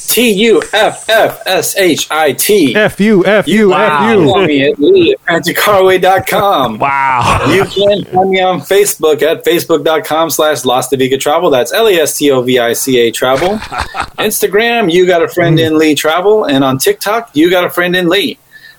Speaker 8: T U F F S H I T.
Speaker 1: F U F U F
Speaker 8: You can
Speaker 1: U.
Speaker 8: find me at Lee at magiccarway.com.
Speaker 7: Wow.
Speaker 8: You can find me on Facebook at facebook.com slash Las Vica Travel. That's L E S T O V I C A Travel. Instagram, you got a friend in Lee Travel. And on TikTok, you got a friend in Lee.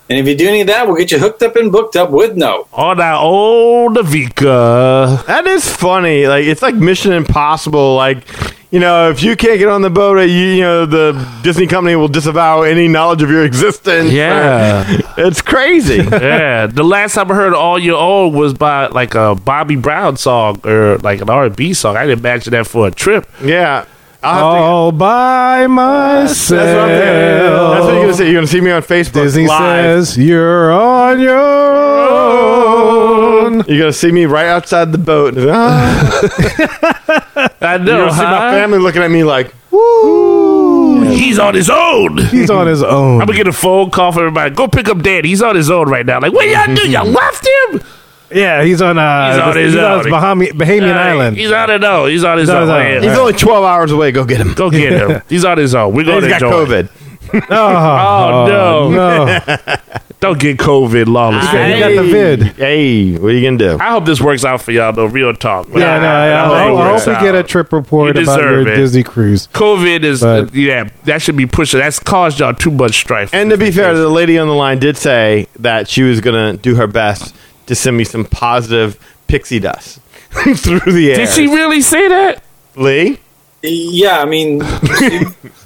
Speaker 8: And if you do any of that, we'll get you hooked up and booked up with no.
Speaker 7: on our old Navika.
Speaker 10: That is funny. Like it's like Mission Impossible. Like you know, if you can't get on the boat, uh, you, you know the Disney company will disavow any knowledge of your existence.
Speaker 7: Yeah.
Speaker 10: it's crazy.
Speaker 7: yeah. The last time I heard All Your Own was by like a Bobby Brown song or like an R&B song. I didn't imagine that for a trip.
Speaker 10: yeah, I'll have to-
Speaker 1: All by myself.
Speaker 10: that's what I'm thinking. That's what you're gonna see. You're gonna see me on Facebook
Speaker 1: Disney
Speaker 10: live.
Speaker 1: says you're on your own.
Speaker 10: You're gonna see me right outside the boat. Ah.
Speaker 7: I know,
Speaker 10: You're gonna see my
Speaker 7: huh?
Speaker 10: family looking at me like,
Speaker 7: He's on his own.
Speaker 1: He's on his own.
Speaker 7: I'm gonna get a phone call from everybody. Go pick up Dad. He's on his own right now. Like, what y'all do?
Speaker 1: Mm-hmm.
Speaker 7: Y'all left him?
Speaker 1: Yeah, he's on. Uh,
Speaker 7: He's on his own.
Speaker 1: Bahami- Bahamian Island.
Speaker 7: He's on his own. He's on his
Speaker 1: He's on
Speaker 7: own.
Speaker 1: his own.
Speaker 7: Man,
Speaker 10: he's only 12 hours away. Go get him.
Speaker 7: Go get him. He's on his own. We're
Speaker 10: He's
Speaker 7: gonna
Speaker 10: got
Speaker 7: enjoy. It.
Speaker 10: COVID.
Speaker 1: oh,
Speaker 7: Oh no.
Speaker 1: no.
Speaker 7: Don't get COVID, lawless.
Speaker 1: You got
Speaker 7: man.
Speaker 1: the vid.
Speaker 10: Hey, what are you gonna do?
Speaker 7: I hope this works out for y'all though. Real talk.
Speaker 1: Yeah, no, I, I,
Speaker 7: it
Speaker 1: hope- I
Speaker 7: works
Speaker 1: hope we
Speaker 7: out.
Speaker 1: get a trip report
Speaker 7: You
Speaker 1: about your
Speaker 7: deserve it.
Speaker 1: Disney cruise.
Speaker 7: COVID is
Speaker 1: But-
Speaker 7: yeah. That should be pushing. That's caused y'all too much strife.
Speaker 10: And to be fair, the lady on the line did say that she was going to do her best to send me some positive pixie dust through the air.
Speaker 7: did she really say that?
Speaker 10: Lee?
Speaker 8: Yeah, I mean,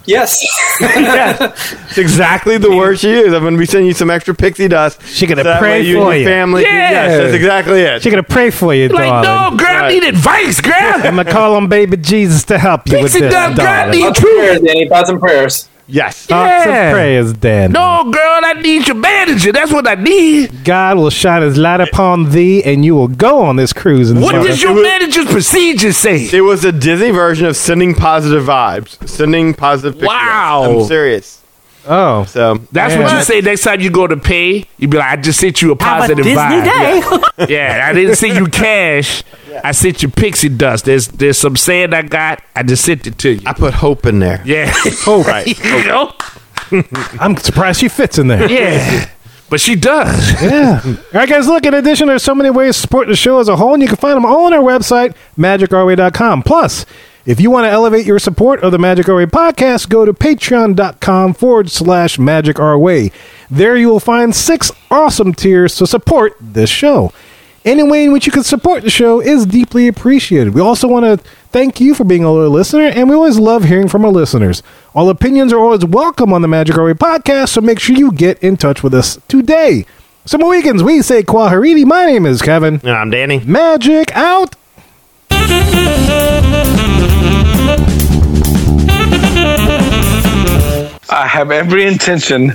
Speaker 8: yes.
Speaker 10: It's exactly the word she used. I'm going to be sending you some extra pixie dust. She
Speaker 1: gonna
Speaker 10: way
Speaker 1: pray
Speaker 10: you
Speaker 1: for
Speaker 10: and
Speaker 1: you.
Speaker 10: your family. can-
Speaker 7: Yeah.
Speaker 10: Yes, that's exactly it.
Speaker 1: She gonna pray for you,
Speaker 7: Like,
Speaker 1: darling.
Speaker 7: no, girl, I
Speaker 10: Right.
Speaker 7: need advice, girl.
Speaker 1: I'm gonna call on baby Jesus to help you with
Speaker 7: Pixie
Speaker 1: this,
Speaker 7: dust, God,
Speaker 1: darling.
Speaker 7: need-
Speaker 8: Thoughts and prayers, Danny. Thoughts and prayers.
Speaker 2: Yes.
Speaker 1: Thoughts
Speaker 7: Yeah.
Speaker 1: of prayer is dead.
Speaker 7: No, girl, I need your manager. That's what I need.
Speaker 1: God will shine his light upon thee, and you will go on this cruise. And
Speaker 7: What does your manager's procedure say?
Speaker 2: It was a Disney version of sending positive vibes, sending positive. Pictures.
Speaker 7: Wow.
Speaker 2: I'm serious.
Speaker 1: Oh,
Speaker 2: So
Speaker 7: That's what you say next time you go to pay. You be like, I just sent you a positive vibe. Yeah. Yeah, I didn't send you cash. I sent you pixie dust. There's there's some sand I got. I just sent it to you.
Speaker 2: I put hope in there.
Speaker 7: Yeah.
Speaker 1: oh
Speaker 7: you know?
Speaker 1: I'm surprised she fits in there.
Speaker 7: Yeah. But she does.
Speaker 1: Yeah. All right, guys, look, in addition, there's so many ways to support the show as a whole, and you can find them all on our website, magicourway.com. Plus, if you want to elevate your support of the Magic Our Way podcast, go to patreon.com forward slash magic our way. There you will find six awesome tiers to support this show. Any way in which you can support the show is deeply appreciated. We also want to thank you for being a loyal listener, and we always love hearing from our listeners. All opinions are always welcome on the Magic Our Way podcast, so make sure you get in touch with us today. Some weekends we say Quahariti. My name is Kevin.
Speaker 10: No, I'm Danny.
Speaker 1: Magic out.
Speaker 11: I have every intention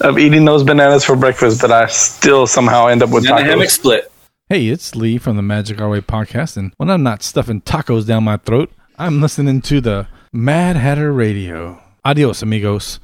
Speaker 11: of eating those bananas for breakfast, but I still somehow end up with
Speaker 8: And a
Speaker 11: tacos.
Speaker 8: hammock split.
Speaker 12: Hey, it's Lee from the Magic Our Way podcast, and when I'm not stuffing tacos down my throat, I'm listening to the Mad Hatter Radio. Adios, amigos.